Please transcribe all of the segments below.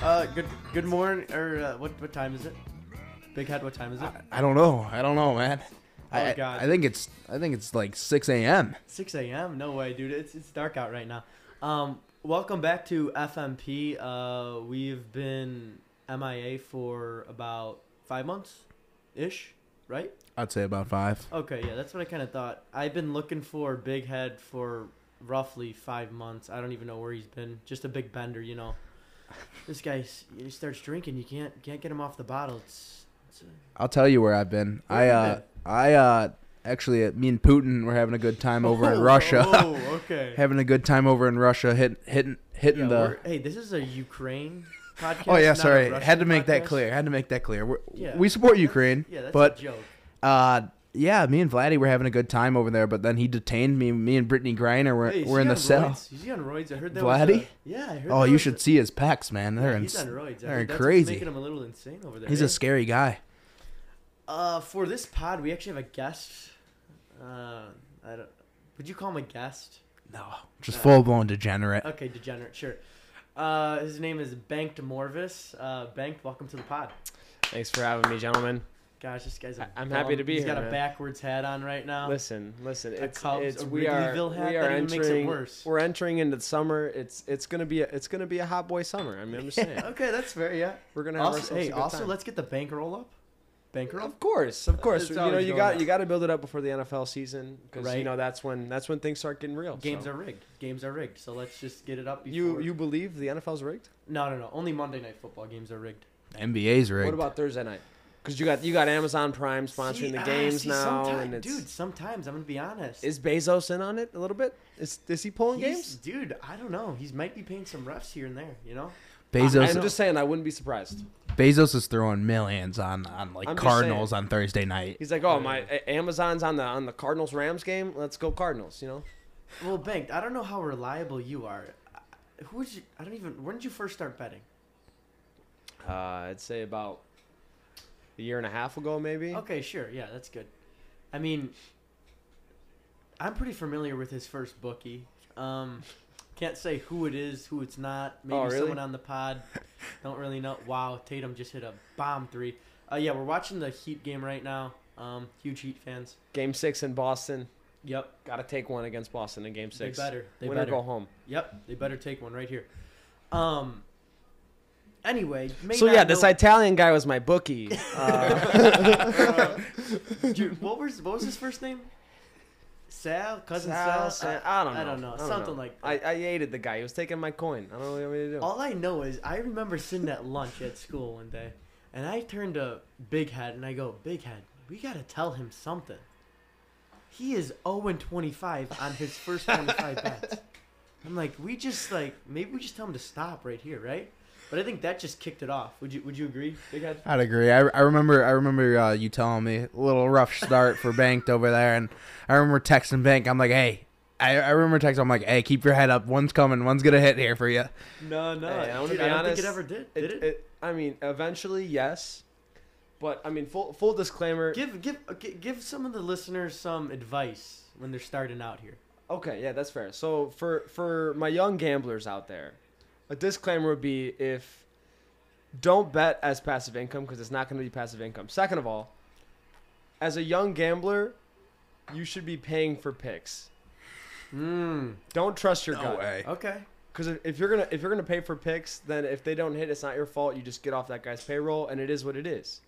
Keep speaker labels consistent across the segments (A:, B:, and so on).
A: Uh, good good morning, or uh, what what time is it? Big Head, what time is it?
B: I don't know. I don't know, man. I,
A: Oh, God.
B: I think it's I think it's like 6 a.m.
A: 6 a.m. No way, dude. It's it's dark out right now. Um, welcome back to FMP. Uh, we've been MIA for about five months, ish, right?
B: I'd say about five.
A: Okay, yeah, that's what I kind of thought. I've been looking for Big Head for roughly five months. I don't even know where he's been. Just a big bender, you know. This guy, s- he starts drinking. You can't can't get him off the bottle. It's, it's a-
B: I'll tell you where I've been.
A: Where
B: I
A: you
B: uh,
A: been?
B: I uh, actually, uh, me and Putin were having a good time over in
A: Oh,
B: Russia.
A: Oh, okay.
B: having a good time over in Russia, hit, hitting hitting
A: Yeah,
B: the.
A: we're- hey, this is a Ukraine podcast.
B: Oh yeah,
A: not a
B: sorry.
A: Russian
B: Had to make that
A: podcast.
B: clear. Had to make that clear. We're,
A: Yeah.
B: We support
A: That's-
B: Ukraine,
A: Yeah, that's
B: but
A: a joke.
B: uh, yeah, me and Vladdy were having a good time over there. But then he detained me. Me and Brittany Griner were
A: Hey, is
B: were
A: he
B: in the
A: on
B: cell.
A: roids? Is he on roids? I heard that. Was
B: Vladdy?
A: a, yeah, I heard.
B: Oh,
A: that
B: you
A: was
B: should
A: a-
B: see his pecs, man. They're
A: yeah,
B: in,
A: He's on roids. I
B: they're
A: heard that's what's
B: crazy.
A: Making him a little insane over there.
B: He's
A: eh?
B: a scary guy.
A: Uh, for this pod, we actually have a guest. Uh, I don't. Would you call him a guest?
B: No, just
A: Uh,
B: full blown degenerate.
A: Okay, degenerate. Sure. Uh, his name is Banked Morvis. Uh, Banked, welcome to the pod.
C: Thanks for having me, gentlemen.
A: Gosh, this guy's. A
C: I- I'm happy
A: bum.
C: to be
A: He's
C: here,
A: got a
C: man.
A: backwards hat on right now.
C: Listen, listen.
A: A
C: It's,
A: Um, Cubs,
C: it's
A: a
C: we are
A: Wrigleyville hat?
C: we are
A: That even makes it
C: entering.
A: worse.
C: We're entering into the summer. It's it's gonna be a, it's gonna be a hot boy summer. I mean, I'm just saying.
A: Okay, that's fair. Yeah.
C: We're gonna have
A: Also,
C: ourselves
A: hey,
C: a good
A: also
C: time.
A: let's get the bankroll up. Bankroll.
C: Of course, of course.
A: It's
C: you know,
A: always
C: you
A: going
C: got
A: up.
C: you got to build it up before the NFL season because
A: Right.
C: you know that's when that's when things start getting real.
A: Games
C: so.
A: are rigged. Games are rigged. So let's just get it up. Before...
C: You you believe the NFL's rigged?
A: No, no, no. Only Monday night football games are rigged.
B: NBA's rigged.
C: What about Thursday night? Because you got you got Amazon Prime sponsoring
A: See,
C: the
A: ah,
C: games
A: see,
C: now,
A: sometime-
C: and it's
A: dude, sometimes I'm gonna be honest.
C: is Bezos in on it a little bit? Is is he pulling
A: He's-
C: games?
A: Dude, I don't know. He's might be paying some refs here and there, you know?
B: Bezos?
C: I'm just saying, I wouldn't be surprised.
B: Bezos is throwing millions on on like
C: I'm just
B: Cardinals on Thursday night.
C: He's like, oh my, A- Amazon's on the on the Cardinals Rams game. Let's go Cardinals. You know,
A: Well, Banked, I don't know how reliable you are. I- Who is you, I don't even. When did you first start betting?
C: uh, I'd say about a year and a half ago, maybe.
A: Okay, sure. Yeah, that's good. I mean, I'm pretty familiar with his first bookie. Um, can't say who it is, who it's not. Maybe
C: Oh, really?
A: someone on the pod. Don't really know. Wow, Tatum just hit a bomb three. Uh, yeah, we're watching the Heat game right now. Um, huge Heat fans.
C: Game six in Boston.
A: Yep,
C: Got to take one against Boston in Game six.
A: they better. They
C: Winner
A: better.
C: go home.
A: Yep, they better take one right here. Um. Anyway, you may
C: so
A: not
C: yeah,
A: know-
C: this Italian guy was my bookie. Uh,
A: Uh, Ju- what was what was his first name? Sal, cousin Sal.
C: Sal- Sal- I don't know.
A: I don't know. Something like that.
C: I, I hated the guy. He was taking my coin. I don't know what you want me to do.
A: All I know is I remember sitting at lunch at school one day, and I turned to Big Head and I go, Big Head, we gotta tell him something. He is 0 and 25 on his first 25 bets. I'm like, we just like maybe we just tell him to stop right here, right? But I think that just kicked it off. Would you Would you agree, Big Head?
B: I'd agree. I, I remember I remember uh, you telling me a little rough start for Banked over there, and I remember texting Bank. I'm like, hey, I, I remember texting. I'm like, hey, keep your head up. One's coming. One's gonna hit here for you.
A: No, no.
C: Hey, I wanna
A: dude,
C: be
A: I don't
C: honest,
A: think it ever did. Did
C: It-
A: it?
C: it- I mean, eventually, yes. But I mean, full full disclaimer.
A: give give uh, gi- give some of the listeners some advice when they're starting out here.
C: Okay, yeah, that's fair. So for for my young gamblers out there, a disclaimer would be if don't bet as passive income because it's not going to be passive income. Second of all, as a young gambler, you should be paying for picks.
A: Mm,
C: Don't trust your gut.
B: way.
A: okay.
C: Because if, if you're gonna if you're gonna pay for picks, then if they don't hit, it's not your fault. You just get off that guy's payroll, and it is what it is.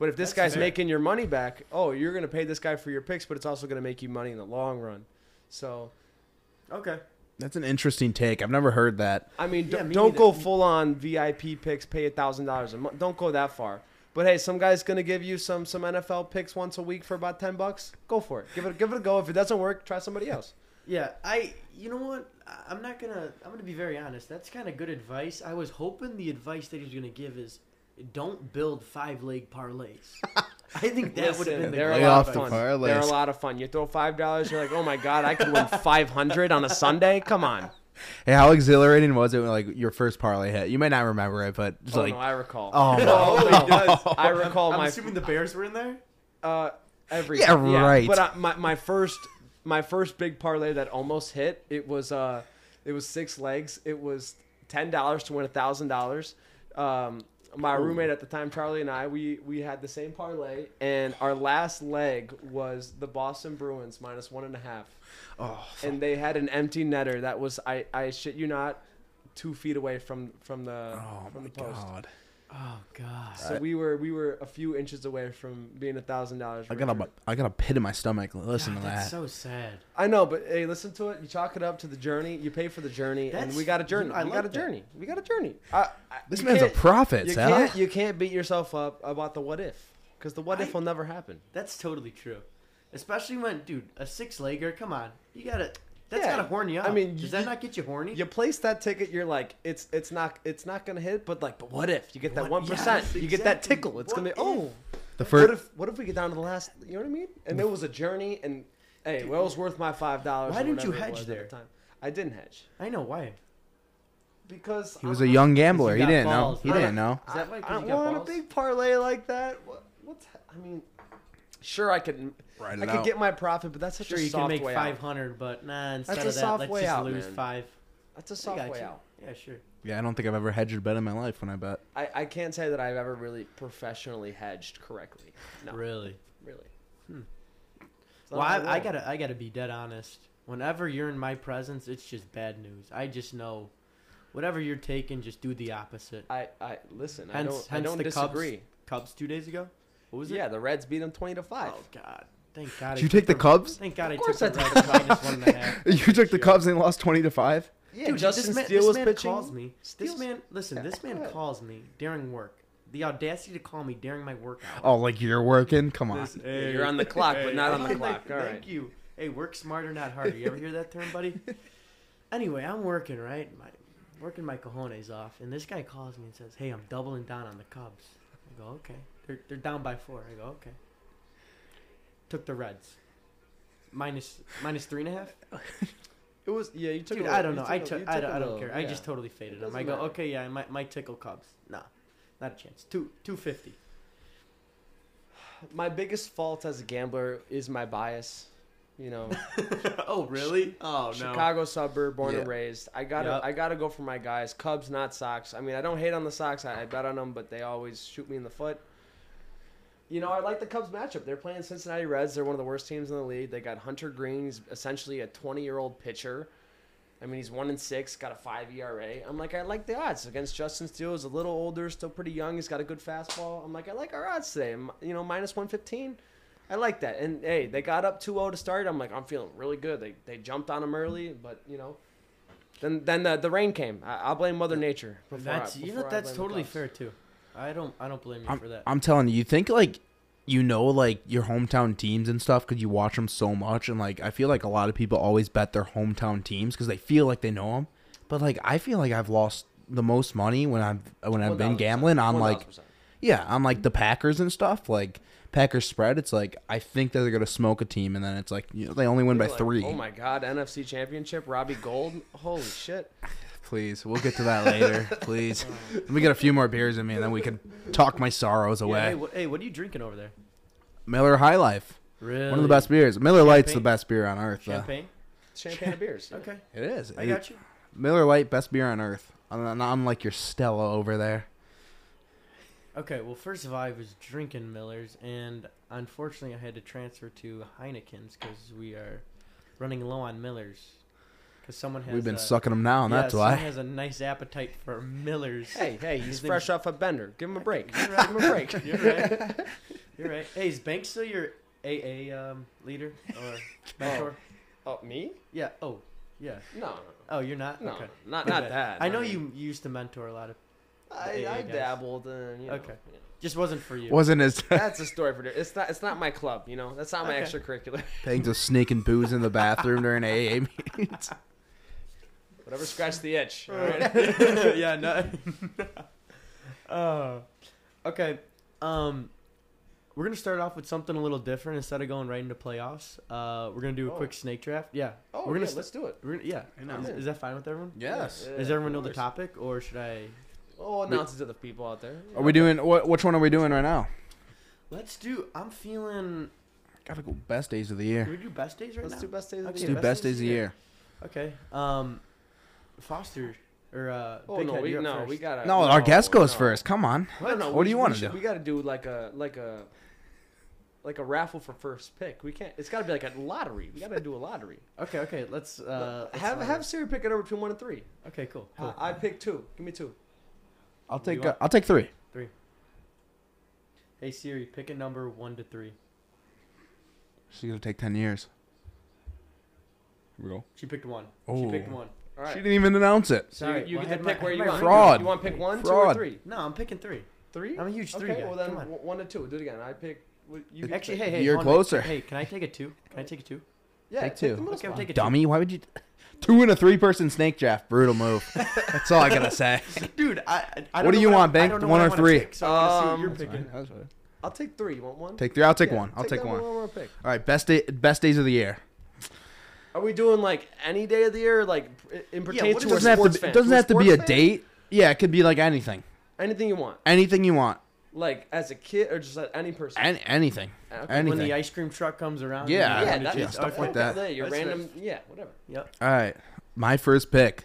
C: But if this
A: That's
C: guy's
A: fair.
C: making your money back, oh, you're gonna pay this guy for your picks, but it's also gonna make you money in the long run. So
A: Okay.
B: That's an interesting take. I've never heard that.
C: I mean,
A: Yeah,
C: don't,
A: me
C: don't
A: neither.
C: go full on VIP picks, pay a thousand dollars a month. Don't go that far. But hey, some guy's gonna give you some some NFL picks once a week for about ten bucks. Go for it. Give it give it a go. If it doesn't work, try somebody else.
A: Yeah, I. You know what? I- I'm not gonna. I'm gonna be very honest. That's kind of good advice. I was hoping the advice that he was gonna give is, don't build five leg parlays. I think that would have
C: Listen,
A: been the
C: they're
A: great
C: a lot
B: Playoff
C: of
A: advice.
B: the
C: fun.
B: parlays.
C: They're a lot of fun. You throw five dollars, you're like, oh my god, I could win five hundred on a Sunday. Come on.
B: Hey, how exhilarating was it? When, like your first parlay hit. You might not remember it, but it's
C: oh
B: like
C: no, I recall.
B: Oh,
C: no,
A: no.
C: he does. I recall
A: I'm
C: my
A: assuming the Bears were in there.
C: uh, every
B: Yeah, right.
C: But I, my my first my first big parlay that almost hit. It was uh, it was six legs. It was ten dollars to win a thousand dollars. um, my
A: Ooh.
C: roommate at the time, Charlie and I, we we had the same parlay, and our last leg was the Boston Bruins minus one and a half,
B: Oh,
C: and they had an empty netter that was I I shit you not, two feet away from from the
B: oh
C: from
B: my
C: the post.
B: god.
A: Oh god.
C: So we were we were a few inches away from being a thousand dollars.
B: I got a I got a pit in my stomach. Listen
A: God,
B: to that.
A: That's so sad.
C: I know, but hey, listen to it. You chalk it up to the journey. You pay for the journey, and
A: That's-
C: we got a journey.
A: I
C: we
A: like
C: got a
A: that.
C: journey. We got a journey. I, I,
B: this
C: you
B: man's a
C: can't-
B: prophet,
C: You
B: Sal.
C: can't, you can't beat yourself up about the what if, because the what if
A: I-
C: will never happen.
A: That's totally true. Especially when, dude, a six legger. Come on, you gotta. That's
C: Yeah.
A: gotta horn you
C: I
A: up.
C: mean,
A: does
C: you-
A: that not get you horny?
C: You place that ticket, you're like, it's it's not it's not gonna hit, but like, but what if you get that one
A: What- yes,
C: you get that
A: exactly.
C: tickle? It's
A: What
C: gonna be
A: if?
C: oh,
B: The
C: what
B: first.
C: if what if we get down to the last? You know what I mean? And it was a journey, and hey, well, it was worth my five dollars.
A: Why
C: or
A: didn't you
C: whatever it
A: hedge
C: was at
A: there?
C: the time. I didn't hedge
A: I know why.
C: because
B: He
C: I-
B: was a young gambler.
A: Because
B: He,
A: you got
B: didn't
A: balls.
B: know. He
A: I-
B: didn't know.
A: Is that why? 'Cause
C: I
A: you
C: don't
A: got
C: want
A: balls?
C: a big parlay like that. What, what's I mean, sure I could
B: Right
C: I could get my profit, but that's such
A: Sure,
C: a
A: you
C: soft
A: can make
C: way
A: five
C: out.
A: hundred, but nah. Instead
C: That's a
A: of that,
C: soft
A: let's
C: way
A: just
C: out,
A: lose
C: man.
A: five.
C: That's a
A: I
C: soft
A: got
C: way
A: you.
C: out.
A: Yeah, sure.
B: Yeah, I don't think I've ever hedged a bet in my life when I bet.
C: I, I can't say that I've ever really professionally hedged correctly. No,
A: Really.
C: really.
A: Hmm.
C: It's not
A: Well,
C: my
A: I, I
C: role.
A: gotta, I gotta be dead honest. Whenever you're in my presence, it's just bad news. I just know, whatever you're taking, just do the opposite.
C: I, I listen. I
A: Hence-
C: don't. I
A: hence
C: don't
A: the Cubs.
C: disagree.
A: Cubs two days ago. What was it?
C: yeah, the Reds beat them twenty to five.
A: Oh God! Thank God. I
B: Did you
A: took
B: take the Cubs?
A: Thank God
C: Of
A: I
C: course
A: took the
C: I took
A: Reds minus one and a half.
B: You took the Cubs and lost twenty to five.
C: yeah,
A: Dude,
C: Justin
A: this man,
C: Steele
A: this
C: was
A: man
C: pitching.
A: calls me.
C: Steele's-
A: This man, listen,
C: Yeah,
A: this man
C: go ahead.
A: calls me during work. The audacity to call me during my work hours.
B: Oh, like you're working? Come on.
A: This-
C: Yeah, you're on the clock, but not on the clock. All
A: Thank
C: right.
A: you. Hey, work smarter, not harder. You ever hear that term, buddy? Anyway, I'm working right, my, working my cojones off, and this guy calls me and says, "Hey, I'm doubling down on the Cubs." I go, "Okay." They're they're down by four. I go, "Okay." Took the Reds. Minus minus three and a half.
C: It was yeah. You took.
A: Dude,
C: a little,
A: I don't know.
C: You
A: I
C: took a-
A: took.
C: you
A: I
C: took
A: don't,
C: a
A: I don't
C: little,
A: care. I
C: yeah.
A: just totally faded
C: It
A: them. I
C: doesn't
A: go,
C: matter.
A: okay, yeah, I might, might tickle Cubs. Nah, not a chance. Two two fifty.
C: My biggest fault as a gambler is my bias. You know,
A: oh really? Oh no.
C: Chicago suburb, born
B: Yeah.
C: and raised. I gotta,
A: Yep.
C: I gotta go for my guys. Cubs, not Sox. I mean, I don't hate on the Sox. I, I bet on them, but they always shoot me in the foot. You know, I like the Cubs matchup. They're playing Cincinnati Reds. They're one of the worst teams in the league. They got Hunter Green, he's essentially a 20-year-old pitcher. I mean, he's one and six, got a five ERA. I'm like, I like the odds against Justin Steele. Is a little older, still pretty young. He's got a good fastball. I'm like, I like our odds today. M- You know, minus one fifteen. I like that. And hey, they got up 2-0 to start. I'm like, I'm feeling really good. They they jumped on him early, but you know, then then the, the rain came. I, I'll blame Mother Nature. before I-
A: That's you know
C: before I
A: that's
C: blame the
A: totally
C: Cubs.
A: fair too. I don't I don't blame you
B: I'm,
A: for that.
B: I'm telling you, you think like you know like your hometown teams and stuff because you watch them so much, and like I feel like a lot of people always bet their hometown teams because they feel like they know them. But like I feel like I've lost the most money when I've when I've been
C: 1000%.
B: gambling on like
C: 1000%.
B: yeah on like the Packers and stuff like Packers spread. It's like I think that they're gonna smoke a team, and then it's like you know, they only win by
C: Like,
B: three.
C: Oh my God! NFC Championship, Robbie Gold. Holy shit!
B: Please, we'll get to that later. Please, let me get a few more beers in me, and then we can talk my sorrows
A: Yeah, hey,
B: away.
A: what, hey, what are you drinking over there?
B: Miller High Life.
A: Really?
B: One of the best uh, beers. Miller Lite's the
A: Champagne?
B: best beer on earth. though.
A: champagne.
C: Champagne and beers.
A: Okay,
B: It is.
A: I
B: It-
A: got you.
B: Miller Lite, best beer on earth. Un- Unlike your Stella over there.
A: Okay, well, first of all, I was drinking Miller's, and unfortunately, I had to transfer to Heineken's because we are running low on Miller's. Because someone has
B: We've been
A: a,
B: sucking them down.
A: yeah,
B: that's
A: someone
B: why.
A: has a nice appetite for Miller's.
C: Hey, hey, he's
A: His name-
C: fresh off a bender. Give him a break.
A: You're
C: Give
A: right.
C: him a break.
A: You're right. You're right. Hey, is Banks still your AA um, leader or mentor?
C: Oh, me?
A: Yeah. Oh, yeah.
C: No,
A: Oh, you're not.
C: no, no,
A: okay.
C: not
A: My
C: not
A: bad.
C: that.
A: I know
C: mean,
A: you used to mentor a lot of.
C: I,
A: Yeah,
C: I
A: you guys.
C: dabbled and you know,
A: Okay.
C: you know.
A: Just wasn't for you.
B: Wasn't his
C: That's a story for. It's not. It's not my club. You know. That's not my
A: Okay.
C: extracurricular.
B: thing just sneaking booze in the bathroom during AA meetings?
C: Whatever scratched the itch. All right.
A: yeah, no. oh. Okay. Um we're going to start off with something a little different instead of going right into playoffs. Uh we're going to do a
C: Oh.
A: quick snake draft. Yeah.
C: Oh,
A: we're
C: yeah,
A: gonna st-
C: let's do it.
A: We're gonna, yeah.
B: I know.
A: Is, is that fine with everyone?
B: Yes.
C: Yeah,
A: Does
C: of
A: everyone know the
C: course.
A: topic or should I
C: Oh, we'll announce it to the people out there.
B: Are we doing what? Which one are we doing right now?
A: Let's do I'm feeling
B: Gotta go best days of the
A: can
B: year.
A: we do best days right
C: Let's
A: now?
C: do best days of
A: Let's
C: the
B: Let's
C: year.
B: do best days of the year.
A: Okay. Um Foster Or uh,
C: Oh
A: Big
C: no,
A: Head,
C: we
A: you're up
C: no,
A: first.
C: we gotta.
B: No, our guest goes
C: Uh, no.
B: first. Come on.
C: No, no,
B: What
C: we
B: do you
C: should-
B: wanna
C: we should-
B: do?
C: We gotta do like a like a like a raffle for first pick. We can't. It's gotta be like a lottery. We gotta do a lottery.
A: Okay, okay. Let's uh, let's
C: have
A: not-
C: have Siri pick a number between one and three.
A: Okay, cool.
C: I-
A: cool.
C: I, pick two. Give me two.
B: I'll
A: You
B: take.
A: are-
B: Uh, I'll take three.
A: hey Siri, pick a number one to three.
B: She's gonna take ten years. Here we go.
A: She picked one. She picked
B: Oh.
A: one.
B: She
C: All right.
B: didn't even announce it.
C: So you-
A: Sorry,
C: you,
A: well, I
C: get
A: had
C: to
A: my-
C: pick where
A: I had
C: you
A: my
C: want.
B: Fraud.
C: You want pick one, two, or
B: Fraud.
C: three?
A: No, I'm picking three.
C: Three.
A: I'm a huge three
C: Okay.
A: guy.
C: Well then,
A: Come on.
C: w- one to two. Do it again. I pick. w- You get
A: Actually,
C: pick.
A: hey, hey,
B: You're
A: hold on, wait.
B: closer.
A: Hey, can I take a two? Can I take a two?
C: yeah,
B: take
C: pick
B: two.
C: the middle
A: Okay, I'm
C: spot.
A: taking two.
B: Dummy, why would you? Two and a three-person snake draft. Brutal move. That's all I gotta say.
A: Dude, I, I
B: What do
A: know
B: you
A: I-
B: want,
A: I
B: Bank?
A: don't know what
B: One
A: I
B: or
A: wanna
B: three?
A: pick, so I'm gonna see what you're
C: Um,
A: picking.
C: I'll take three. You want one?
B: Take three. I'll take
C: Yeah,
B: one. I'll take
C: that
B: one.
C: one.
B: All
C: more pick.
B: right. Best day. Best days of the year.
C: Are we doing like any day of the year, like in
A: what
C: pertains
A: is-
C: to a
B: Doesn't have to.
C: sports
B: Be,
C: fan?
B: doesn't
C: a
B: have to be a
C: sports fan?
B: date. Yeah, it could be like anything.
C: Anything you want,
B: Anything you want.
C: like as a kid or just like any person.
B: An- anything.
C: Okay.
A: When
B: Anything.
A: the ice cream truck comes around.
B: Yeah.
A: you
C: yeah,
A: wanna
C: that,
A: choose-
B: stuff
A: okay.
B: like that.
C: Yeah, your
A: That's fair.
C: random, yeah, whatever.
A: Yep.
B: All right, my first pick.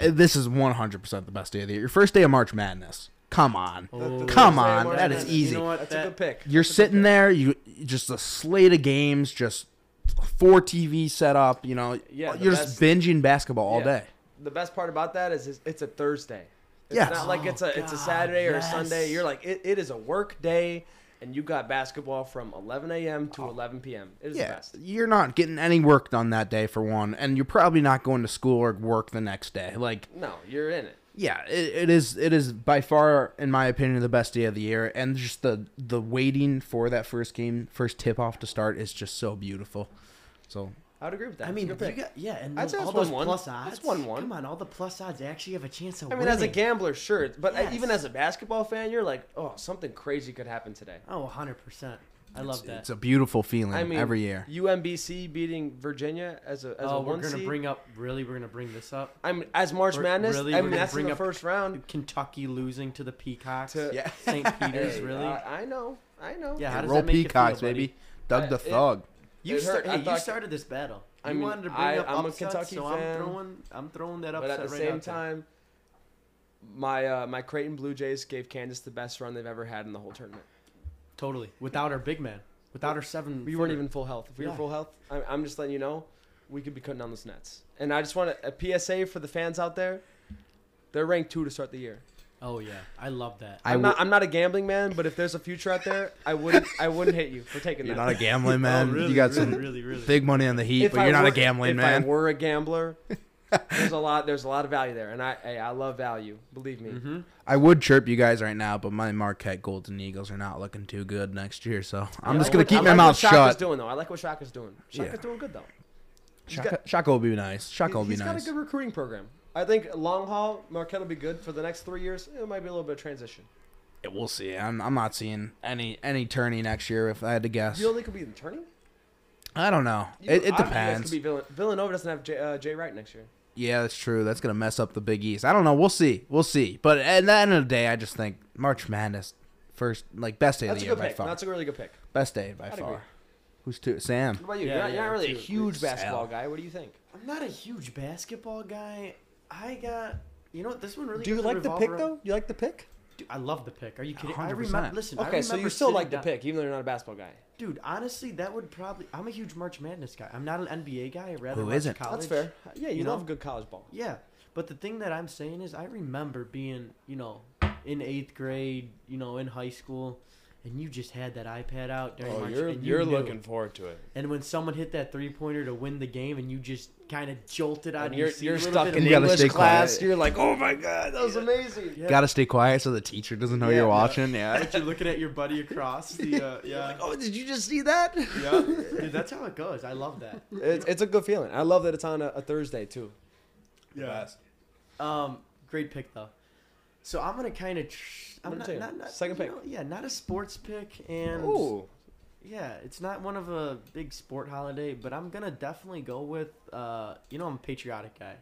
B: This is 100% the best day of the year. Your first day of March Madness. Come on.
A: Oh.
B: Come
C: Say
B: on,
C: more
B: that
C: than
B: is
C: that.
B: easy.
A: You know what?
C: That's
A: that,
C: a good pick.
B: You're
C: That's a good
B: sitting
C: pick.
B: there, you just a slate of games, just four TV set up, you know.
C: Yeah, the
B: you're just
C: best-
B: binging basketball all
C: Yeah.
B: day.
C: The best part about that is, is it's a Thursday. It's
B: Yes.
C: not like it's a
A: Oh,
C: it's a
A: God,
C: Saturday or a
A: yes.
C: Sunday. You're like it, it is a work day, and you got basketball from 11 a.m.
A: Oh.
C: to 11 p.m. It is the
B: Yeah,
C: best.
B: you're not getting any work done that day for one, and you're probably not going to school or work the next day. Like
C: No, you're in it.
B: Yeah, it, it is. It is by far, in my opinion, the best day of the year, and just the the waiting for that first game, first tip off to start is just so beautiful. So
C: I would agree with that.
A: I mean, you
C: It's a good pick.
A: got, yeah, and
C: I'd
A: those,
C: say
A: all
C: that's
A: those
C: 1-1.
A: plus odds.
C: That's 1-1.
A: Come on, all the plus odds they actually have a chance of
C: I mean,
A: winning.
C: as a gambler, sure, but
A: Yes.
C: even as a basketball fan, you're like, oh, something crazy could happen today.
A: Oh, 100%. I love that.
B: it's a beautiful feeling
C: I mean,
B: every year.
C: UMBC beating Virginia as a as
A: oh,
C: a
A: we're
C: one
A: going to
C: seed.
A: bring up, really, we're going to bring this up.
C: I'm as March
A: We're-
C: Madness.
A: really,
C: I
A: we're
C: mean,
A: gonna
C: that's in
A: bring
C: the
A: up-
C: first round.
A: Kentucky losing to the Peacocks.
C: To-
B: Yeah.
A: St. Peter's,
C: Hey,
A: really?
C: I, I know, I know.
A: Yeah, how does
B: Roll
A: that make you feel,
B: peacocks,
A: buddy?
B: baby. Doug
C: Uh,
B: the
C: it-
B: Thug.
A: You,
C: It
A: start,
C: hurt. I
A: hey, you
C: thought-
A: started this battle.
C: I
A: you
C: mean,
A: wanted to bring
C: I-
A: up
C: I'm a
A: upsets,
C: Kentucky
A: so
C: fan,
A: I'm throwing, I'm throwing that
C: But
A: upset
C: at the
A: right
C: same
A: out there.
C: time, my uh, my Creighton Blue Jays gave Kansas the best run they've ever had in the whole tournament.
A: Totally. Without our big man. Without our seven.
C: We weren't
A: footer.
C: even full health. If we
A: Yeah.
C: were full health, I'm, I'm just letting you know, we could be cutting down those nets. And I just want a, a PSA for the fans out there. They're ranked two to start the year.
A: Oh, yeah. I love that.
B: I
C: I'm
B: w-
C: not. I'm not a gambling man, but if there's a future out there, I wouldn't. I wouldn't hate you for taking
B: You're
C: that.
B: not a gambling man.
A: Oh, really,
B: you got
A: really,
B: some
A: really, really.
B: big money on the heat, but
C: I
B: you're not
C: were-
B: a gambling
C: if I
B: man.
C: were a gambler, there's a lot. There's a lot of value there, and I. Hey, I love value. Believe me.
A: Mm-hmm.
B: I would chirp you guys right now, but my Marquette Golden Eagles are not looking too good next year. So I'm
C: I
B: just
C: like
B: gonna
C: what-
B: keep
C: I
B: my
C: like
B: mouth
C: what Shaka's
B: shut.
C: doing though. I like what Shaka's doing. Shaka's
B: Yeah.
C: doing good though. He's
B: Shaka,
C: got-
B: Shaka will be nice. Shaka will
C: He's
B: be
C: got
B: nice.
C: a good recruiting program. I think long haul Marquette will be good for the next three years. It might be a little bit of transition.
B: Yeah, we'll see. I'm, I'm not seeing any any tourney next year if I had to guess.
C: You don't think he'll be in turning?
B: I don't know. It,
C: You know,
B: it
C: obviously
B: depends.
C: that's gonna Be Villan- Villanova doesn't have Jay, uh, Jay Wright next year.
B: Yeah, that's true. That's gonna mess up the Big East. I don't know. We'll see. We'll see. But at the end of the day, I just think March Madness first, like best day of
C: That's
B: the
C: a
B: year
C: good
B: by
C: pick. No,
B: far.
C: That's a really good pick.
B: Best day by
C: I'd
B: far.
C: agree.
B: Who's two? Sam.
C: What about you?
A: Yeah,
C: you're not, you're
A: yeah,
C: not really a
A: too.
C: huge
B: Sal.
C: basketball guy. What do you think?
A: I'm not a huge basketball guy. I got. You know what? This one really.
C: Do you
A: doesn't
C: like the
A: revolve
C: pick
A: around-
C: though? Do you like the pick?
A: Dude, I love the pick. Are you kidding? I
B: 100%.
A: remember. Listen. I
C: Okay, so
A: remember
C: you still
A: sitting
C: like the
A: down-
C: pick, even though you're not a basketball guy.
A: Dude, honestly, that would probably. I'm a huge March Madness guy. I'm not an NBA guy. I rather
B: Who
A: watch
B: isn't?
A: college.
C: That's fair. Yeah, you,
A: you
C: love
A: know?
C: good college ball.
A: Yeah, but the thing that I'm saying is, I remember being, you know, in eighth grade, you know, in high school, and you just had that iPad out
C: Oh,
A: during March. and you knew.
C: forward to it.
A: And when someone hit that three pointer to win the game, and you just kind of jolted out,
C: And
A: and
C: you're,
A: you see a
C: you're
A: little
C: stuck
A: bit
C: in
A: of
B: You gotta
C: English
B: stay
C: class.
B: quiet.
C: You're like, oh my god, that was amazing.
A: Yeah.
B: Gotta stay quiet so the teacher doesn't know
C: Yeah,
B: you're
C: no.
B: watching. Yeah.
A: But you're looking at your buddy across the uh, yeah
B: oh, did you just see that?
A: yeah. Dude, that's how it goes. I love that.
C: It's, it's a good feeling. I love that it's on a, a Thursday too.
A: Um, great pick though. So I'm gonna kind of. Tr- I'm
C: Number
A: not,
C: two.
A: not, not
C: Second
A: you
C: pick.
A: know, yeah, not a sports pick, and
C: Ooh,
A: yeah, it's not one of a big sport holiday, but I'm gonna definitely go with. Uh, you know, I'm a patriotic guy.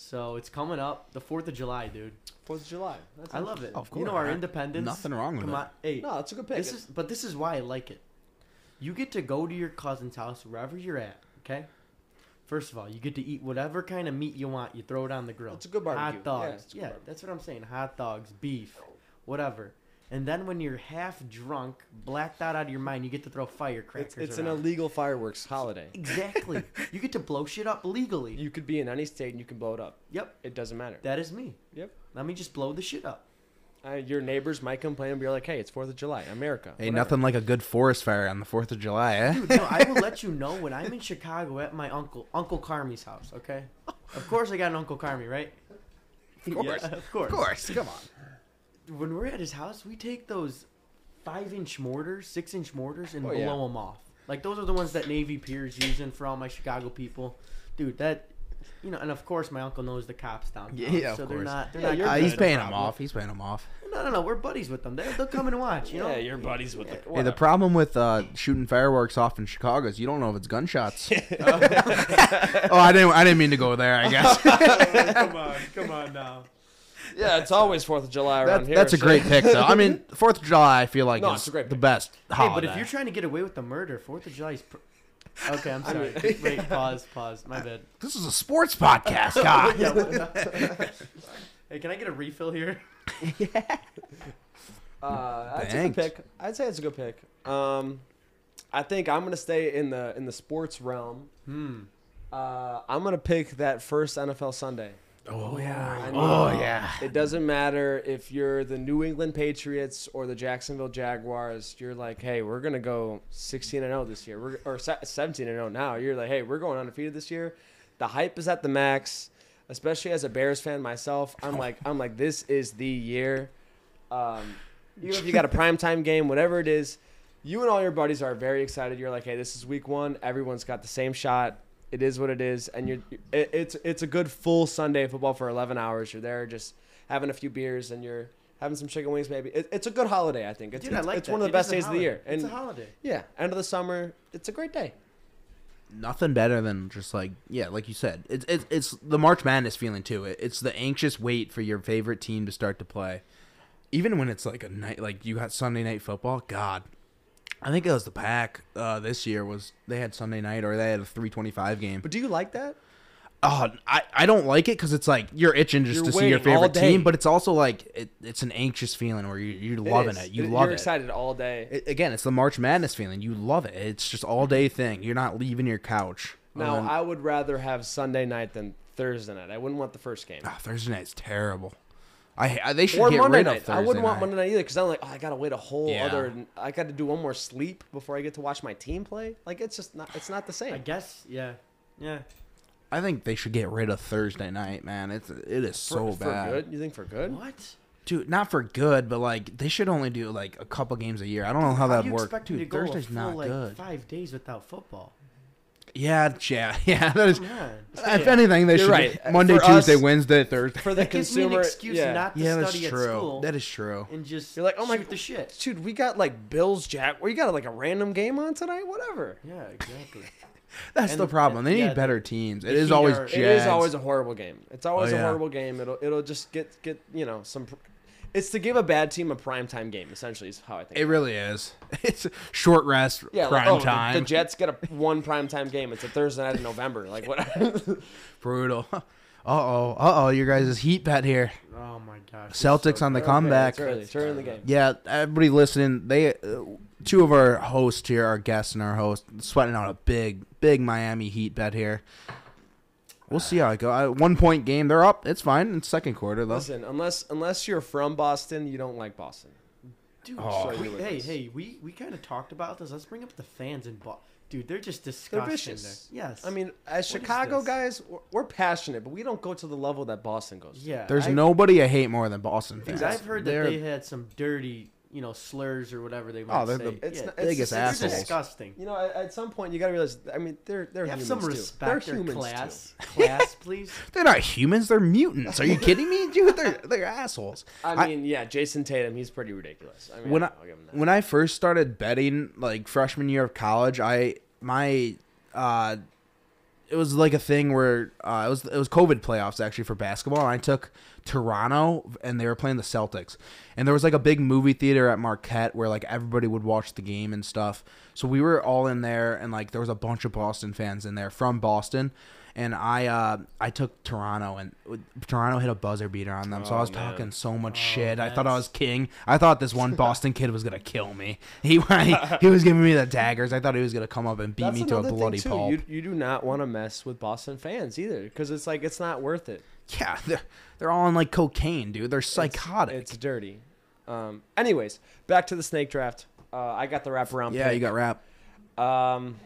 A: So it's coming up, the Fourth of July, dude.
C: Fourth of July. That's
A: I love it.
B: Of
A: You know our
B: course.
A: independence.
B: Nothing wrong with
A: Come
B: it.
A: on, hey,
C: No, it's a good pick.
A: This is, but this is why I like it. You get to go to your cousin's house wherever you're at, okay? First of all, you get to eat whatever kind of meat you want. You throw it on the grill.
C: It's a good barbecue.
A: Hot
C: Yeah,
A: dogs.
C: it's a good
A: Yeah,
C: barbecue.
A: that's what I'm saying. Hot dogs, beef, whatever. And then when you're half drunk, blacked out out of your mind, you get to throw firecrackers.
C: It's, it's an
A: around.
C: illegal fireworks holiday.
A: exactly. you get to blow shit up legally.
C: You could be in any state and you can blow it up.
A: yep,
C: It doesn't matter.
A: that is me.
C: Yep.
A: Let me just blow the shit up.
C: Uh, your neighbors might complain and be like, "Hey, it's Fourth of July, America."
B: Hey,
C: Whatever.
B: nothing like a good forest fire on the Fourth of July, eh?
A: Dude, no, I will let you know when I'm in Chicago at my uncle Uncle Carmy's house. Okay. Of course, I got an Uncle Carmy, right? Of
B: course.
A: of course.
B: Of course, come on.
A: When we're at his house, we take those five-inch mortars, six-inch mortars, and
C: Oh,
A: blow 'em
C: yeah.
A: blow them off. Like those are the ones that Navy Pier's using for all my Chicago people, dude. That, you know, and of course my uncle knows the cops downtown,
B: Yeah, yeah, of
A: so
B: course.
A: they're not. They're
C: Yeah,
A: not
C: you're
B: Uh,
A: gonna
C: good.
B: he's
A: be a
B: paying him
A: problem.
B: off. He's paying him off.
A: No, no, no. We're buddies with them. They'll, they'll come and watch. You know.
C: yeah, your buddies with the.
B: Hey, the
C: whatever.
B: problem with uh, shooting fireworks off in Chicago is you don't know if it's gunshots. oh, I didn't. I didn't mean to go there. I guess
A: come on, come on now.
C: yeah, it's always Fourth of July around
B: That's-
C: here.
B: that's a
C: so-
B: great pick, though. I mean, Fourth of July, I feel like
C: No,
B: is
C: it's a great
B: the
C: pick.
B: best
A: Hey,
B: holiday.
A: but if you're trying to get away with the murder, Fourth of July is. Pr- okay, I'm sorry. Wait, pause, pause. My bad.
B: this is a sports podcast, God.
A: Yeah, what the- hey, can I get a refill here?
C: Uh, that's a good
B: Thanks.
C: pick. I'd say it's a good pick. Um, I think I'm gonna stay in the in the sports realm.
A: Hmm.
C: Uh, I'm gonna pick that first NFL Sunday.
B: Oh
C: I
B: yeah.
C: know.
B: Oh yeah.
C: It doesn't matter if you're the New England Patriots or the Jacksonville Jaguars. You're like, hey, we're gonna go 16 and 0 this year. We're or se- 17 and 0 now. You're like, hey, we're going undefeated this year. The hype is at the max. Especially as a Bears fan myself, I'm like, I'm like, this is the year. Um, even if you got a primetime game, whatever it is, you and all your buddies are very excited. You're like, hey, this is week one. Everyone's got the same shot. It is what it is, and you're it, it's it's a good full Sunday of football for 11 hours. You're there just having a few beers and you're having some chicken wings. Maybe it, it's a good holiday. I think it's
A: Dude, I
C: it's,
A: like
C: it's
A: that.
C: one of the
A: It
C: best
A: is a
C: days of the year.
A: holiday.
C: And
A: it's a holiday.
C: yeah, end of the summer, it's a great day.
B: Nothing better than just like yeah, like you said. It's it's it's the March Madness feeling too. It, it's the anxious wait for your favorite team to start to play. Even when it's like a night like you got Sunday night football, God. I think it was the pack uh, this year was they had Sunday night or they had a 325 game.
C: But do you like that?
B: Oh, I, I don't like it because it's like you're itching just
C: You're
B: to see your
C: waiting all
B: favorite
C: day.
B: team, but it's also like it, it's an anxious feeling where you, you're loving
C: is.
B: it. You love
C: You're
B: it.
C: excited all day.
B: it. Again, it's the March Madness feeling. You love it. It's just all day thing. You're not leaving your couch.
C: now
B: And then-
C: I would rather have Sunday night than Thursday night. I wouldn't want the first game.
B: Ah, Thursday night's terrible. I ha- they should
C: Or
B: get
C: Monday
B: rid of
C: night.
B: Thursday
C: I wouldn't want
B: night.
C: Monday night either because I'm like, oh, I gotta wait a whole
B: Yeah.
C: other. I gotta do one more sleep before I get to watch my team play. Like it's just not. It's not the
A: I
C: same.
A: guess. Yeah. Yeah.
B: I think they should get rid of Thursday night, man. It's it is so
C: for,
B: bad,
C: For good? You think for good?
A: What?
B: dude. Not for good, but like they should only do like a couple games a year. I don't know
A: How
B: how that
A: do you
B: works.
A: expect me
B: Dude,
A: to go a
B: Thursday's
A: full,
B: not
A: like,
B: good.
A: five days without football?
B: Yeah, yeah, yeah. That is
A: Come on.
B: If anything, they
C: You're
B: should
C: right.
B: do Monday,
C: For us-
B: Tuesday, Wednesday, Thursday.
C: For the
A: That gives me
C: consumer,
A: an excuse
C: yeah.
A: not to
B: Yeah, that's
A: study at
B: true.
A: school
B: That is true.
A: and just
C: You're like, oh my-
A: shoot the shit.
C: dude, we got like Bills Jack. We got like a random game on tonight. Whatever.
A: Yeah, exactly.
B: That's
A: and-
B: the problem. They need
A: yeah,
B: better teams. It
A: they
B: is
A: need
B: always
A: our-
B: Jags.
C: It is always a horrible game. It's always
B: Oh,
C: a
B: yeah.
C: horrible game. It'll it'll just get get you know some. pr- It's to give a bad team a primetime game. Essentially, is how I think.
B: It really is. It's short rest,
C: yeah, like,
B: prime
C: oh, the-
B: time.
C: The, Jets get a one primetime game. It's a Thursday night in November. Like what?
B: Brutal. Uh oh. Uh oh. Your guys' heat bet here.
A: Oh my gosh. it's so
B: Celtics on the
A: good.
B: comeback.
C: It's early. It's early in the game.
B: Yeah, everybody listening, they uh, two of our hosts here, our guests and our host, sweating out a big, big Miami Heat bet here. We'll see how it go. Uh, One point game, they're up. It's fine. It's second quarter though.
C: Listen, unless unless you're from Boston, you don't like Boston.
A: Dude,
B: Oh.
A: we-
C: Sorry,
A: hey,
C: Lucas.
A: hey, we, we kind of talked about this. Let's bring up the fans in Boston. Dude, they're just disgusting.
C: They're vicious.
A: There. Yes.
C: I mean, as
A: What is
C: Chicago
A: this?
C: guys, we're, we're passionate, but we don't go to the level that Boston goes. to.
A: yeah.
B: There's
A: I've,
B: nobody I hate more than Boston fans.
A: because I've heard that
B: They're-
A: they had some dirty, you know, slurs or whatever they might
B: Oh, they're
A: say.
B: the
C: It's
A: yeah,
C: not-
A: it's-
B: biggest
A: they're
B: assholes.
A: disgusting.
C: You know, at, at some point you got to realize. I mean, they're they're
A: Have
C: humans
A: some
C: too.
A: respect
C: they're
A: or
C: humans
A: class. Class, please.
B: They're not humans. They're mutants. Are you kidding me, dude? They're they're assholes.
C: too. I mean, yeah, Jason Tatum, he's pretty ridiculous. I mean,
B: when
C: I,
B: I
C: will give him that.
B: when I first started betting, like freshman year of college, I my uh, it was like a thing where uh, it was it was COVID playoffs actually for basketball. And I took Toronto, and they were playing the Celtics, and there was like a big movie theater at Marquette where like everybody would watch the game and stuff. So we were all in there, and like there was a bunch of Boston fans in there from Boston, and I uh, I took Toronto, and Toronto hit a buzzer beater on them. so I
C: Oh,
B: was
C: man.
B: talking so much
A: Oh,
B: shit. I thought I
A: that's-
B: was king. I thought this one Boston kid was gonna kill me. He he was giving me the daggers. I thought he was gonna come up and beat me to a
C: another thing,
B: bloody
C: too.
B: pulp.
C: You, you do not want to mess with Boston fans either, because it's like it's not worth it.
B: Yeah, they're, they're all on like cocaine, dude. They're psychotic.
C: It's dirty. Um, anyways, back to the snake draft. Uh, I got the wraparound.
B: yeah, you got rap.
C: got. Um,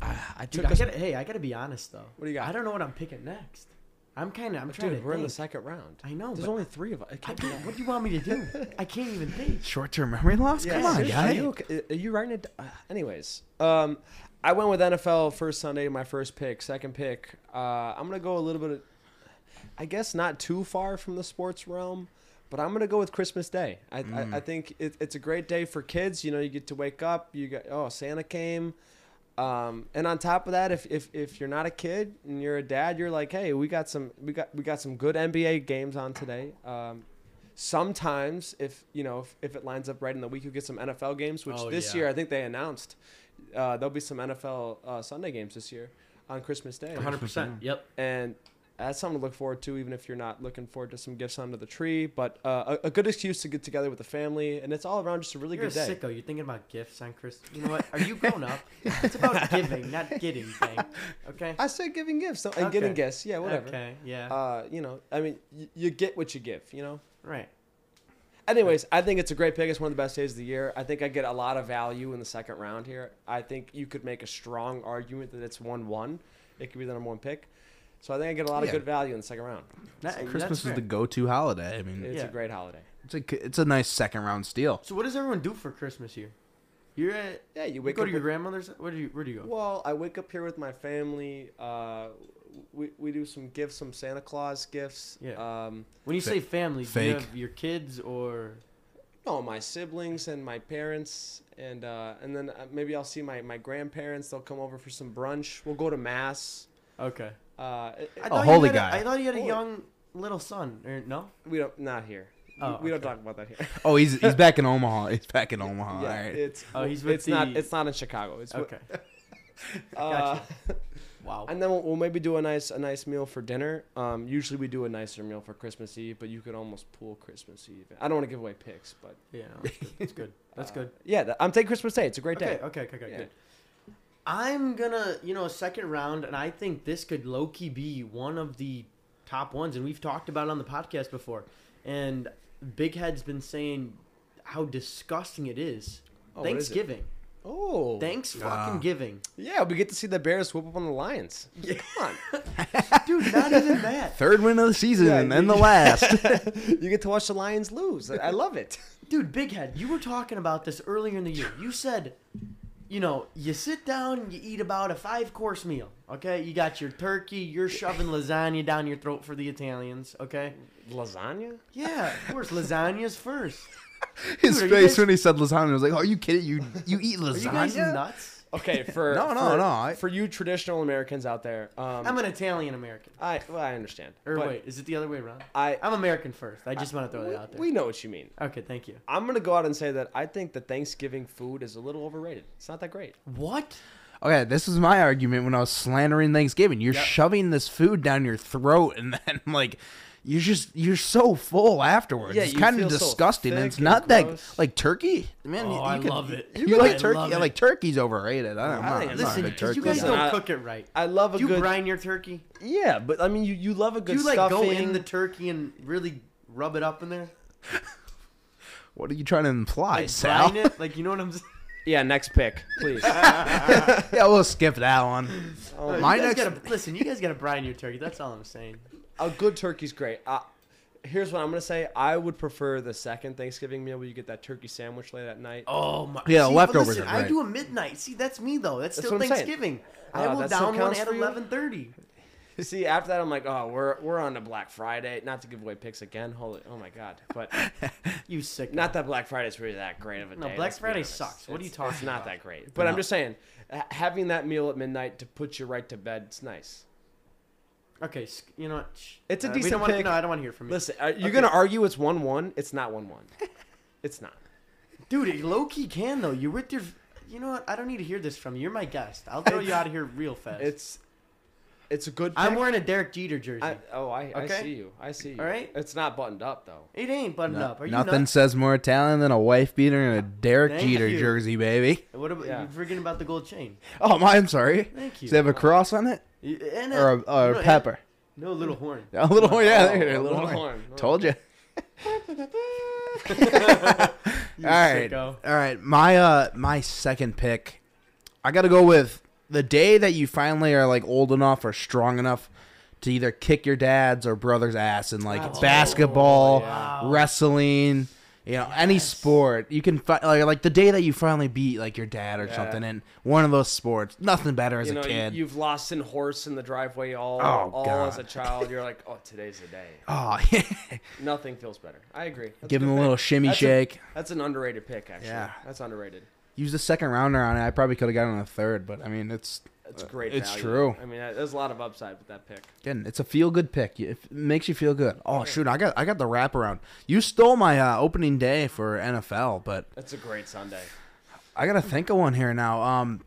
C: I I
A: Dude,
C: took.
A: I
C: us-
A: gotta, hey, I gotta be honest though.
C: What do you got?
A: I don't know what I'm picking next. I'm kind of. I'm trying
C: dude,
A: to.
C: we're in the
A: think.
C: second round.
A: I know,
C: There's
A: but
C: only three of us.
A: I can't- what do you want me to do? I can't even think.
B: Short term memory loss?
C: Yeah,
B: Come on,
C: seriously,
B: guy.
C: Are you, okay? are you writing it? Uh, anyways, um, I went with NFL first Sunday, my first pick, second pick. Uh, I'm gonna go a little bit, of, I guess, not too far from the sports realm, but I'm gonna go with Christmas Day. I I, I
B: Mm.
C: think it, it's a great day for kids. You know, you get to wake up. You got oh Santa came. Um, and on top of that, if, if if you're not a kid and you're a dad, you're like, hey, we got some we got we got some good NBA games on today. Um, sometimes if you know if, if it lines up right in the week, you get some NFL games. Which
A: Oh,
C: this
A: yeah.
C: year I think they announced uh, there'll be some NFL uh, Sunday games this year on Christmas Day,
A: 100. percent Yep.
C: and that's something to look forward to, even if you're not looking forward to some gifts under the tree. But uh, a, a good excuse to get together with the family, and it's all around just a really
A: You're a
C: good day.
A: sicko. You're thinking about gifts on Christmas. You know what? Are you grown up? It's about giving, not getting. Thing. Okay.
C: I said giving gifts and getting
A: Okay.
C: gifts, yeah, whatever.
A: Okay. Yeah.
C: uh, you know, I mean, y- you get what you give, you know.
A: right.
C: Anyways, I think it's a great pick. It's one of the best days of the year. I think I get a lot of value in the second round here. I think you could make a strong argument that it's one-one. It could be the number one pick. So I think I get a lot of
B: Yeah.
C: good value in the second round.
A: That- that's
B: Christmas is
A: fair.
B: the go to holiday. I mean,
C: It's a
A: Yeah.
C: great holiday.
B: it's a, it's a nice second round steal.
A: So what does everyone do for Christmas here? You're at.
C: Yeah, you
A: You
C: wake
A: go
C: up
A: to your
C: with-
A: grandmother's. Where do you? Where do you go?
C: Well, I wake up here with my family. Uh, we we do some gifts, some Santa Claus gifts.
A: Yeah.
C: Um,
A: When you
B: Fa-
A: say family, do
B: fake.
A: you have your kids or?
C: No, Oh, my siblings and my parents, and uh, and then uh, maybe I'll see my, my grandparents. They'll come over for some brunch. We'll go to mass.
A: Okay.
C: Uh, it- it-
B: Oh,
A: thought you
B: holy
A: had a-
B: guy.
A: I thought you had a
C: Holy-
A: young little son. Or no?
C: we don't not here. We-
A: Oh,
C: we don't
A: okay.
C: talk about that here.
B: Oh, he's he's back in Omaha. He's back in Omaha.
C: yeah,
B: All right.
C: it's
A: Oh, he's with
C: it's not
A: the-
C: it's not in Chicago. It's with-
A: Okay.
C: uh,
A: Wow.
C: and then we'll, we'll maybe do a nice a nice meal for dinner. Um, usually we do a nicer meal for Christmas Eve, but you could almost pull Christmas Eve. I don't want to give away picks, but
A: Yeah, no, that's good. That's good. That's
C: uh,
A: good.
C: Yeah, th- I'm taking Christmas Day. It's a great
A: Okay,
C: day.
A: okay, okay, okay,
C: Yeah.
A: good. I'm gonna, you know, second round, and I think this could low key be one of the top ones, and we've talked about it on the podcast before. And Big Head's been saying how disgusting it is.
C: Oh, what is it?
A: Thanksgiving.
C: Oh,
A: Thanks
B: Ah.
A: fucking giving.
C: yeah, we get to see the Bears whoop up on the Lions. Come on.
A: Dude, not even that.
B: Third win of the season
C: Yeah,
B: and then
C: you-
B: the last.
C: you get to watch the Lions lose. I I love it.
A: Dude, Big Head, you were talking about this earlier in the year. You said, you know, you sit down, you eat about a five course meal, okay? You got your turkey, you're shoving lasagna down your throat for the Italians, okay?
C: Lasagna?
A: Yeah, of course, lasagna's first.
B: His
A: Dude, are you
B: face
A: guys-
B: when he said lasagna was like, "Oh, are you kidding? You you eat
A: Are you guys
B: lasagna?"
A: nuts?
C: Okay, for
B: No, no,
C: for,
B: no, I-
C: for you traditional Americans out there, um,
A: I'm an Italian American.
C: I well, I understand.
A: Or
C: but
A: wait, is it the other way around?
C: I
A: I'm American first. I just want to throw
C: we,
A: that out there.
C: we know what you mean.
A: okay, thank you.
C: I'm gonna go out and say that I think the Thanksgiving food is a little overrated. It's not that great.
A: What?
B: Okay, this was my argument when I was slandering Thanksgiving. You're
A: Yep.
B: shoving this food down your throat, and then like you're just you're so full afterwards.
C: Yeah,
B: it's
C: you
B: kind
C: feel
B: of
C: so
B: disgusting. and
C: thick
B: it's
C: and
B: not
C: gross.
B: that like turkey. Man,
A: Oh,
B: you, you
A: I
B: could-
A: love it.
B: You,
A: You
B: like
A: guys
B: turkey?
A: love
B: I
A: it.
B: like turkey's overrated. I don't,
C: I
B: I
C: think
B: I'm
C: it's
B: not a
A: Listen,
B: big
A: 'cause
B: turkey.
A: you guys
C: Listen,
A: don't
C: I-
A: cook it right.
C: I love a
A: Do you
C: good
A: brine your turkey?
C: yeah, but I mean you, you love a
A: Do
C: good
A: you like
C: stuffing.
A: go in the turkey and really rub it up in there?
B: What are you trying to imply,
A: Like
B: Sal?
A: brine it? Like you know what I'm saying?
C: yeah, next pick, please.
B: yeah, we'll skip that one.
A: No,
B: my
A: Oh, you guys
B: next-
A: gotta, listen, you guys gotta brine your turkey. That's all I'm saying.
C: a good turkey's great. Uh, here's what I'm gonna say. I would prefer the second Thanksgiving meal where you get that turkey sandwich late at night.
A: Oh my!
B: Yeah,
A: See, but
B: leftovers
A: listen,
B: are
A: I
B: great.
A: do a midnight. See, that's me though. That's,
C: That's
A: still
C: what I'm saying.
A: Thanksgiving.
C: Uh,
A: I will
C: that still
A: down one
C: counts
A: at
C: for you?
A: eleven thirty.
C: See, after that, I'm like, oh, we're we're on to Black Friday. Not to give away picks again. Holy, oh my god! But
A: You sick?
C: not that Black Friday's really that great of a
A: No,
C: day.
A: Black
C: let's be
A: Friday
C: honest.
A: sucks. What are you
C: It's-
A: talking
C: It's not
A: about?
C: that great. But I'm
B: No.
C: just saying, ha- having that meal at midnight to put you right to bed, it's nice.
A: Okay, s- you know what? Shh.
C: It's a
A: we don't
C: decent
A: wanna-
C: pick.
A: No, I don't want to hear from you,
C: Listen, are you
A: Okay.
C: gonna argue it's one one? It's not one one. it's not.
A: dude. It low key can though. You're with your. You know what? I don't need to hear this from you. You're my guest. I'll throw you out of here real fast.
C: It's It's a good.
A: I'm
C: pick.
A: wearing a Derek Jeter jersey.
C: I, oh, I, I
A: Okay.
C: see you. I see you.
A: All right.
C: It's not buttoned up though.
A: it ain't buttoned
B: No-
A: up. Are you
B: nothing
A: nuts?
B: says more Italian than a wife beater and a Derek
A: Thank
B: Jeter
A: you.
B: jersey, baby.
A: What about
C: Yeah.
A: you forgetting about the gold chain?
B: Oh, my, I'm sorry.
A: Thank you.
B: Does it have a cross on it
A: You- and
B: or a,
A: you
B: or
A: know,
B: a
A: and-
B: pepper?
A: No little horn.
B: A little more, yeah, there,
C: Oh,
B: a little, more.
C: Oh.
B: Told you.
A: You
B: All right,
A: sicko.
B: all right. My uh, my second pick. I got to go with the day that you finally are like old enough or strong enough to either kick your dad's or brother's ass in like
A: Oh,
B: basketball,
A: yeah.
B: wrestling, you know, any
A: Yes.
B: sport. You can fi- like like the day that you finally beat like your dad or
C: Yeah.
B: something in one of those sports. Nothing better as
C: You know,
B: a
C: you-
B: kid.
C: you've lost in horse in the driveway all,
B: Oh,
C: all
B: God.
C: as a child. You're like, oh, today's the day.
B: oh,
C: Nothing feels better. I agree. That's
B: give
C: good
B: him a
C: pick.
B: little shimmy
C: That's a-
B: shake.
C: That's an underrated pick, actually.
B: Yeah.
C: That's underrated.
B: Use the second rounder on it. I probably could have gotten a third, but I mean, it's
C: That's great.
B: It's
C: value.
B: true.
C: I mean, that- there's a lot of upside with that pick.
B: Again, it's a feel good pick. It makes you feel good. Oh shoot, I got I got the wraparound. You stole my uh, opening day for NFL, but
C: That's a great Sunday.
B: I gotta think of one here now. Um,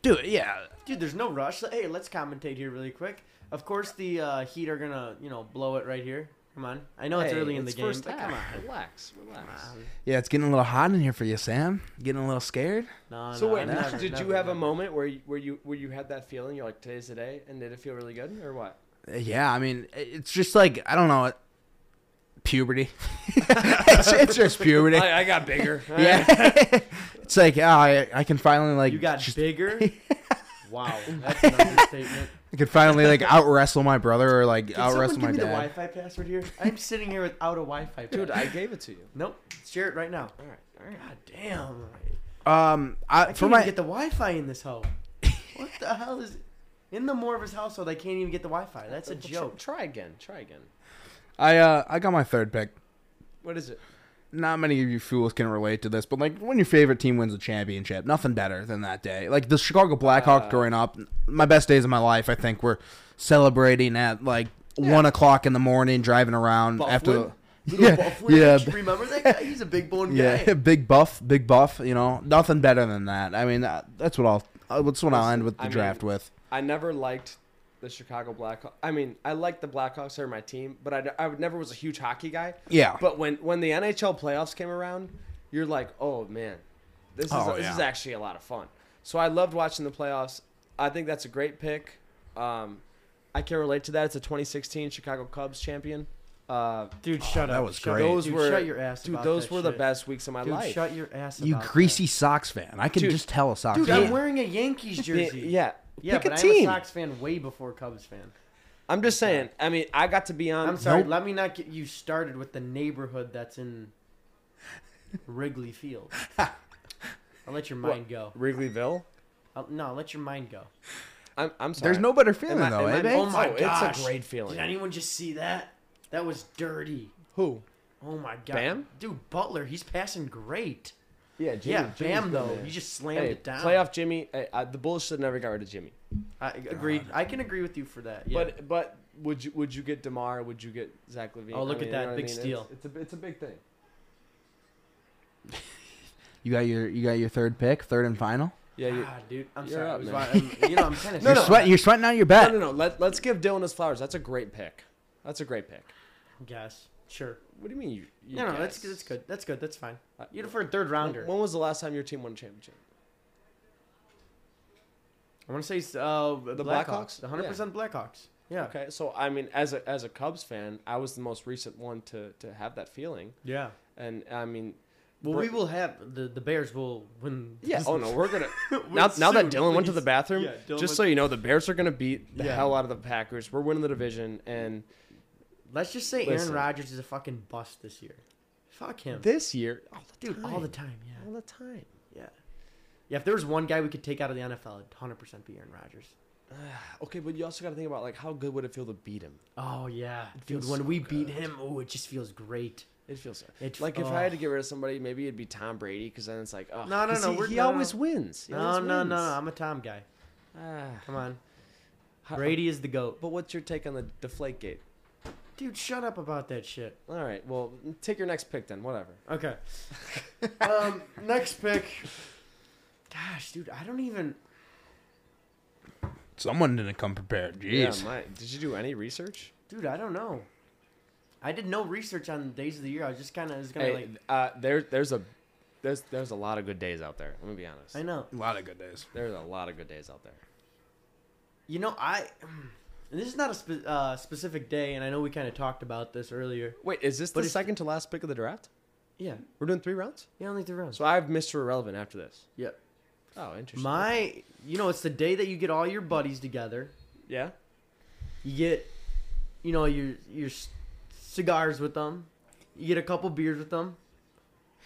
B: dude, yeah,
A: Dude, there's no rush. Hey, let's commentate here really quick. Of course, the uh, Heat are gonna, you know, blow it right here. Come on, I know it's
C: Hey,
A: early in
C: it's
A: the game, Ah.
C: first
A: but
C: half.
A: come on.
C: Relax, relax.
B: yeah, it's getting a little hot in here for you, Sam. Getting a little scared.
A: No,
C: So
A: no,
C: wait,
A: never,
C: did
A: never,
C: you have a
A: never.
C: moment where you, where you where you had that feeling? You're like, today's the day, and did it feel really good, or what?
B: Uh, Yeah, I mean, i- it's just like I don't know, it- puberty. it's, it's just puberty.
C: I, I got bigger.
B: Yeah, it's like oh, I I can finally like
A: You got
B: just-
A: bigger. wow, that's an understatement.
B: I can finally like out wrestle my brother or like
A: Can
B: out
A: someone
B: wrestle
A: give
B: my
A: me the
B: dad.
A: Wi-Fi password here? I'm sitting here without a Wi-Fi.
C: dude,
A: password.
C: I gave it to you.
A: nope. Share it right now.
C: All right, all right.
A: God damn.
B: Um, I,
A: I can't
B: for
A: even
B: my
A: get the Wi-Fi in this hoe. What the hell is? In the Morvis household, I can't even get the Wi-Fi. That's a
C: Well, tr-
A: joke.
C: Try again. Try again.
B: I uh I got my third pick.
C: What is it?
B: Not many of you fools can relate to this, but like when your favorite team wins a championship, nothing better than that day. Like the Chicago Blackhawks
C: Uh,
B: growing up, my best days of my life, I think, were celebrating at like
C: Yeah.
B: one o'clock in the morning, driving around after.
A: Buffalo? Little
B: Yeah,
A: Buffalo,
B: yeah,
A: don't you remember that guy? He's a big boned guy.
B: yeah, big buff, big buff. You know, nothing better than that. I mean, uh, that's what I'll. uh, That's what I'll
C: Listen,
B: end with the
C: I mean-
B: draft with.
C: I never liked the Chicago Blackhawks. I mean, I liked the Blackhawks. They're my team, but I, I never was a huge hockey guy.
B: Yeah,
C: But when when the NHL playoffs came around, you're like, oh man, this is
B: Oh,
C: this
B: yeah.
C: is actually a lot of fun. So I loved watching the playoffs. I think that's a great pick. Um, I can relate to that. It's a 2016 Chicago Cubs champion. Uh,
A: Dude, shut
B: Oh, that
A: up.
B: was
A: Shut
B: great.
A: up.
C: those
A: Dude,
C: were
A: shut your ass
C: dude.
A: about
C: Those
A: that
C: were the
A: shit.
C: best weeks of my
A: Dude,
C: life.
A: shut your ass.
B: you
A: about
B: greasy Sox fan. I can
C: Dude.
B: just tell a Sox
A: That. Dude,
B: fan.
A: I'm wearing a Yankees
C: Yeah,
A: jersey.
C: yeah,
A: yeah.
B: Pick a
A: but
B: team.
A: I'm a Sox fan way before Cubs fan.
C: I'm just saying. I mean, I got to be on.
A: I'm sorry.
B: Nope.
A: Let me not get you started with the neighborhood that's in Wrigley Field. I'll let your mind go.
C: Wrigleyville.
A: I'll, no, I'll let your mind go.
C: I'm, I'm sorry.
B: There's no better feeling
C: Am I-
B: though,
C: am I-
B: eh, babe?
A: Oh my
C: it's a
A: gosh!
C: great feeling.
A: Did anyone just see that? That was dirty.
C: who.
A: Oh my god,
C: Bam?
A: dude, Butler, he's passing great.
C: Yeah,
A: yeah, Bam though, you just slammed
C: Hey,
A: it down.
C: playoff Jimmy. Hey, I, the Bulls should never got rid of Jimmy.
A: I agreed. I can agree with you for that. Yeah.
C: But but would you would you get Demar? Would you get Zach Levine?
A: Oh, look at
C: I mean, you
A: that
C: know what I
A: big
C: mean?
A: steal.
C: It's, it's a it's a big thing.
B: You got your you got your third pick, third and final.
C: Yeah. You,
A: ah, dude, I'm
C: uh, You're
A: sorry.
C: up,
A: I was
C: man.
A: wa- I'm- you know, I'm kind of
C: No,
B: you're
C: no.
B: sweating. You're sweating out your
C: no
B: bet.
C: no no. Let let's give Dylan his flowers. That's a great pick. That's a great pick.
A: Guess sure.
C: What do you mean? You, you
A: no, no, that's
C: guess?
A: that's good. That's good. That's fine.
C: I-
A: You're the third third rounder.
C: When was the last time your team won a championship?
A: I want to say it's, uh, the
C: Blackhawks?
A: Blackhawks, the hundred percent Blackhawks. Yeah,
C: Okay, so I mean, as a as a Cubs fan, I was the most recent one to to have that feeling,
A: yeah.
C: and I mean,
A: Well, we
C: Br-
A: will have the the Bears will win.
C: Yeah.
A: this-
C: Oh no, we're gonna
A: Win
C: now. now that
A: soon,
C: Dylan went to
A: please.
C: the bathroom,
A: Yeah, Dylan
C: just
A: went-
C: so you know, the Bears are gonna beat the
A: Yeah.
C: hell out of the Packers. We're winning the division, and
A: Let's just say
C: Listen.
A: Aaron Rodgers is a fucking bust this year. Fuck him,
C: this year, all the
A: dude,
C: time,
A: all the time. Yeah,
C: all the time.
A: yeah, yeah. If there was one guy we could take out of the NFL, it'd hundred percent be Aaron Rodgers.
C: Okay, but you also got to think about like how good would it feel to beat him?
A: Oh yeah, dude.
C: feels
A: When
C: so
A: we beat
C: good.
A: him, oh, it just feels great.
C: It feels
A: It-
C: like if I had
A: oh.
C: to get rid of somebody, maybe it'd be Tom Brady because then it's like, oh,
A: No, no,
C: 'cause
A: no,
C: he,
A: we're-
C: he
A: no, no,
C: always wins. He
A: No,
C: always
A: no, no, no.
C: wins.
A: I'm a Tom guy.
C: Ah,
A: Come on,
C: how-
A: Brady is the goat.
C: But what's your take on the deflate gate?
A: Dude, shut up about that shit.
C: All right, well, take your next pick then. Whatever.
A: Okay. um, next pick. Gosh, dude, I don't even.
B: Someone didn't come prepared. Jeez.
C: Yeah, my, did you do any research?
A: Dude, I don't know. I did no research on the days of the year. I was just kind of was gonna
C: Hey,
A: like.
C: uh, there, there's a, there's, there's a lot of good days out there. Let me be honest.
A: I know.
B: a lot of good days.
C: There's a lot of good days out there.
A: You know, I. And this is not a spe- uh, specific day, and I know we kind of talked about this earlier.
C: Wait, is this
A: But
C: the
A: if-
C: second to last pick of the draft?
A: Yeah,
C: We're doing three rounds.
A: yeah, only three rounds.
C: So I have Mr. Irrelevant after this.
A: Yeah,
C: Oh, interesting.
A: my, you know, it's the day that you get all your buddies together.
C: yeah.
A: You get, you know, your your c- cigars with them. You get a couple beers with them,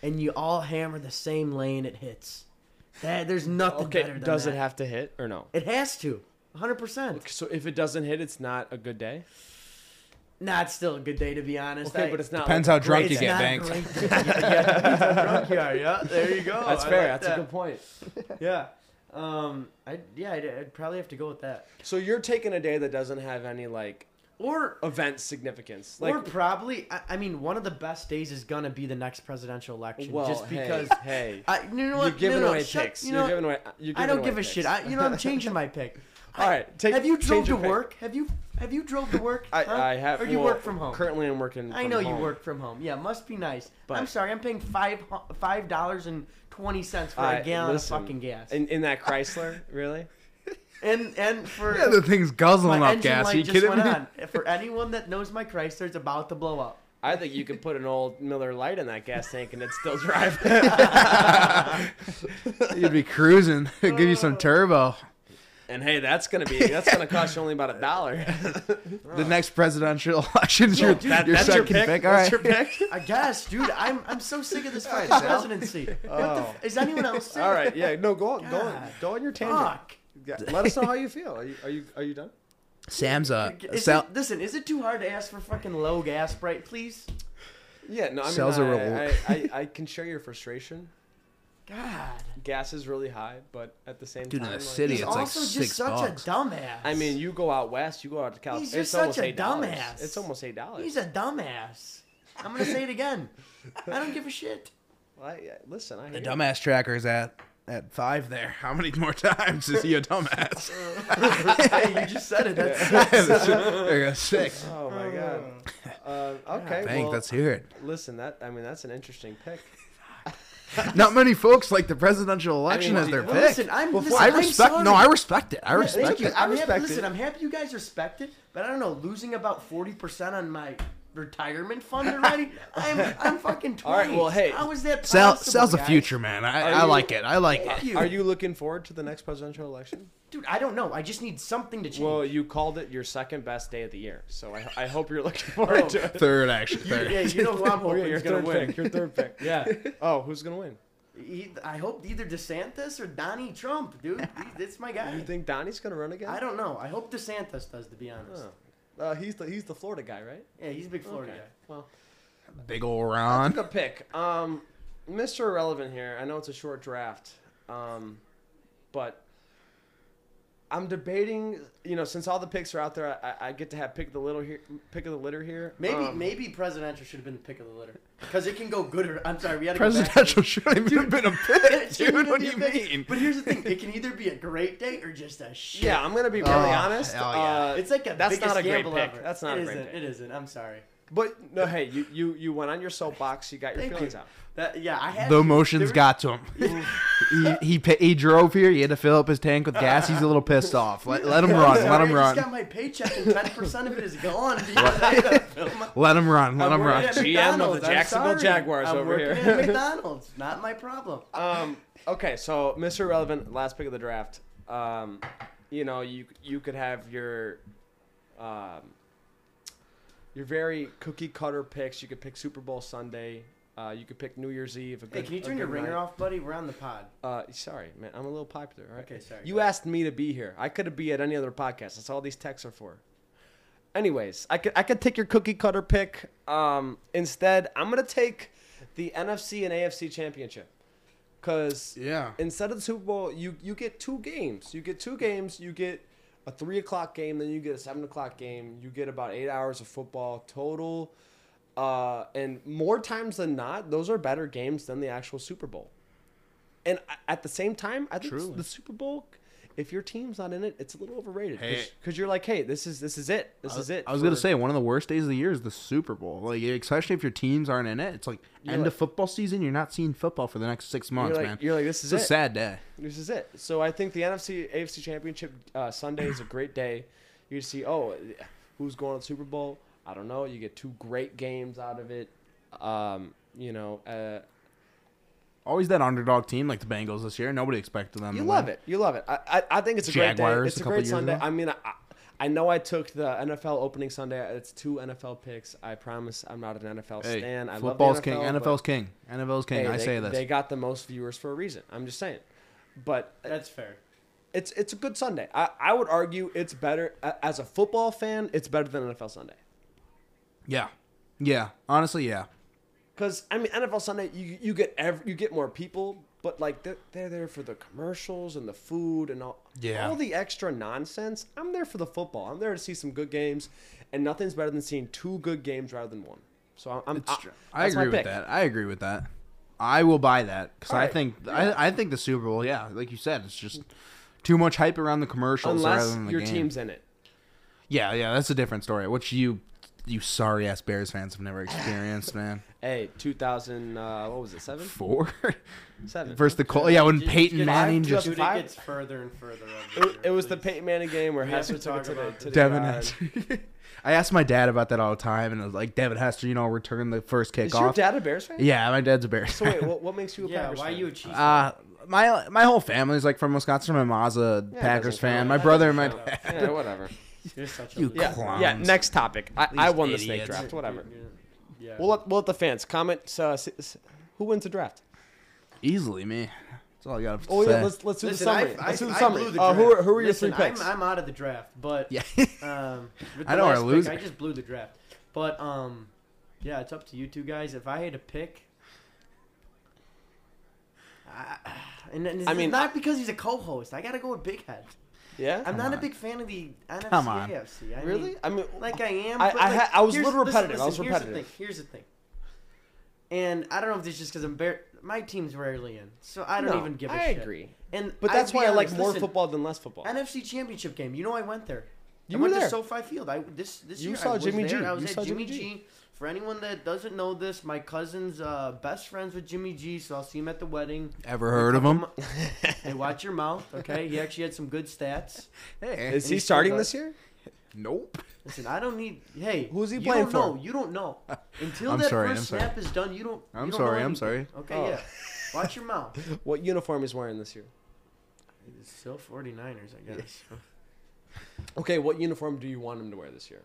A: and you all hammer the same lane. It hits. That there's nothing better
C: Okay.
A: than
C: Does
A: that.
C: it have to hit or no?
A: It has to. 100%.
C: Okay, So if it doesn't hit, it's not a good day.
A: Nah, it's still a good day to be honest.
C: Okay,
A: I-
C: but it's not.
B: Depends
C: like,
B: how drunk
A: It's
B: you get,
A: not
B: Banks.
A: great. yeah, yeah, how drunk you are. Yeah, there you go.
C: That's
A: I
C: fair.
A: like
C: That's
A: that.
C: a good point.
A: Yeah. Um, I yeah, I'd, I'd probably have to go with that.
C: So you're taking a day that doesn't have any like
A: Or
C: event significance. Like,
A: or probably I, I mean one of the best days is gonna be the next presidential election
C: well,
A: just
C: hey,
A: because
C: hey,
A: I you know what
C: you're giving
A: no, no,
C: away
A: shut-
C: picks.
A: You
C: You are
A: know,
C: giving away. You're giving
A: I don't
C: away
A: give a
C: picks.
A: shit. I, you know I'm changing my pick.
C: All right, take-
A: have you
C: change
A: drove to
C: your pick.
A: work? Have you have you drove to work?
C: I,
A: huh?
C: I have.
A: Or do you
C: well,
A: work from home?
C: Currently, I'm working.
A: I
C: from
A: know
C: home.
A: you work from home. Yeah, must be nice.
C: But-
A: I'm sorry, I'm paying five hu- five dollars and twenty cents for
C: I-
A: a gallon
C: listen,
A: of fucking gas.
C: in in that Chrysler. really?
A: and and for
B: Yeah, the thing's guzzling
A: my
B: up
A: engine
B: gas.
A: light
B: Are you
A: just
B: kidding
A: went
B: me?
A: on. For anyone that knows my Chrysler, it's about to blow up.
C: I think you could put an old Miller Light in that gas tank and it'd still drive.
B: You'd be cruising. It'd give you
C: Oh.
B: some turbo.
C: and hey, that's gonna be that's gonna cost you only about a dollar.
B: The next presidential election's
A: Yeah,
B: your,
A: dude,
C: Oh. That-
B: your
C: that's
B: second
C: your pick.
B: pick. All
C: That's
B: right.
C: your pick.
A: I guess, dude. I'm I'm so sick of this fucking
C: Sal.
A: presidency. What the f- is anyone else? Sick?
C: Oh. All right, yeah, no, go on, go on,
A: God.
C: go on your tangent.
A: Fuck.
C: Yeah, let us know how you feel. Are you are you, are you done?
B: Sam's a
A: Is
B: Sal,
A: it, listen, is it too hard to ask for fucking low gas, right? Please.
C: Yeah, no, I mean,
B: Sales
C: I,
B: are
C: I,
B: reward-
C: I, I can share your frustration.
A: God.
C: Gas is really high, but at the same
B: Dude, in
C: time,
B: the
C: like-
B: city,
A: He's
B: it's like
A: also just
B: six
A: such
B: bucks.
A: a dumbass.
C: I mean, you go out west, you go out to California.
A: He's
C: it's
A: just
C: almost
A: such a
C: eight dollars.
A: dumbass.
C: It's almost eight dollars.
A: he's a dumbass. I'm gonna say it again. I don't give a shit.
C: Well, I, I- listen, I
B: the
C: hear you.
B: dumbass tracker's at at five there. How many more times is he a dumbass?
A: hey, you just said it. That's
B: there goes six.
C: Oh my god. Uh, okay,
B: Dang,
C: well,
B: let's hear it.
C: listen, that I mean, that's an interesting pick.
B: Not many folks like the presidential election
C: well,
B: as their
C: well,
B: pick.
A: listen, I'm- listen,
B: I
A: I'm
B: respect. no,
A: sorry.
B: I respect it. I respect
A: Thank you.
B: it.
C: I
A: I'm happy,
C: respect
A: listen,
C: it.
A: I'm happy you guys respect it, but I don't know, losing about forty percent on my retirement fund already. I'm I'm fucking
C: All
A: twice.
C: right, well, hey,
A: how is that possible?
B: Sal, Sal's a
A: guys?
B: future man. I,
C: Are
B: I
C: you-
B: like it. I like it.
A: Thank you.
C: Uh, Are you looking forward to the next presidential election?
A: dude? I don't know. I just need something to change.
C: Well, you called it your second best day of the year, so I, I hope you're looking forward to it.
B: Third, actually.
A: yeah,
B: Third.
A: you know who I'm
C: Oh,
A: hoping
C: yeah, Oh. your
A: is gonna
C: third
A: win.
C: pick. Your third pick. Yeah. Oh, who's gonna win?
A: E- I hope either DeSantis or Donnie Trump, dude. He- That's my guy.
C: You think Donnie's gonna run again?
A: I don't know. I hope DeSantis does, to be honest.
C: Oh. Uh, he's the he's the Florida guy, right?
A: Yeah, he's a big Florida
C: Okay.
A: guy.
C: Well,
B: Big ol'
C: I
B: Ron.
C: took a pick. Um, Mr. Irrelevant here. I know it's a short draft, um, but I'm debating. You know, since all the picks are out there, I, I get to have pick of the little here, pick of the litter here.
A: Maybe
C: Um,
A: maybe presidential should have been the pick of the litter because it can go good or I'm sorry, we had to go back to
B: Presidential should have even been a pick,
A: It shouldn't
B: dude. What do you
A: even be a thing.
B: mean?
A: But here's the thing: it can either be a great day or just a shit.
C: Yeah, I'm gonna be really
B: Oh,
C: honest.
B: hell yeah.
C: Uh,
A: it's like a
C: that's
A: biggest
C: not a great
A: gamble
C: pick.
A: ever.
C: That's not
A: It
C: a great
A: isn't,
C: pick.
A: It isn't. I'm sorry.
C: but no, hey, you you you went on your soapbox. You got your
A: Thank
C: feelings
A: you.
C: out.
A: That yeah, I had
B: The
A: to.
B: emotions
A: There-
B: got to him. he, he pa- he drove here. He had to fill up his tank with gas. He's a little pissed off. Let, let him
A: I'm
B: run.
A: sorry,
B: Let him
A: I just
B: run.
A: got my paycheck and ten percent of it is gone. because I had to fill my-
B: Let him run. Let him
A: working
B: run.
A: at
C: GM of the
A: McDonald's, I'm
C: Jacksonville
A: sorry.
C: Jaguars
A: I'm
C: over
A: working
C: here.
A: at McDonald's, not my problem.
C: Um, okay, so Mr. Irrelevant, last pick of the draft. Um, you know, you you could have your um, your very cookie cutter picks. You could pick Super Bowl Sunday. Uh, you could pick New Year's Eve. A good,
A: Hey, can you
C: a
A: turn your
C: good
A: ringer
C: night.
A: off, buddy? We're on the pod.
C: Uh, sorry, man. I'm a little popular. All right.
A: Okay, sorry,
C: You
A: go ahead.
C: asked me to be here. I could be at any other podcast. That's all these texts are for. Anyways, I could I could take your cookie cutter pick. Um, instead, I'm gonna take the NFC and AFC championship, cause
B: Yeah.
C: instead of the Super Bowl, you you get two games. You get two games. You get a three o'clock game, then you get a seven o'clock game. You get about eight hours of football total, uh, and more times than not, those are better games than the actual Super Bowl. And a- at the same time, I think
B: Truly.
C: the Super Bowl if your team's not in it, it's a little overrated
B: Hey.
C: because you're like, hey, this is this is it. This
B: I-
C: is it.
B: I was gonna
C: for-
B: say one of the worst days of the year is the Super Bowl. Like especially if your teams aren't in it, it's like
C: You're
B: end
C: like-
B: of football season. You're not seeing football for the next six
C: you're
B: months,
C: like,
B: man.
C: You're like, this
B: It's
C: is
B: a
C: it.
B: sad day.
C: This is it. So I think the NFC AFC Championship uh, Sunday is a great day. You see, oh, who's going to the Super Bowl? I don't know. You get two great games out of it. Um, you know, uh,
B: Always that underdog team like the Bengals this year. Nobody expected them.
C: you
B: to
C: love
B: win.
C: it. You love it. I, I, I think it's a great
B: Mm-hmm. Jaguars
C: day. It's
B: a
C: a,
B: couple
C: great
B: years
C: Sunday.
B: ago.
C: I mean, I, I know I took the NFL opening Sunday. It's two NFL picks. I promise I'm not an NFL
B: Hey,
C: stan. I
B: football's
C: love the
B: king.
C: NFL, but,
B: NFL's king. NFL's king.
C: hey,
B: I
C: they-
B: say this.
C: They got the most viewers for a reason. I'm just saying. But
A: That's fair.
C: it's it's a good Sunday. I, I would argue it's better a- as a football fan. It's better than NFL Sunday
B: yeah, yeah. Honestly, yeah.
C: because I mean NFL Sunday you you get every, you get more people, but like they're, they're there for the commercials and the food and all
B: Yeah.
C: all the extra nonsense. I'm there for the football. I'm there to see some good games, and nothing's better than seeing two good games rather than one. So I'm, I'm
B: It's
C: I,
B: true. I
C: Ah, that's my
B: agree with
C: pick.
B: that. I agree with that. I will buy that because I
C: Alright,
B: think I, I think the Super Bowl. Yeah, like you said, it's just too much hype around the commercials rather
C: Unless
B: than the
C: your
B: game.
C: team's in it.
B: Yeah, yeah, that's a different story. Which you, you sorry ass Bears fans have never experienced, man.
C: Hey, 2000, uh, what was it, seven?
B: Four
C: Seven.
B: versus the Colts. Yeah, when
A: Just-
B: Peyton
A: just-
B: Manning
C: Five,
B: just
A: Dude, it
C: five-
A: gets further and further. every
C: It,
A: year,
C: it was the
A: please.
C: Peyton Manning game where
A: We have
C: Hesser
A: to
C: took
A: talk
C: it to the,
A: about
C: to the
B: Devin
C: yard.
B: Hester. I asked my dad about that all the time, and I was like, Devin Hester, you know, return the first
C: Is your
B: kickoff.
C: dad a Bears fan?
B: yeah, my dad's a Bears.
C: So wait, what, what makes you a
A: Yeah,
C: Packers
A: why
C: fan?
A: you a Chiefs?
B: Uh, my my whole family's like from Wisconsin. My mom's a
C: Yeah, it
B: Packers
C: doesn't
B: fan.
C: count.
B: My
A: That
B: brother and
A: doesn't
B: my
A: count.
B: dad.
C: Yeah, whatever.
A: You're such a
B: You
A: loser.
C: Yeah,
B: Clowns.
C: yeah. Next topic. I, I
B: These
C: won the snake
B: idiots.
C: draft. Whatever.
A: Yeah.
C: We'll let, we'll let the fans comment. Uh, s- s- who wins the draft?
B: easily me. That's all I got to
C: Oh
B: say.
C: yeah, let's let's do
A: Listen,
C: the summary.
A: I- I-
C: let's do the
A: I
C: summary.
A: blew the
C: Uh, who are,
A: draft.
C: who are your
A: Listen,
C: three picks?
A: I'm, I'm out of the draft, but
B: yeah.
A: um, with the
B: I know our
A: last pick,
B: loser.
A: I just blew the draft, but um, yeah, it's up to you two guys. If I had to pick, I, and, and it's
C: I mean-
A: not because he's a co-host. I gotta go with Big Head.
C: yeah.
A: I'm not
B: on.
A: a big fan of the NFC
B: Come on.
A: AFC. I mean,
C: really? I mean,
A: like I am.
C: I-
A: but
C: I
A: like,
C: ha- I was a
A: here's-
C: little
A: listen,
C: repetitive. I was
A: listen,
C: repetitive.
A: Here's the thing. Here's the thing. And I don't know if this is just because I'm bare. My team's rarely in, so I don't
C: no,
A: even give a
C: I
A: shit.
C: agree.
A: And
C: But
A: I'll
C: that's
A: be
C: why I like
A: honest,
C: more
A: listen,
C: football than less football.
A: NFC Championship game. You know I went there.
C: You
A: I
C: were
A: went
C: there.
A: to SoFi Field. I this this
C: You
A: year
C: saw
A: I was
C: Jimmy G.
A: there. I was
C: You
A: at
C: saw
A: Jimmy
C: Jimmy
A: G.
C: G.
A: For anyone that doesn't know this, my cousin's uh, best friends with Jimmy G, so I'll see him at the wedding.
B: Ever heard
C: Uh,
B: of him?
A: Hey, watch your mouth, okay? He actually had some good stats.
B: Hey.
C: Is he
A: he's still
C: starting
A: got-
C: this year?
B: Nope.
A: Listen, I don't need. Hey,
C: Who's he
A: you
C: playing
A: don't
C: for?
A: Know, you don't know until
B: I'm
A: that
B: sorry,
A: 1st
B: I'm sorry.
A: snap is done. You don't.
B: I'm
A: you don't know
B: sorry, I'm
A: anything.
B: sorry.
A: Okay,
C: Oh.
A: yeah. Watch your mouth.
C: What uniform is wearing this year?
A: It's still 49ers, I guess.
C: Okay, what uniform do you want him to wear this year?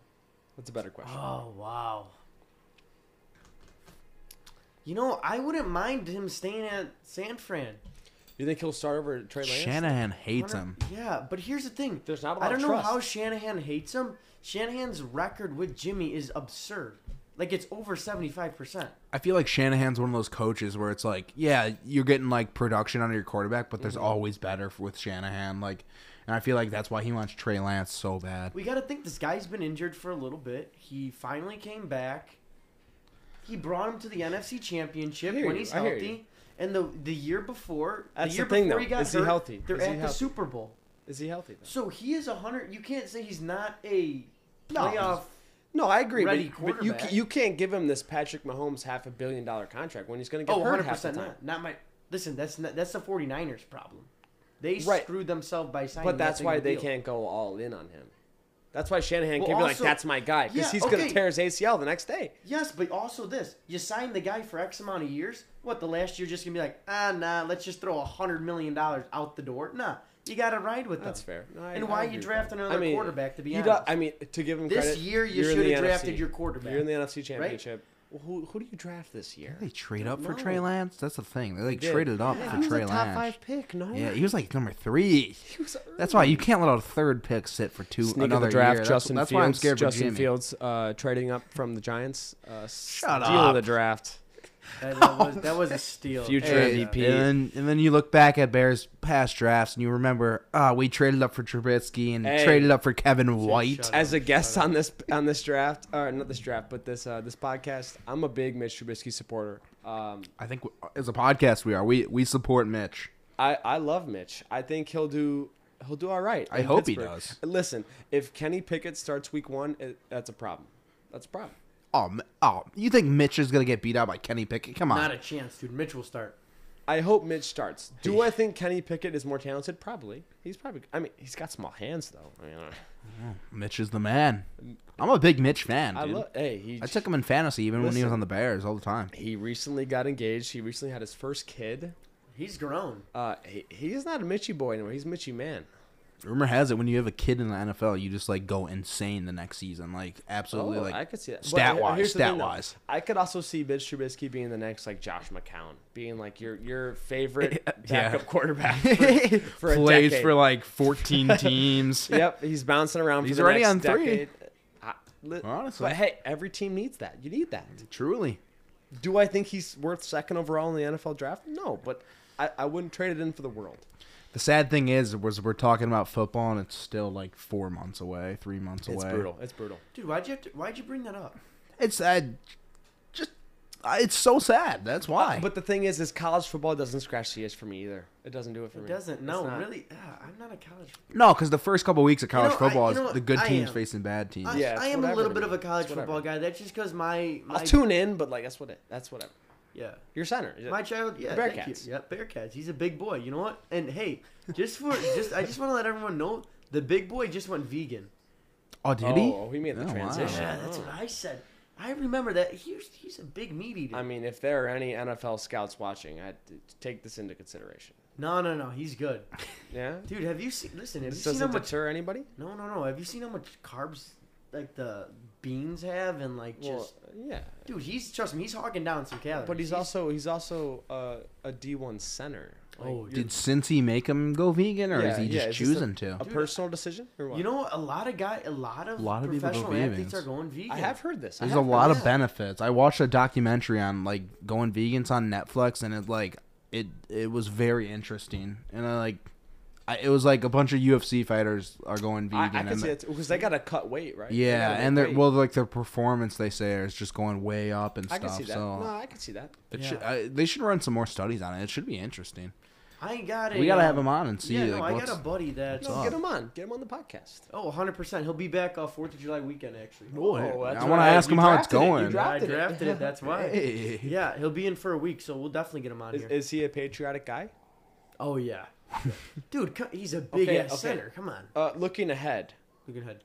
C: That's a better question.
A: Oh wow. You know, I wouldn't mind him staying at San Fran.
C: You think he'll start over Trey Lance?
B: Shanahan hates
A: Wonder-
B: him.
A: Yeah, but here's the thing.
C: There's not a lot
A: I don't
C: of
A: know
C: trust.
A: how Shanahan hates him. Shanahan's record with Jimmy is absurd. Like it's over seventy five percent.
B: I feel like Shanahan's one of those coaches where it's like, yeah, you're getting like production out of your quarterback, but
C: Mm-hmm.
B: there's always better f- with Shanahan. Like, and I feel like that's why he wants Trey Lance so bad.
A: We got to think this guy's been injured for a little bit. He finally came back. He brought him to the NFC Championship
C: I hear
A: when
C: you,
A: he's
C: I hear
A: healthy. And the the year before,
C: That's
A: the
C: the
A: year
C: thing,
A: before
C: though.
A: he got
C: Is he
A: hurt,
C: healthy?
A: they're
C: Is he
A: at the
C: healthy?
A: Super Bowl.
C: Is he healthy? Though?
A: So he is a hundred. You can't say he's not a
C: No.
A: playoff.
C: No, I agree.
A: ready
C: but, but you ca-
A: quarterback.
C: you can't give him this Patrick Mahomes half a billion dollar contract when he's going to
A: Oh,
C: get hurt
A: 100
C: half the
A: percent
C: time.
A: not. Not my. Listen, that's not, that's the 49ers problem. They
C: Right.
A: screwed themselves by signing.
C: But
A: that
C: that's
A: big
C: why
A: of a
C: they
A: deal.
C: can't go all in on him. That's why Shanahan
A: Well,
C: can't be like,
A: also-
C: "That's my guy," because
A: Yeah,
C: he's going
A: okay.
C: to tear his ACL the next day.
A: Yes, but also this: you sign the guy for X amount of years. What the last year just gonna be like? Ah, nah. Let's just throw a hundred million dollars out the door. Nah, you gotta ride with them.
C: That's fair. No, I-
A: and
C: I
A: why
C: agree
A: you
C: with
A: draft
C: that.
A: another
C: I mean,
A: quarterback? To be
C: You
A: honest,
C: do, I mean, to give him
A: This
C: credit,
A: year you
C: you're in the
A: should have
C: NFC.
A: drafted your quarterback.
C: You're in the NFC Championship. Well, who who do you draft this year?
B: They trade up for
A: No.
B: Trey Lance. That's the thing. They like
C: Did.
B: traded up
C: Yeah,
B: for
C: he was a
B: Trey
C: top
B: Lance.
C: five pick. No,
B: Yeah, he was like number three.
C: He was
B: That's why you can't let a third pick sit for two
C: Sneak of
B: another
C: the draft.
B: year. That's-
C: Justin
B: that's,
C: Fields.
B: why I'm scared for
C: Justin
B: Jimmy.
C: Fields uh, trading up from the Giants. Uh,
B: Shut
C: steal
B: up.
C: the draft.
A: that, that was, that was a steal.
C: Future
B: Hey, And,
C: MVP.
B: then, and then you look back at Bears past drafts and you remember, ah, we traded up for Trubisky and
C: Hey.
B: traded up for Kevin White.
A: shut up.
C: As a guest on this on this draft, or not this draft, but this uh, this podcast, I'm a big Mitch Trubisky supporter. Um,
B: I think w- as a podcast we are we we support Mitch.
C: I I love Mitch. I think he'll do. he'll do all right.
B: I
C: in
B: hope he
C: Pittsburgh.
B: does.
C: Listen, if Kenny Pickett starts week one, it, that's a problem. That's a problem.
B: Oh, m- oh, you think Mitch is gonna get beat out by Kenny Pickett? Come on.
A: uh, Not a chance, dude. Mitch will start.
C: I hope Mitch starts. Do I think Kenny Pickett is more talented? Probably. He's probably. I mean, he's got small hands though. I mean,
B: Mitch is the man. I'm a big Mitch fan,
C: I
B: dude. I,
C: love. Hey, he.
B: took him in fantasy even when he was
C: Listen.
B: on the Bears all the time.
C: He recently got engaged. He recently had his first kid.
A: He's grown.
C: Uh, he, he's not a Mitchie boy anymore. He's a Mitchie man.
B: Rumor has it when you have a kid in the NFL, you just like go insane the next season, like absolutely,
C: oh,
B: like
C: I could see that. But
B: stat
C: here-
B: wise,
C: here's the thing,
B: stat
C: though.
B: wise.
C: I could also see Mitch Trubisky being the next like Josh McCown, being like your your favorite
B: Yeah.
C: backup quarterback for, for a
B: Plays
C: decade.
B: for like 14 teams.
C: yep, he's bouncing around.
B: He's
C: for the
B: already
C: next
B: on three.
C: decade. I- li-
B: Honestly.
C: but hey, every team needs that. You need that.
B: Truly,
C: Do I think he's worth second overall in the NFL draft? No, but I, I wouldn't trade it in for the world.
B: the sad thing is, was we're talking about football and it's still like four months away, three months away.
C: It's brutal. It's brutal.
A: Dude, why'd you have to, why'd you bring that up?
B: It's sad. Just I- it's so sad. That's why.
C: But the thing is, is college football doesn't scratch the itch for me either. It doesn't do it for
A: It
C: me.
A: doesn't.
C: It's
A: No,
C: not-
A: really. ah, I'm not a college.
B: no, because the first couple weeks of college
A: know, I-
B: football
A: you
B: is
A: know what?
B: the good
A: I
B: teams
A: am.
B: facing bad teams.
A: I,
C: Yeah, it's
A: I am a
C: whatever
A: little
C: to
A: bit
C: me.
A: of a college
C: It's whatever.
A: football guy. That's just because my my
C: I'll tune in, but like that's what it. That's whatever.
A: yeah.
C: You're center. Is it-
A: My child, yeah, thank you.
C: Bearcats.
A: Yep, Bearcats. He's a big boy. You know what? And hey, just for just, I just want to let everyone know the big boy just went vegan.
B: oh, did he?
C: Oh, he made the
B: wow.
C: transition.
A: Yeah, that's what I said. I remember that he's he's a big meat eater.
C: I mean, if there are any NFL scouts watching, I take this into consideration.
A: no, no, no. He's good,
C: Yeah,
A: dude. Have you seen? Listen, have
C: this
A: you seen how
C: doesn't
A: much?
C: deter anybody.
A: no, no, no. Have you seen how much carbs like the beans have and like just.
C: Well, yeah,
A: Dude, he's trust me, he's hawking down some calories.
C: but he's, also he's also uh, a D one center. Like,
A: Oh,
C: you're-
B: Did Cincy make him go vegan, or is
C: Yeah,
B: he
C: yeah,
B: just
C: is this
B: choosing to?
C: a
A: Dude,
C: personal decision or what?
A: you know a lot of guy, a lot of
B: A lot of people go
A: professional athletes
B: vegans.
A: are going vegan.
C: I have heard this. I
B: There's a
C: have
B: lot
C: heard
B: of benefits. I watched a documentary on like going vegans on Netflix, and it like it it was very interesting. And I like, I, it was like a bunch of UFC fighters are going
C: this. I,
B: vegan.
C: I can
B: and
C: see
B: the-
C: that because they gotta cut weight, right? They
B: yeah,
C: gotta
B: and
C: make
B: they're
C: weight.
B: well, like their performance they say is just going way up and
C: I
B: stuff.
C: can see that.
B: So
C: No, I can see that.
B: it
A: Yeah.
B: should, I, they should run some more studies on it. It should be interesting.
A: I got it.
B: We gotta have him on and see.
A: Yeah,
B: like,
A: no, I
B: what's-
A: got a buddy that's uh,
B: What's
C: No,
B: up?
C: get him on. Get him on the podcast.
A: oh 100. percent He'll be back uh, Fourth of July weekend actually.
C: Oh,
B: I
C: that's
B: wanna
C: right.
B: ask
C: You
B: him how it's
C: drafted it. You
B: going.
A: I
C: drafted it.
A: drafted it. That's why.
B: Hey.
A: Yeah, he'll be in for a week, so we'll definitely get him on
C: Is,
A: here.
C: is he a patriotic guy?
A: oh yeah, dude, co- he's a big
C: Okay,
A: ass
C: okay.
A: center. Come on,
C: Uh, looking ahead,
A: look ahead.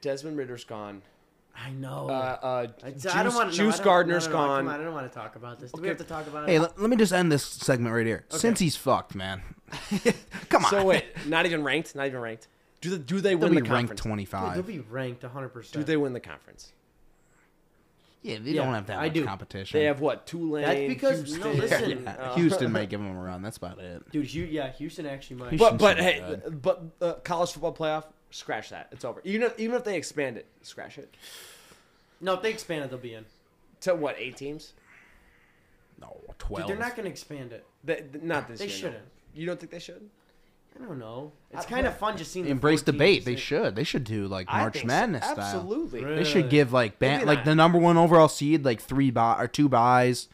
C: Desmond Ritter's gone.
A: I know.
C: Uh,
A: I,
C: uh,
A: Oh. I
C: Juice,
A: don't want
C: Juice
A: no, Gardner's
C: Gardner's
A: no, no, no,
C: gone.
A: Come on, I don't want to talk about this. Do we
C: Okay.
A: have to talk about
B: Hey,
A: it?
B: let, let me just end this segment right here. Since he's fucked, man. Come on.
C: So wait, not even ranked, not even ranked. Do the, do they
B: They'll
C: win
B: be
C: the
B: ranked
C: conference?
B: twenty
A: Dude,
B: five.
A: they'll be ranked 100. percent
C: Do they win the conference?
B: Yeah, they
A: Yeah,
B: don't have that
A: I
B: much
A: do.
B: competition.
C: They have what? Tulane.
A: That's because- no,
C: Houston.
A: listen.
B: Yeah,
C: Uh,
B: Houston might give them a run. That's about it.
A: Dude, Hu- yeah, Houston actually might.
B: Houston-
C: But but
B: Houston's
C: hey,
B: not
C: but uh, college football playoff. Scratch that. It's over. Even if, even if they expand it, scratch it
A: No, if they expand it, they'll be in.
C: to what? Eight teams?
B: No,
A: Dude,
B: twelve.
A: they're not going to expand it.
C: They, th- not this
A: They
C: year. no.
A: shouldn't.
C: You don't think they should?
A: I don't know. It's
C: I-
A: kind of fun just seeing the
B: Embrace
A: 14
B: debate. They
A: percent.
B: should. They should do like
C: I
B: March
C: think so.
B: Madness style.
C: Absolutely.
A: Really?
B: They should give like ban-
A: Maybe
B: like
A: not.
B: the number one overall seed like three buy or two buys.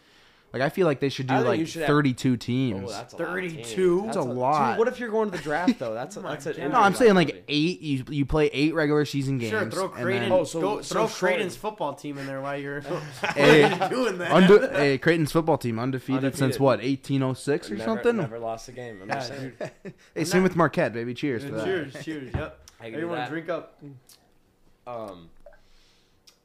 B: Like I feel like they should
C: I
B: do
C: think
B: like
C: you should have-
B: thirty two teams.
C: Oh, that's a
A: 32?
C: Lot of teams.
B: That's a lot.
C: Dude, what if you're going to the draft though? That's a,
A: Oh my
C: that's a,
A: God.
B: no, I'm saying like
C: possibility.
B: eight. You you play eight regular season games.
A: Sure, throw
B: and
A: Creighton.
B: then-
C: Oh, so-
A: go,
C: so
A: throw
C: Troy-
A: Creighton's football team in there while you're, while
B: Hey.
A: you're doing that.
B: Unde- hey, Creighton's football team undefeated, since
C: Undefeated.
B: what 1806 or
C: Never-
B: something.
C: Never lost a game. I'm just
A: Yeah,
C: saying.
B: Hey, same with Marquette, baby. Cheers for that.
A: cheers, cheers. Yep.
C: I can do
A: Everyone
C: that.
A: drink up.
C: Um,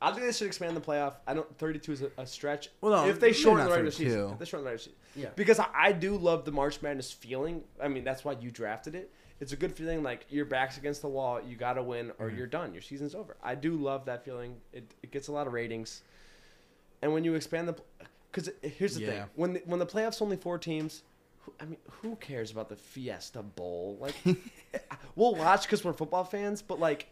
C: I think they should expand the playoff. I don't. Thirty-two is a, a stretch.
B: Well, no,
C: if they
B: maybe
C: shorten
B: not
C: the regular
B: 32.
C: season, if they shorten the regular season,
A: Yeah.
C: Because I, I do love the March Madness feeling. I mean, that's why you drafted it. It's a good feeling. Like your back's against the wall. You got to win,
B: Mm-hmm.
C: or you're done. Your season's over. I do love that feeling. It, it gets a lot of ratings. And when you expand the, because here's the
B: Yeah.
C: thing: when the, when the playoffs only four teams, who, I mean, who cares about the Fiesta Bowl? Like, we'll watch because we're football fans, but like,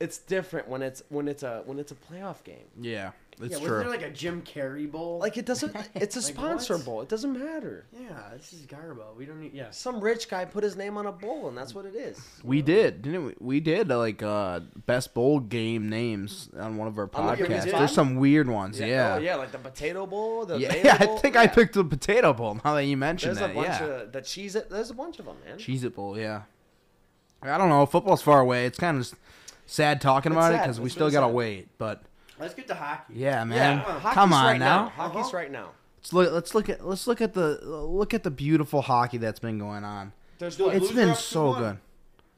C: it's different when it's when it's a when it's a playoff game.
B: Yeah, it's
A: yeah,
B: true.
A: wasn't there like a Jim Carrey bowl?
C: Like it doesn't. It's a
A: Like,
C: sponsor
A: what?
C: bowl. It doesn't matter.
A: yeah, this is Garbo. We don't need. Yeah.
C: Some rich guy put his name on a bowl, and that's what it is.
B: we did, didn't we? We did uh, like uh, best bowl game names on one of our
C: On the
B: podcasts.
C: previous
B: There's some weird ones. Yeah,
C: Oh, yeah, like the potato bowl. The
B: yeah.
C: mayo
B: I
C: bowl,
B: think
C: yeah.
B: I picked the potato bowl. Now that you mentioned
C: There's
B: that,
C: a bunch
B: yeah.
C: of the cheese. It there's a bunch of them, man.
B: Cheez It Bowl, yeah. I don't know. Football's far away. It's kind of just sad talking
C: It's
B: about it
C: sad.
B: because we
C: It's
B: still
C: really
B: got to
C: sad.
B: wait. But
A: Let's get to hockey.
B: yeah, man,
C: Yeah, hockey's
B: come on
C: right
B: now.
C: Hockey's
A: Uh-huh.
C: right now.
B: Let's look. Let's look at. Let's look at the look at the beautiful hockey that's been going on.
C: There's
A: no- But
B: It's
A: Blues are
B: been
A: up
B: so
A: 2-1.
B: good.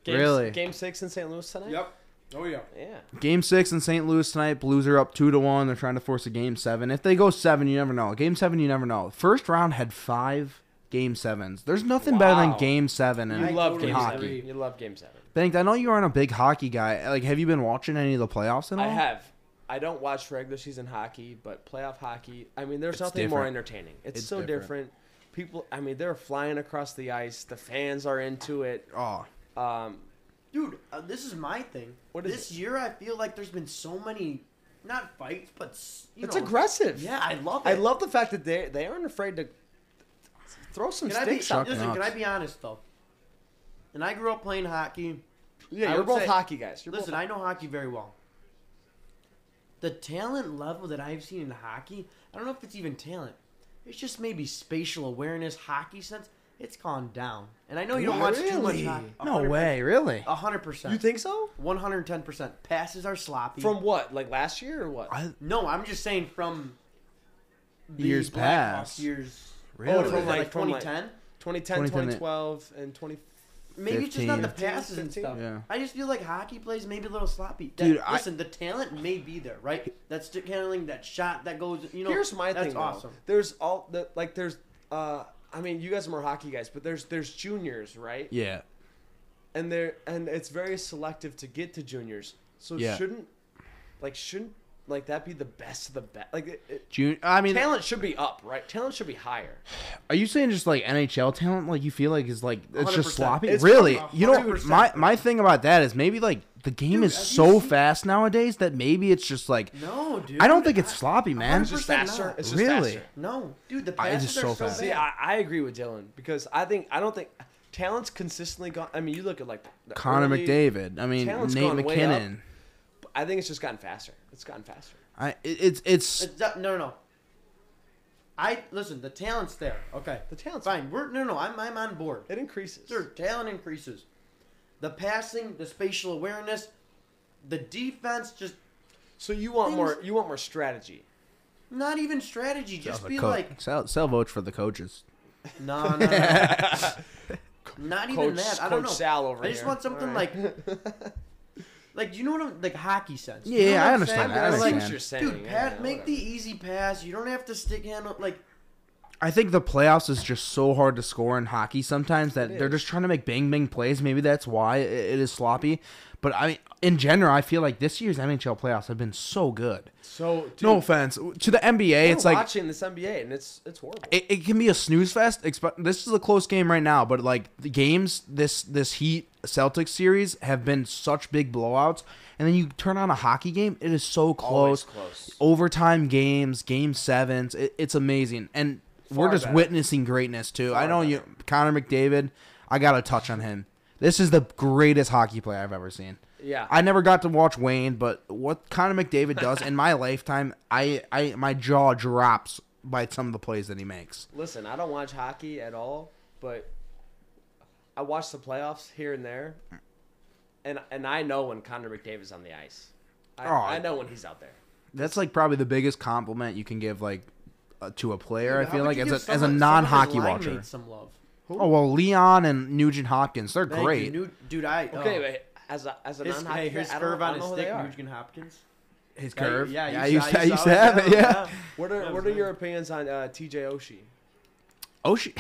C: game,
B: really.
C: game six in St. Louis tonight.
A: Yep. Oh yeah.
C: Yeah.
B: Game six in St. Louis tonight. Blues are up two to one. They're trying to force a game seven. If they go seven, you never know. Game seven, you never know. First round had five game sevens. There's nothing better
C: Wow.
B: than game seven in
C: You
A: I
C: love
A: totally
C: game
B: agree.
C: seven. You love game seven.
B: Banked, I know you aren't a big hockey guy. Like, have you been watching any of the playoffs at all?
C: I have. I don't watch regular season hockey, but playoff hockey. I mean, there's
B: It's
C: nothing more
B: different.
C: entertaining. It's,
B: It's
C: so different.
B: different.
C: People, I mean, they're flying across the ice. The fans are into it.
B: Oh,
C: Um,
A: Dude, uh, this is my thing.
C: What is
A: this
C: it?
A: year, I feel like there's been so many, not fights, but s- you
C: it's
A: know,
C: aggressive.
A: Yeah, I love it.
C: I love the fact that they they aren't afraid to throw some
A: Can I be,
C: sticks out.
B: Chuck
A: listen, can I
B: Knox.
A: be honest though? And I grew up playing hockey. I
C: Yeah, you're
A: would
C: both
A: say-
C: hockey guys. You're
A: Listen,
C: both,
A: I know hockey very well. The talent level that I've seen in hockey, I don't know if it's even talent. It's just maybe spatial awareness, hockey sense. It's gone down. And I know you don't watch too much
C: Really?
A: hockey.
B: no way, really?
A: A hundred percent.
C: you think so?
A: 110%. Passes are sloppy.
C: From what? Like last year or what?
B: I,
A: No, I'm just saying from
B: Years
A: Blackhawks
B: past.
A: Years.
B: Really?
A: Oh, from
C: Like,
A: like
C: from, like-
A: 2010.
C: 2010,
B: 2010.
C: 2012, and 20.
A: Maybe it's just not the
C: 15.
A: passes and stuff.
B: Yeah.
A: I just feel like hockey plays maybe a little sloppy. That,
B: Dude, I-
A: listen, the talent may be there, right? That stick handling, that shot, that goes. You know,
C: Here's my
A: that's
C: thing. though.
A: awesome.
C: There's all the like. There's uh. I mean, you guys are more hockey guys, but there's there's juniors, right?
B: yeah.
C: And they're and it's very selective to get to juniors. So
B: Yeah.
C: shouldn't like shouldn't like that be the best of the best? Like it, it,
B: June. I mean,
C: talent should be up, right? Talent should be higher.
B: Are you saying just like NHL talent? Like you feel like is like it's
A: 100%.
B: just sloppy.
C: It's
B: really,
A: fucking
B: you know,
A: 100%.
B: my my thing about that is maybe like the game is
A: have you
B: so
A: seen-
B: fast nowadays that maybe it's just like
A: No, dude.
B: I don't think it's sloppy, man.
C: It's just
A: 100%
C: faster.
A: not.
C: It's just
B: Really?
C: faster.
A: No, dude, the
B: I- it's
A: passes
B: just
A: are
B: so
A: so
B: fast.
C: See,
A: bad.
C: I, I agree with Dylan because I think I don't think talent's consistently gone. I mean, you look at like the
B: Connor
C: early-
B: McDavid. I mean,
C: Talent's
B: Nate
C: gone way up.
B: McKinnon.
C: I think it's just gotten faster. It's gotten faster.
B: I it, it's it's
A: It's not- Uh, no, no, no. I listen. The talent's there. Okay,
C: The talent's
A: fine. We're no, no. I'm I'm on board.
C: It increases.
A: Sure, talent increases. The passing, the spatial awareness, the defense, just
C: So you want
A: Things-
C: more? You want more strategy?
A: not even strategy. Just
B: Sell
A: be
B: the co-
A: like,
B: sell, sell votes for the coaches.
A: no, no, no. not even
C: Coach-
A: that. I don't
C: Coach
A: know.
C: Sal over
A: I just
C: here.
A: want something
C: All
A: like, like you know what I'm like hockey sense. You
B: Yeah,
A: know
B: yeah,
A: what
B: I
A: I'm
B: understand
A: saying?
B: that. I
A: Where,
C: see
A: like,
C: what
B: understand.
C: you're saying.
A: dude,
C: yeah,
A: Pat,
C: yeah,
A: make the
C: whatever.
A: easy pass. You don't have to stick handle like.
B: I think the playoffs is just so hard to score in hockey sometimes that
C: It
B: they're
C: is.
B: just trying to make bang bang plays. Maybe that's why i- it is sloppy. But I mean, in general, I feel like this year's NHL playoffs have been so good.
C: So dude,
B: no offense to the NBA,
C: we're
B: it's like
C: watching this NBA and it's it's horrible.
B: it, it can be a snooze fest. expe- This is a close game right now, but like the games, this this Heat Celtics series have been such big blowouts, and then you turn on a hockey game, it is so close.
C: Always close.
B: Overtime games, game sevens, it, it's amazing, and
C: Far
B: we're just
C: better.
B: witnessing greatness too. I
C: Far
B: know you, Connor McDavid. I got to touch on him. This is the greatest hockey play I've ever seen.
C: yeah.
B: I never got to watch Wayne, but what Connor McDavid does in my lifetime, I, I my jaw drops by some of the plays that he makes.
C: Listen, I don't watch hockey at all, but I watch the playoffs here and there, and and I know when Connor McDavid's on the ice. I,
B: Oh.
C: I know when he's out there.
B: That's like probably the biggest compliment you can give like uh, to a player. I
A: How
B: feel
A: would
B: like
A: you
B: as
A: give
B: a, as a
A: someone- someone
B: non hockey
A: whose line
B: watcher.
A: needs Some love.
B: Oh well, Leon and Nugent Hopkins, they're
A: Thank you,
B: great.
A: Nu- dude. I
C: Okay,
A: oh.
C: but as a as a
A: His,
C: non-hockey,
A: hey, his
C: fan, I don't,
A: curve
C: I
A: on
C: don't
A: his
C: know who they
A: stick,
C: are.
A: Nugent Hopkins.
B: His
A: Yeah, you-
B: curve,
A: yeah,
B: yeah,
A: you
B: yeah,
A: saw-
B: I used to,
A: you
B: I used
A: saw
B: to
A: it,
B: have it.
A: yeah,
B: Yeah.
A: yeah.
C: What
A: That
C: are what
A: was
C: are
A: nice.
C: your opinions on uh, T.J. Oshie?
B: Oshie,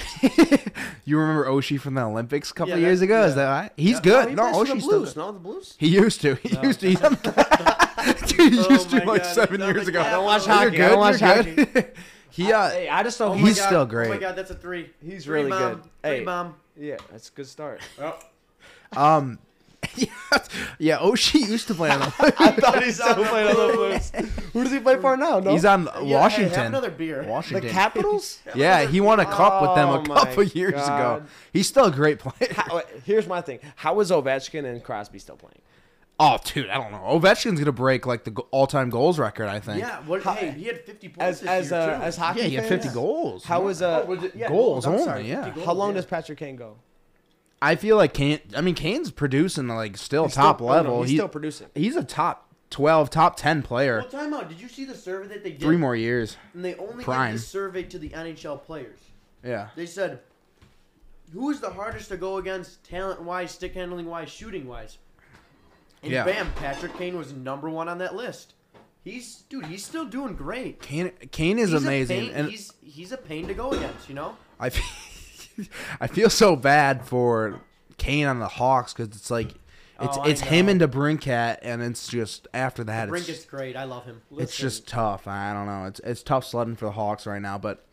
B: you remember Oshie from the Olympics a couple
A: Yeah,
B: of years
A: that-
B: ago? Is
A: yeah.
B: that right? He's
A: Yeah. Oh,
B: good. No,
C: plays for
B: Oshie's
C: the
B: still
C: Blues.
B: good.
C: No, the Blues.
B: He used to. He used to. He's on Dude, he
A: Oh
B: used
A: my
B: to like
A: God,
B: seven
A: another
B: years ago.
A: guy. I don't watch
B: You're
A: hockey. I
B: Good,
A: don't watch Ah,
B: you're good. he, uh,
C: Hey, I just know
B: Oh
A: my
B: he's
A: God.
B: still
A: Oh my
B: great.
A: god, that's a three.
C: He's
A: Three,
C: really
A: mom.
C: good.
A: Three,
C: Hey.
A: mom.
C: Yeah, that's a good start.
B: um, yeah, Oshie used to play on. The,
C: I thought he still
A: on the
C: played on the Blues. Who does he play for now? No,
B: He's on
A: Yeah,
B: Washington.
A: Hey, have another beer.
C: the
B: Washington.
C: Capitals.
B: Yeah, he won a cup with them
C: Oh
B: a
C: my
B: couple years
C: God.
B: ago. He's still a great player.
C: Oh, How- Here's my thing: How is Ovechkin and Crosby still playing?
B: Oh, dude, I don't know. Ovechkin's gonna break like the go- all-time goals record. I think.
A: Yeah, what,
C: How-
A: hey, he had 50 points
C: As
A: this
C: as
A: year,
C: uh,
A: too.
C: as hockey
B: yeah, he had
C: fans,
B: 50 goals.
C: How is uh
A: Oh, was it- yeah,
B: goals
A: I'm
B: only,
A: sorry,
B: yeah.
A: 50 goals,
C: how long
A: yeah.
C: does Patrick Kane go?
B: I feel like Kane. I mean, Kane's producing like still
C: He's
B: top
C: still- oh, no,
B: level.
C: he's
B: He-
C: still producing.
B: He's a top 12, top 10 player.
A: Well, time out. Did you see the survey that they did?
B: Three more years.
A: And they only
B: Prime.
A: did this survey to the NHL players.
B: Yeah.
A: They said, "Who is the hardest to go against, talent-wise, stick handling-wise, shooting-wise?" And
B: Yeah.
A: bam, Patrick Kane was number one on that list. He's dude. He's still doing great.
B: Kane Kane is
A: He's A
B: amazing,
A: pain,
B: and
A: he's he's a pain to go against. You know.
B: I feel, I feel so bad for Kane on the Hawks because it's like it's
A: Oh, I
B: it's him
A: know.
B: and DeBrincat, and it's just after that
A: Brink
B: it's
A: is great. I love him.
B: it's
A: Listen,
B: just tough. I don't know. It's it's tough sledding for the Hawks right now, but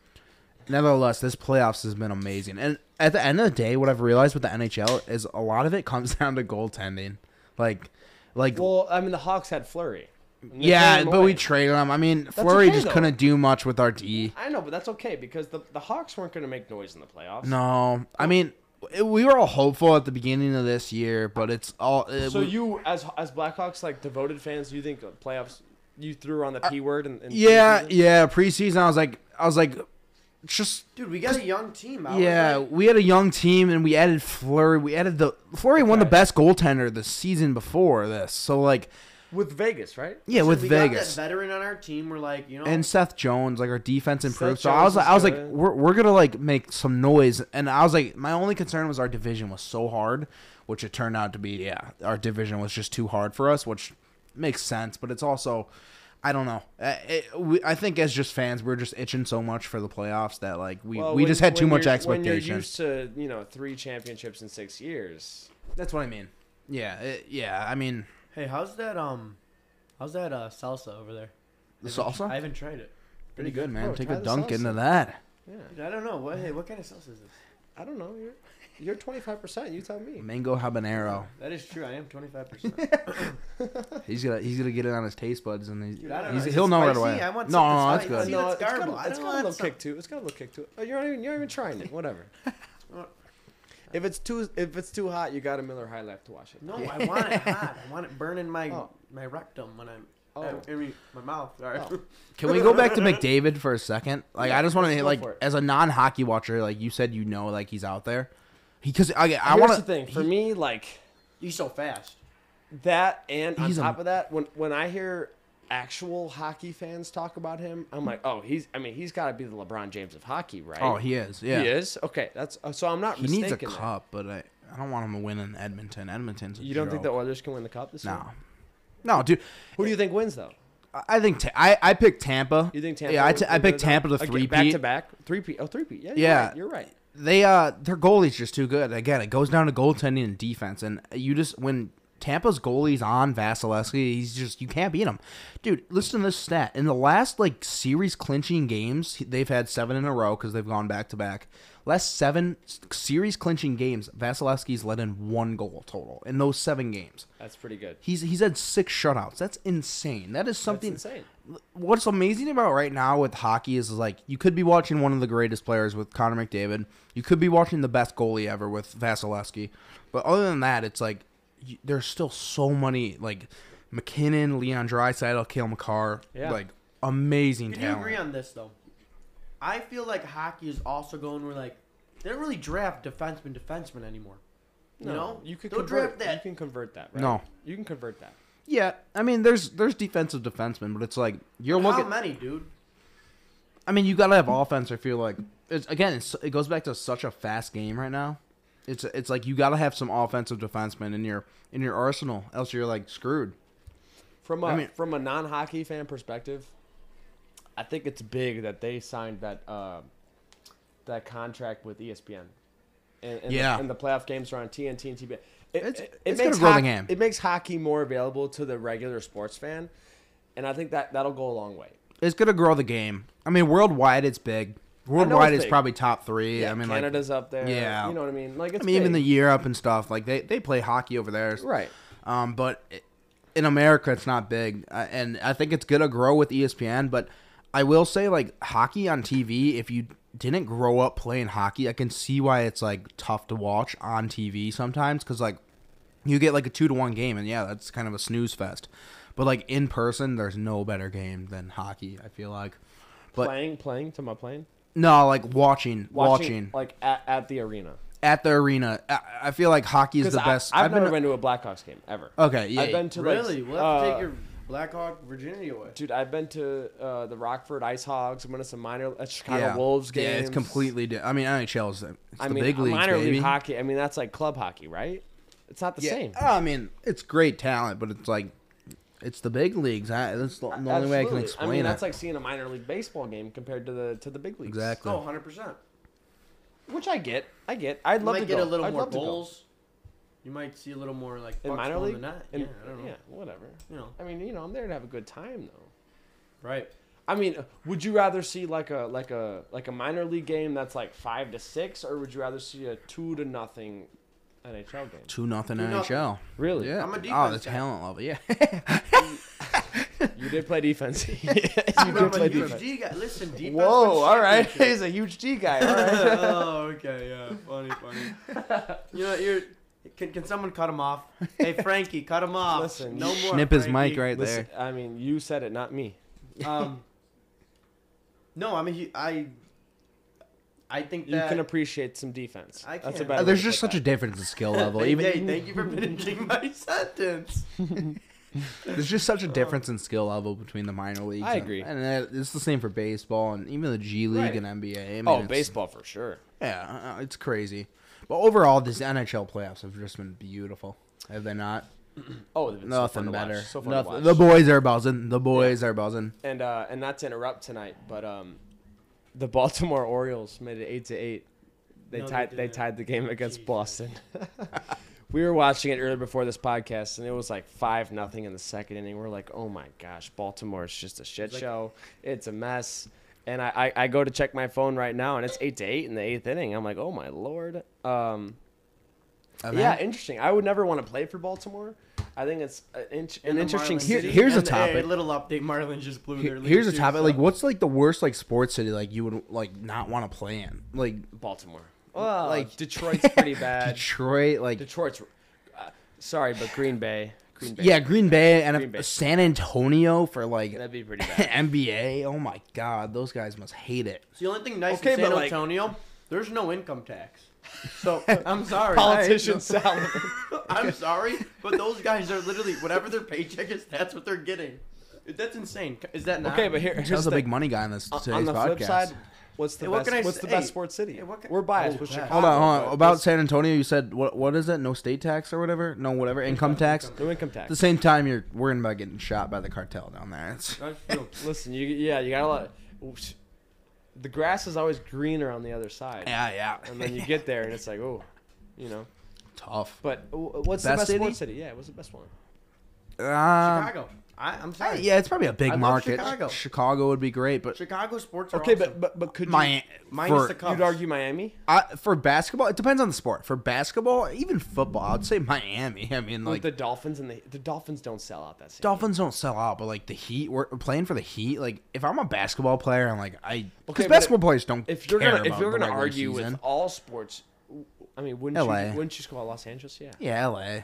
B: nevertheless, this playoffs has been amazing. And at the end of the day, what I've realized with the NHL is a lot of it comes down to goaltending, like like
C: Well, I mean, the Hawks had Flurry. And they
B: yeah,
C: traded him
B: but we
C: away.
B: traded him. I mean, Flurry
C: okay,
B: just
C: though.
B: couldn't do much with our D.
C: I know, but that's okay because the the Hawks weren't going to make noise in the playoffs.
B: No, I mean, it- we were all hopeful at the beginning of this year, but it's all. It,
C: So you, as as Blackhawks like devoted fans, you think the playoffs? You threw on the p word and, and
B: Uh, yeah, yeah. Preseason, I was like, I was like, just
A: dude. We got a young team. Out
B: yeah. We had a young team, and we added Flurry. We added the Flurry won the
C: Okay.
B: best goaltender the season before this. So like,
C: with Vegas, right?
B: yeah, with
A: we
B: Vegas
A: got that veteran on our team. We're like, you know,
B: and Seth Jones, like our defense improved.
C: Seth
B: so I was
C: Jones
B: like,
C: is
B: I was like,
C: good.
B: we're we're gonna like make some noise, and I was like, my only concern was our division was so hard, which it turned out to be. Yeah, our division was just too hard for us, which makes sense, but it's also. I don't know. Uh, It, we, I think as just fans, we're just itching so much for the playoffs that like we,
C: Well,
B: we
C: when-
B: just had too
C: when
B: much
C: you're- When you're
B: expectation.
C: used to you know three championships in six years,
B: That's what I mean. Yeah, it, yeah. I mean,
A: hey, how's that um, how's that uh salsa over there?
B: the
A: I
B: salsa
A: haven't tried it.
B: pretty good, man.
C: Bro,
B: Take
C: try
B: a
C: the
B: dunk
C: salsa.
B: into that.
C: yeah,
A: Dude, I don't know. What hey, what kind of salsa is this?
C: I don't know. You're you're 25. percent You tell me.
B: Mango habanero.
A: That is true. I am 25%.
B: He's gonna he's gonna get it on his taste buds, and he's,
A: Dude, I don't know.
B: he's,
A: Is
B: he'll
A: it
B: know right
A: spicy?
B: away.
A: I want
B: no, no,
A: something
B: no, that's
A: spicy.
B: good.
A: See, that's
C: Uh, it's got,
A: garble.
C: a-
A: I don't
C: it's got a
A: want
C: little
A: some-
C: kick to it. It's got a little kick to it. Oh, you're not even, you're not even trying it. Whatever. if it's too if it's too hot, you got a Miller High Life to wash it.
A: No, I want it hot. I want it burning my
C: Oh.
A: my rectum when I'm.
C: Oh.
A: I, I mean, my mouth. Sorry.
C: Oh.
B: Can we go back to McDavid for a second? Like, I just want
C: let's
B: to
C: go
B: like
C: for it.
B: as a non-hockey watcher, like you said, you know, like he's out there. Because I, I
C: Here's
B: want
C: the thing for me, like
A: you so fast.
C: that, and on
B: He's a-
C: top of that, when when I hear actual hockey fans talk about him, I'm like, oh, he's. I mean, he's got to be the LeBron James of hockey, right?
B: Oh, he is. Yeah,
C: He is. Okay, that's uh, so I'm not.
B: He needs a
C: mistaken there.
B: cup, but I, I don't want him to win in Edmonton. Edmonton's. A
C: You don't think the
B: joke.
C: Oilers can win the cup this year?
B: No, no, dude.
C: Who do you think wins though?
B: I- I think ta- I I picked Tampa.
C: You think Tampa?
B: Yeah, I,
C: wins
B: t- I
C: the
B: picked Tampa to
C: Again,
B: three.
C: back to back three P. Oh, three P. Yeah, you're
B: Yeah.
C: right, you're right.
B: they uh their goalie's just too good. Again, it goes down to goaltending and defense. And you just when Tampa's goalie's on Vasilevsky, he's just you can't beat him, dude. Listen to this stat: in the last like series clinching games, he- they've had seven in a row because they've gone back to back. Last seven s- series clinching games, Vasilevsky's let in one goal total in those seven games.
C: That's pretty good.
B: He's he's had six shutouts. That's insane. That is something
C: That's insane.
B: what's amazing about right now with hockey is like you could be watching one of the greatest players with Connor McDavid. You could be watching the best goalie ever with Vasilevsky. But other than that, it's like y there's still so many like McKinnon, Leon Draisaitl, Kale McCarr,
C: Yeah.
B: like amazing
A: Could you
B: talent.
A: agree on this though? I feel like hockey is also going where like they don't really draft defenseman defenseman anymore. You know,
C: you could
A: they'll
C: convert
A: draft that.
C: You can convert that. Right?
B: No.
C: you can convert that.
B: yeah, I mean there's there's defensive defensemen, but it's like you're
A: How
B: looking.
A: many, dude?
B: I mean you gotta have offense. I feel like it's again it's, it goes back to such a fast game right now. It's it's like you gotta have some offensive defensemen in your in your arsenal, else you're like screwed.
C: From a
B: I mean-
C: from a non hockey fan perspective, I think it's big that they signed that uh, that contract with E ESPN. And, and
B: Yeah.
C: the, and the playoff games are on TNT and TBS. It,
B: It's-
C: it,
B: it's
C: it
B: gonna
C: makes
B: grow the
C: hockey,
B: game.
C: it makes hockey more available to the regular sports fan, and I think that that'll go a long way.
B: it's gonna grow the game. I mean, worldwide it's big. Worldwide
C: it's
B: it's
C: big.
B: probably top three.
C: Yeah,
B: I mean,
C: Canada's up there.
B: yeah.
C: you know what I mean. Like
B: like I
C: it's
B: mean, even the
C: big.
B: Europe and stuff like they they play hockey over there,
C: right.
B: Um, but it, in America it's not big, uh, and I think it's gonna grow with E ESPN. But I will say, like hockey on TV, if you didn't grow up playing hockey, I can see why it's like tough to watch on TV sometimes because like you get like a two to one game, and yeah, that's kind of a snooze fest. But like in person, there's no better game than hockey. I feel like, but
C: playing, playing to my plane,
B: no, like watching, watching,
C: like at, at the arena.
B: at the arena. I, I feel like hockey is
C: Because
B: the best.
C: I've, never been, to a Blackhawks game ever.
B: okay, Oh, yeah,
C: I've been to like,
A: Really? We'll have to
C: uh,
A: take your Blackhawk virginity away.
C: Dude, I've been to uh, the Rockford Ice Hogs. I've been to some minor uh, Chicago
B: yeah.
C: Wolves games.
B: Yeah, it's completely. Di- I mean, NHL is the, it's
C: I
B: the
C: mean,
B: big leagues,
C: minor
B: baby.
C: league hockey. I mean, that's like club hockey, right? It's not the
B: yeah.
C: same.
B: I mean, it's great talent, but it's like, it's the big leagues. I, that's the, the only way I can
C: Absolutely.
B: explain
C: I mean,
B: it.
C: that's like seeing a minor league baseball game compared to the to the big leagues.
B: exactly.
A: Oh, 100%.
C: Which I get. I get. I'd
A: You
C: love
A: might
C: to
A: get
C: go.
A: a little
C: I'd
A: more
C: love to go.
A: goals. You might see a little more, like,
C: in
A: pucks
C: minor
A: going
C: league.
A: than not.
C: In-
A: yeah, I don't know.
C: yeah, whatever.
A: You know,
C: I mean, you know, I'm there to have a good time though.
A: right.
C: I mean, would you rather see like a like a like a minor league game that's like five to six, or would you rather see a two to nothing NHL game?
B: Two nothing
A: Two nothing.
B: NHL.
C: Really?
B: Yeah.
A: I'm a
B: oh,
A: defense
B: the
A: guy.
B: talent level. Yeah.
C: You did play defense. you
A: I'm
C: did
A: a
C: play
A: huge
C: defense.
A: D guy. Listen, defense. wins
C: Whoa! All right,
A: championships.
C: he's a huge G guy. All right.
A: oh, okay, yeah, funny, funny. You know, you're. Can, can someone cut him off? Hey, Frankie, cut him off.
C: Listen,
A: no more.
B: Snip his
A: Frankie.
B: mic right
C: Listen, I mean, you said it, not me.
A: Um, no, I mean, he, I. I think
C: You
A: that.
C: can appreciate some defense.
A: I
C: That's a
A: can't.
B: there.
C: better. way
B: Uh, There's
C: to
B: just
C: put
B: such a difference in skill level.
A: hey,
B: Even
A: hey, thank you for finishing my sentence.
B: there's just such a difference in skill level between the minor leagues.
C: I
B: and-
C: agree.
B: And, that- it's the same for baseball and even the G League
A: Right.
B: and NBA. I mean,
C: that. Oh,
B: it's-
C: baseball for sure.
B: Yeah, uh, it's crazy. But overall, this NHL playoffs have just been beautiful. Have they not?
C: Oh, it's so
B: Nothing
C: fun to watch.
B: better.
C: So fun to
B: Nothing-
C: watch.
B: The boys are buzzing. The boys are buzzing.
C: and uh, and not to interrupt tonight, but um, the Baltimore Orioles made it eight to eight. They
A: No, they
C: tied. They,
A: didn't.
C: tied the game against
A: Jesus.
C: Boston. we were watching it earlier before this podcast, and it was like five nothing in the second inning. We're like, oh my gosh, Baltimore is just a shit
A: like-
C: show. It's a mess. And I, I, I go to check my phone right now, and it's eight to eight in the eighth inning. I'm like, oh my lord. Um,
B: Have
C: yeah,
B: they?
C: interesting. I would never want to play for Baltimore. I think it's an, int- an
A: And the
C: interesting.
A: Marlins
B: Here-
A: just-
C: city.
B: here's a
A: and, hey,
B: topic.
A: little update: Marlins just blew their
B: Here-
A: lead.
B: Here's a
A: too,
B: topic.
A: so-
B: Like, what's like the worst like sports city like you would like not want to play in? Like
C: Baltimore. Well,
B: Like-
C: like Detroit's pretty bad.
B: Detroit, like
C: Detroit's. Uh, sorry, but Green Bay. Green Bay.
B: yeah, Green Bay and
C: Green Bay.
B: San Antonio for like
C: that'd be pretty bad.
B: NBA. Oh my god, those guys must hate it.
A: It's the only thing nice
C: Okay,
A: in San
C: but, like-
A: Antonio. there's no income tax. So I'm sorry.
C: Politician salary.
A: I'm sorry, but those guys are literally whatever their paycheck is, that's what they're getting. That's insane. Is that not
C: okay, but here, here's
B: That's
C: the
B: a big
C: thing.
B: money guy in this today's
C: on the
B: podcast.
C: flip side. What's the
A: Hey, what
C: best?
A: can I
C: what's
A: s-
C: the best
A: hey,
C: sports city?
A: hey, what can-
C: We're biased.
A: Oh,
C: with
A: crap.
C: Chicago.
B: Hold on, hold
C: but
B: on. About
C: this-
B: San Antonio, you said what? What is it? No state tax or whatever? No, whatever income tax.
C: no income
B: At the
C: tax.
B: same time, you're worrying about getting shot by the cartel down there. It's,
A: That's true.
C: Listen, you yeah, you got a lot. oops. the grass is always greener on the other side,
B: yeah, yeah.
C: and then you get there and it's like, oh, you know.
B: tough.
C: But w-
B: Best
C: what's the best
B: city?
C: sports city? Yeah, what's the best one?
B: Um,
A: Chicago. I, I'm
B: Uh,
A: sorry.
B: yeah, it's probably a big
A: I love
B: market.
A: Chicago.
B: Chicago would be great, but
A: Chicago sports are
C: Okay, but
A: awesome.
C: but but could
B: my
A: minus
B: for,
A: the cup.
C: you? You'd argue Miami.
B: I- for basketball, it depends on the sport. For basketball, even football, I'd say Miami. I mean, like
C: With the Dolphins and the the Dolphins don't sell out that. Same
B: Dolphins don't sell out, but like the Heat, we're playing for the Heat. Like if I'm a basketball player, I'm like I
C: Okay,
B: because
C: but
B: basketball players don't.
C: if you're
B: care
C: gonna if
B: about
C: you're
B: the
C: gonna
B: regular
C: argue
B: season.
C: with all sports, w- I mean, wouldn't
B: LA.
C: you wouldn't you just go out Los Angeles? Yeah.
B: yeah, LA,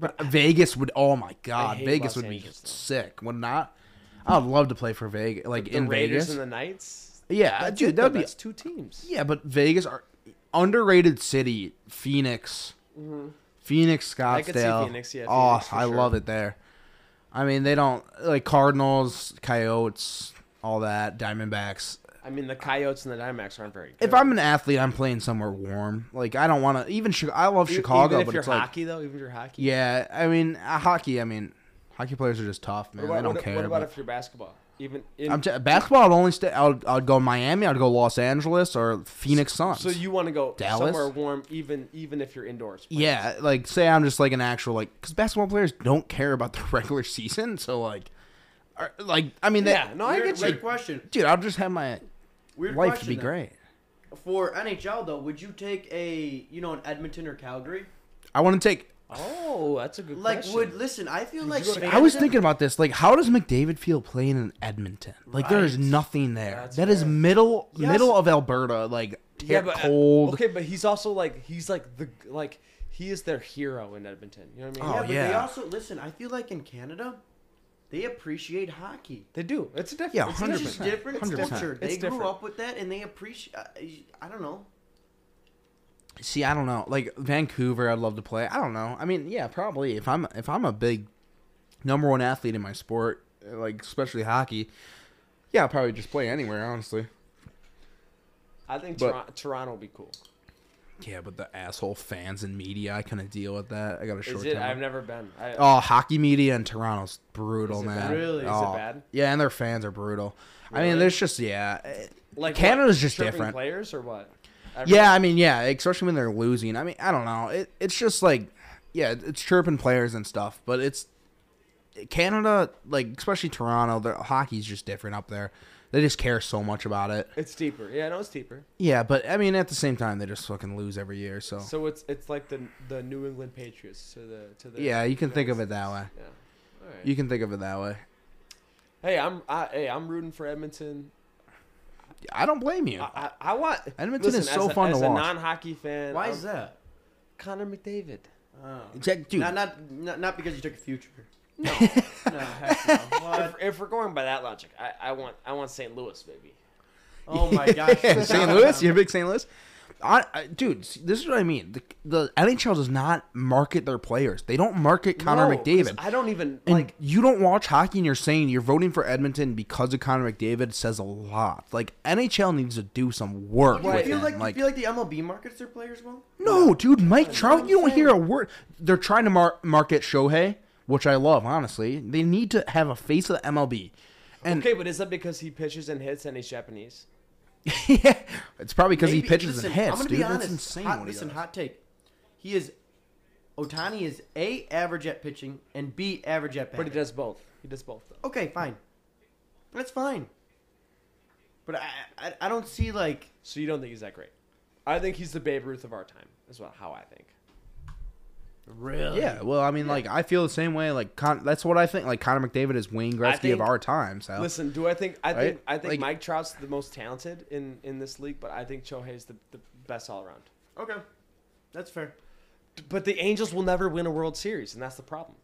B: but Vegas would. Oh my God,
C: hate
B: Vegas
C: Los
B: would be
C: Angeles, though.
B: sick. Would not. I would love to play for Vegas, like
C: The
B: in
C: Raiders
B: Vegas.
C: and the Knights.
B: yeah,
C: That's
B: dude,
C: it,
B: that would
C: though.
B: be
C: that's two teams.
B: Yeah, but Vegas are underrated city. Phoenix, Phoenix, Scottsdale.
C: Mm-hmm. could see Phoenix, yeah,
B: oh,
C: Phoenix for
B: I
C: sure.
B: love it there. I mean, they don't like Cardinals, Coyotes, all that, Diamondbacks.
C: I mean, the Coyotes and the Diamondbacks aren't very. Good.
B: If I'm an athlete, I'm playing somewhere warm. Like I don't want to even. Chi- I love
C: E-
B: Chicago,
C: even if
B: but
C: you're
B: it's like
C: hockey though, even if you're hockey.
B: yeah. I mean, uh, hockey. I mean, hockey players are just tough, man.
C: What about,
B: they don't
C: what,
B: care.
C: what about
B: but-
C: if you're basketball? Even in,
B: I'm t- basketball. I'd only stay. I'd, I'd go Miami. I'd go Los Angeles or Phoenix Suns.
C: so you want to go
B: Dallas?
C: somewhere warm, even even if you're indoors. playing.
B: Yeah, like say I'm just like an actual like because basketball players don't care about the regular season, so like, are, like I mean, they,
C: Yeah. No, I
A: weird,
C: get
A: weird
C: you.
A: question.
B: dude, I'll just have my
A: Weird
B: life to
A: question
B: be
A: then.
B: great.
A: For NHL though, would you take a you know an Edmonton or Calgary?
B: I want to take.
C: Oh, that's a good
A: Like
C: question.
A: would listen? I feel like
C: you go to
A: fans
B: I was
A: in-
B: thinking about this. Like, how does McDavid feel playing in Edmonton? Like, there is
A: Right.
B: nothing there.
C: That's
B: that is
C: fair.
B: middle
A: Yes.
B: middle of Alberta. Like,
C: yeah,
B: ter-
C: but, uh,
B: cold.
C: Okay, but he's also like he's like the like He is their hero in Edmonton. You know what I mean?
B: Oh,
A: yeah, but they
B: yeah.
A: also listen. I feel like in Canada, they appreciate hockey.
C: They do. It's a different.
B: Yeah,
C: it's
A: It's
C: a different-
A: just
B: 100%.
A: different it's
B: 100%.
A: culture. They
C: It's
A: grew
C: different.
A: up with that, and they appreciate. I, I don't know.
B: See, I don't know. Like Vancouver, I'd love to play. I don't know. I mean, yeah, probably. If I'm if I'm a big number one athlete in my sport, like especially hockey, yeah, I'll probably just play anywhere. Honestly.
C: I think
B: But-
C: Toron- Toronto would be cool.
B: Yeah, but the asshole fans and media, I kind of deal with that. I got a short
C: Is it? I've
B: time.
C: never been. I,
B: Oh, hockey media in Toronto's brutal,
C: Is it
B: man.
C: bad?
A: Really? Is it
B: Oh,
C: bad?
B: Yeah, and their fans are brutal. I mean,
C: Really?
B: there's just yeah, eh,
C: like
B: Canada's
C: what?
B: just
C: Stripping
B: different.
C: Players or what?
B: yeah. I mean, yeah, especially when they're losing. I mean, I don't know. It, it's just like, yeah, it's chirping players and stuff, but it's Canada, like especially Toronto. Their hockey's just different up there. They just care so much about it.
C: It's deeper. Yeah, no, it's deeper.
B: Yeah, but I mean, at the same time, they just fucking lose every year. So,
C: So it's it's like the the New England Patriots to the to the.
B: yeah, you can think of it that way.
C: Yeah. All right.
B: You can think of it that way.
C: hey, I'm I, hey I'm rooting for Edmonton.
B: I don't blame you.
C: I, I, I want
B: Edmonton
C: listen,
B: is so
C: as a,
B: fun
C: as
B: to
C: a
B: watch.
C: non-hockey fan.
A: Why
C: I'm
A: is that?
C: Connor McDavid.
A: Oh.
B: Jack, dude,
A: Not, not not not because you took a future. No, no, heck no.
C: If,
A: What?
C: if we're going by that logic, I, I want I want St. Louis, baby.
A: Oh my gosh,
B: Yeah, St. Louis, you're a big St. Louis. I, I, dude, see, this is what I mean. The, the NHL does not market their players. They don't market Connor
C: No, 'cause
B: McDavid.
C: I don't even
B: And
C: like.
B: you don't watch hockey and you're saying you're voting for Edmonton because of Connor McDavid says a lot. Like NHL needs to do some work.
A: Do you
B: with
A: feel
B: him.
A: like,
B: like
A: do you feel like the MLB markets their players well?
B: no, dude, Mike Trout,
A: I'm
B: you don't
A: saying.
B: hear a word. They're trying to mar- market Shohei, which I love, honestly. They need to have a face of the MLB. And
C: Okay, but is that because he pitches and hits and he's Japanese?
B: yeah, it's probably because he
A: Maybe-
B: pitches
A: listen,
B: and hits,
A: I'm gonna
B: dude.
A: be
B: That's
A: honest.
B: insane.
A: Hot,
B: what he
A: listen,
B: does.
A: hot take. He is Otani is a average at pitching and b average at
C: But
A: batting.
C: he does both. He does both. Though.
A: Okay, fine. That's fine. But I, I I don't see like
C: So you don't think he's that great? I think he's the Babe Ruth of our time. Is what how I think.
A: really.
B: Yeah, well, I mean, like I feel the same way. Like Con- that's what I think. Like Connor McDavid is Wayne Gretzky
C: think-
B: of our time. So
C: Listen, do I think I
B: Right?
C: think I think
B: Like-
C: Mike Trout's the most talented in in this league, but I think Shohei's the, the best all around.
A: Okay, that's fair.
C: But the Angels will never win a World Series, and that's the problem.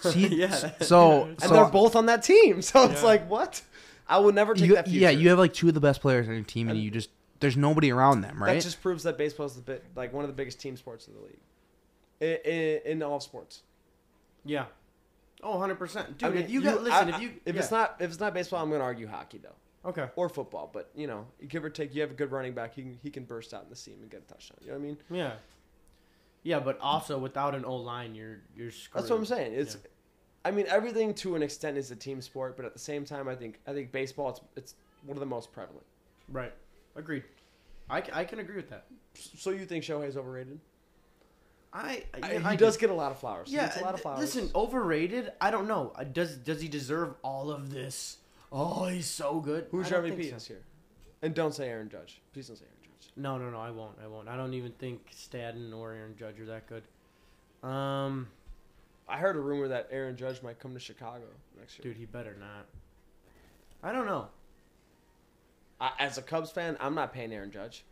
B: See,
A: Yeah,
B: s-
A: that-
B: so
C: And
B: so-
C: they're both on that team, so it's
A: Yeah.
C: like what? I will never take
B: you,
C: that future.
B: yeah, you have like two of the best players on your team, and you just there's nobody around them,
C: That
B: right?
C: just proves that baseball is the bit like one of the biggest team sports of the league, I- I- in all sports.
A: Yeah. Oh, 100 percent, dude.
C: I mean,
A: if you, got listen,
C: I-
A: if you
C: I- if it's
A: yeah.
C: not if it's not baseball, I'm going to argue hockey though.
A: okay,
C: or football, but you know, give or take, you have a good running back. He can, he can burst out in the seam and get a touchdown. You know what I mean?
A: yeah, yeah, but also without an O line, you're you're screwed.
C: That's what I'm saying. It's, I mean, everything to an extent is a team sport, but at the same time, I think I think baseball it's it's one of the most prevalent.
A: Right. Agreed. I, c- I can agree with that.
C: So you think Shohei's overrated?
A: I, I,
C: I-
A: yeah,
C: he
A: I
C: does
A: do.
C: get a lot of flowers. he
A: Yeah.
C: gets a lot of
A: uh,
C: flowers.
A: Listen, overrated. I don't know. Uh, Does does he deserve all of this? Oh, he's so good. I
C: who's your
A: don't think
C: MVP
A: so.
C: this year? And don't say Aaron Judge. Please don't say Aaron Judge.
A: No, no, no. I won't. I won't. I don't even think Staden or Aaron Judge are that good. Um,
C: I heard a rumor that Aaron Judge might come to Chicago next year.
A: dude, he better not. I don't know.
C: I, as a Cubs fan, I'm not paying Aaron Judge.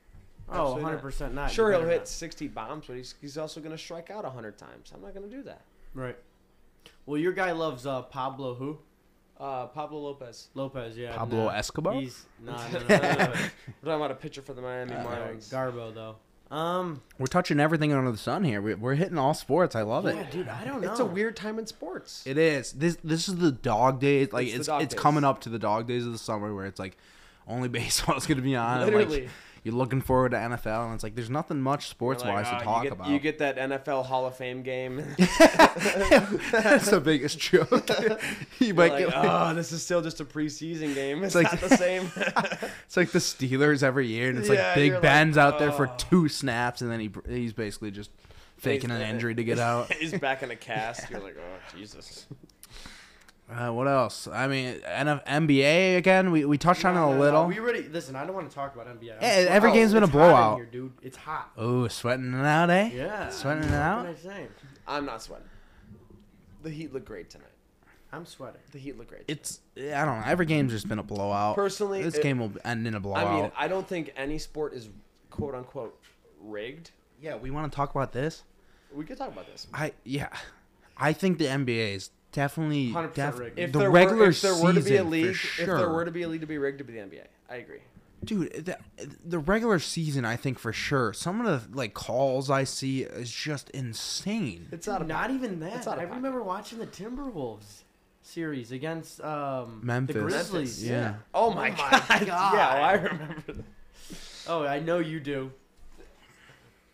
A: Oh,
C: Absolutely not.
A: 100 percent not. You
C: Sure, he'll
A: better
C: hit
A: not.
C: 60 bombs, but he's, he's also going to strike out 100 times. I'm not going to do that.
A: Right. Well, your guy loves uh, Pablo who?
C: Uh, Pablo Lopez.
A: Lopez. Yeah.
B: Pablo
A: nah.
B: Escobar.
A: He's nah, no, no, no, no, no.
C: We're talking about a pitcher for the Miami
A: Uh,
C: Marlins.
A: Garbo though. Um.
B: We're touching everything under the sun here. We, we're hitting all sports. I love
A: Yeah,
B: it.
A: dude, I don't know.
C: it's a weird time in sports.
B: It is this. This is the dog days. Like
C: It's the
B: it's
C: dog
B: it's,
C: days.
B: coming up to the dog days of the summer where it's like only baseball is going to be on. and, like,
C: Literally.
B: you're looking forward to NFL, and it's like there's nothing much sports wise
C: Like,
B: to
C: oh,
B: talk
C: you get,
B: about.
C: You get that NFL Hall of Fame game.
B: That's the biggest joke. you
C: You're
B: might
C: like,
B: get like,
C: oh, this is still just a preseason game. It's,
B: like-
C: not the same.
B: it's like the Steelers every year, and it's
C: Yeah,
B: like Big
C: you're like,
B: Ben's out there for
C: "Oh."
B: two snaps, and then he he's basically just faking an injury to get out.
C: He's back in a cast. You're like, oh Jesus.
B: Uh, what else? I mean, NF- NBA again. We we touched on it a little.
A: we already listen. I don't want to talk about NBA. I'm
B: Hey,
A: swe-
B: every game's been
A: it's
B: a
A: hot in
B: blowout.
A: here, dude. It's hot.
B: Oh, sweating it out, eh?
A: Yeah.
B: Sweating it
A: What
B: out.
A: can I say?
C: I'm not sweating. The Heat look great tonight.
A: I'm sweating.
C: The Heat look great.
B: It's I don't know. Every game's just been a blowout.
C: Personally,
B: this
C: it-
B: game will end in a blowout.
C: I mean, I don't think any sport is quote unquote rigged.
B: yeah, we want to talk about this.
C: We could talk about this.
B: I yeah, I think the NBA is definitely
A: 100%
B: def-
A: rigged.
B: the regular
C: were, if there were to be a
B: season
C: league,
B: for sure.
C: if there were to be a league to be rigged to be the NBA, I agree.
B: Dude, the, the regular season, I think for sure. Some of the like calls I see is just insane.
C: It's out of
A: Not even
C: It's
A: that.
C: out of
A: I
C: pocket.
A: remember watching the Timberwolves series against um,
B: Memphis.
A: the
B: Memphis,
A: Grizzlies.
B: yeah.
C: Oh my,
A: my
C: god.
A: God.
C: Yeah, well, I remember. That.
A: Oh, I know you do.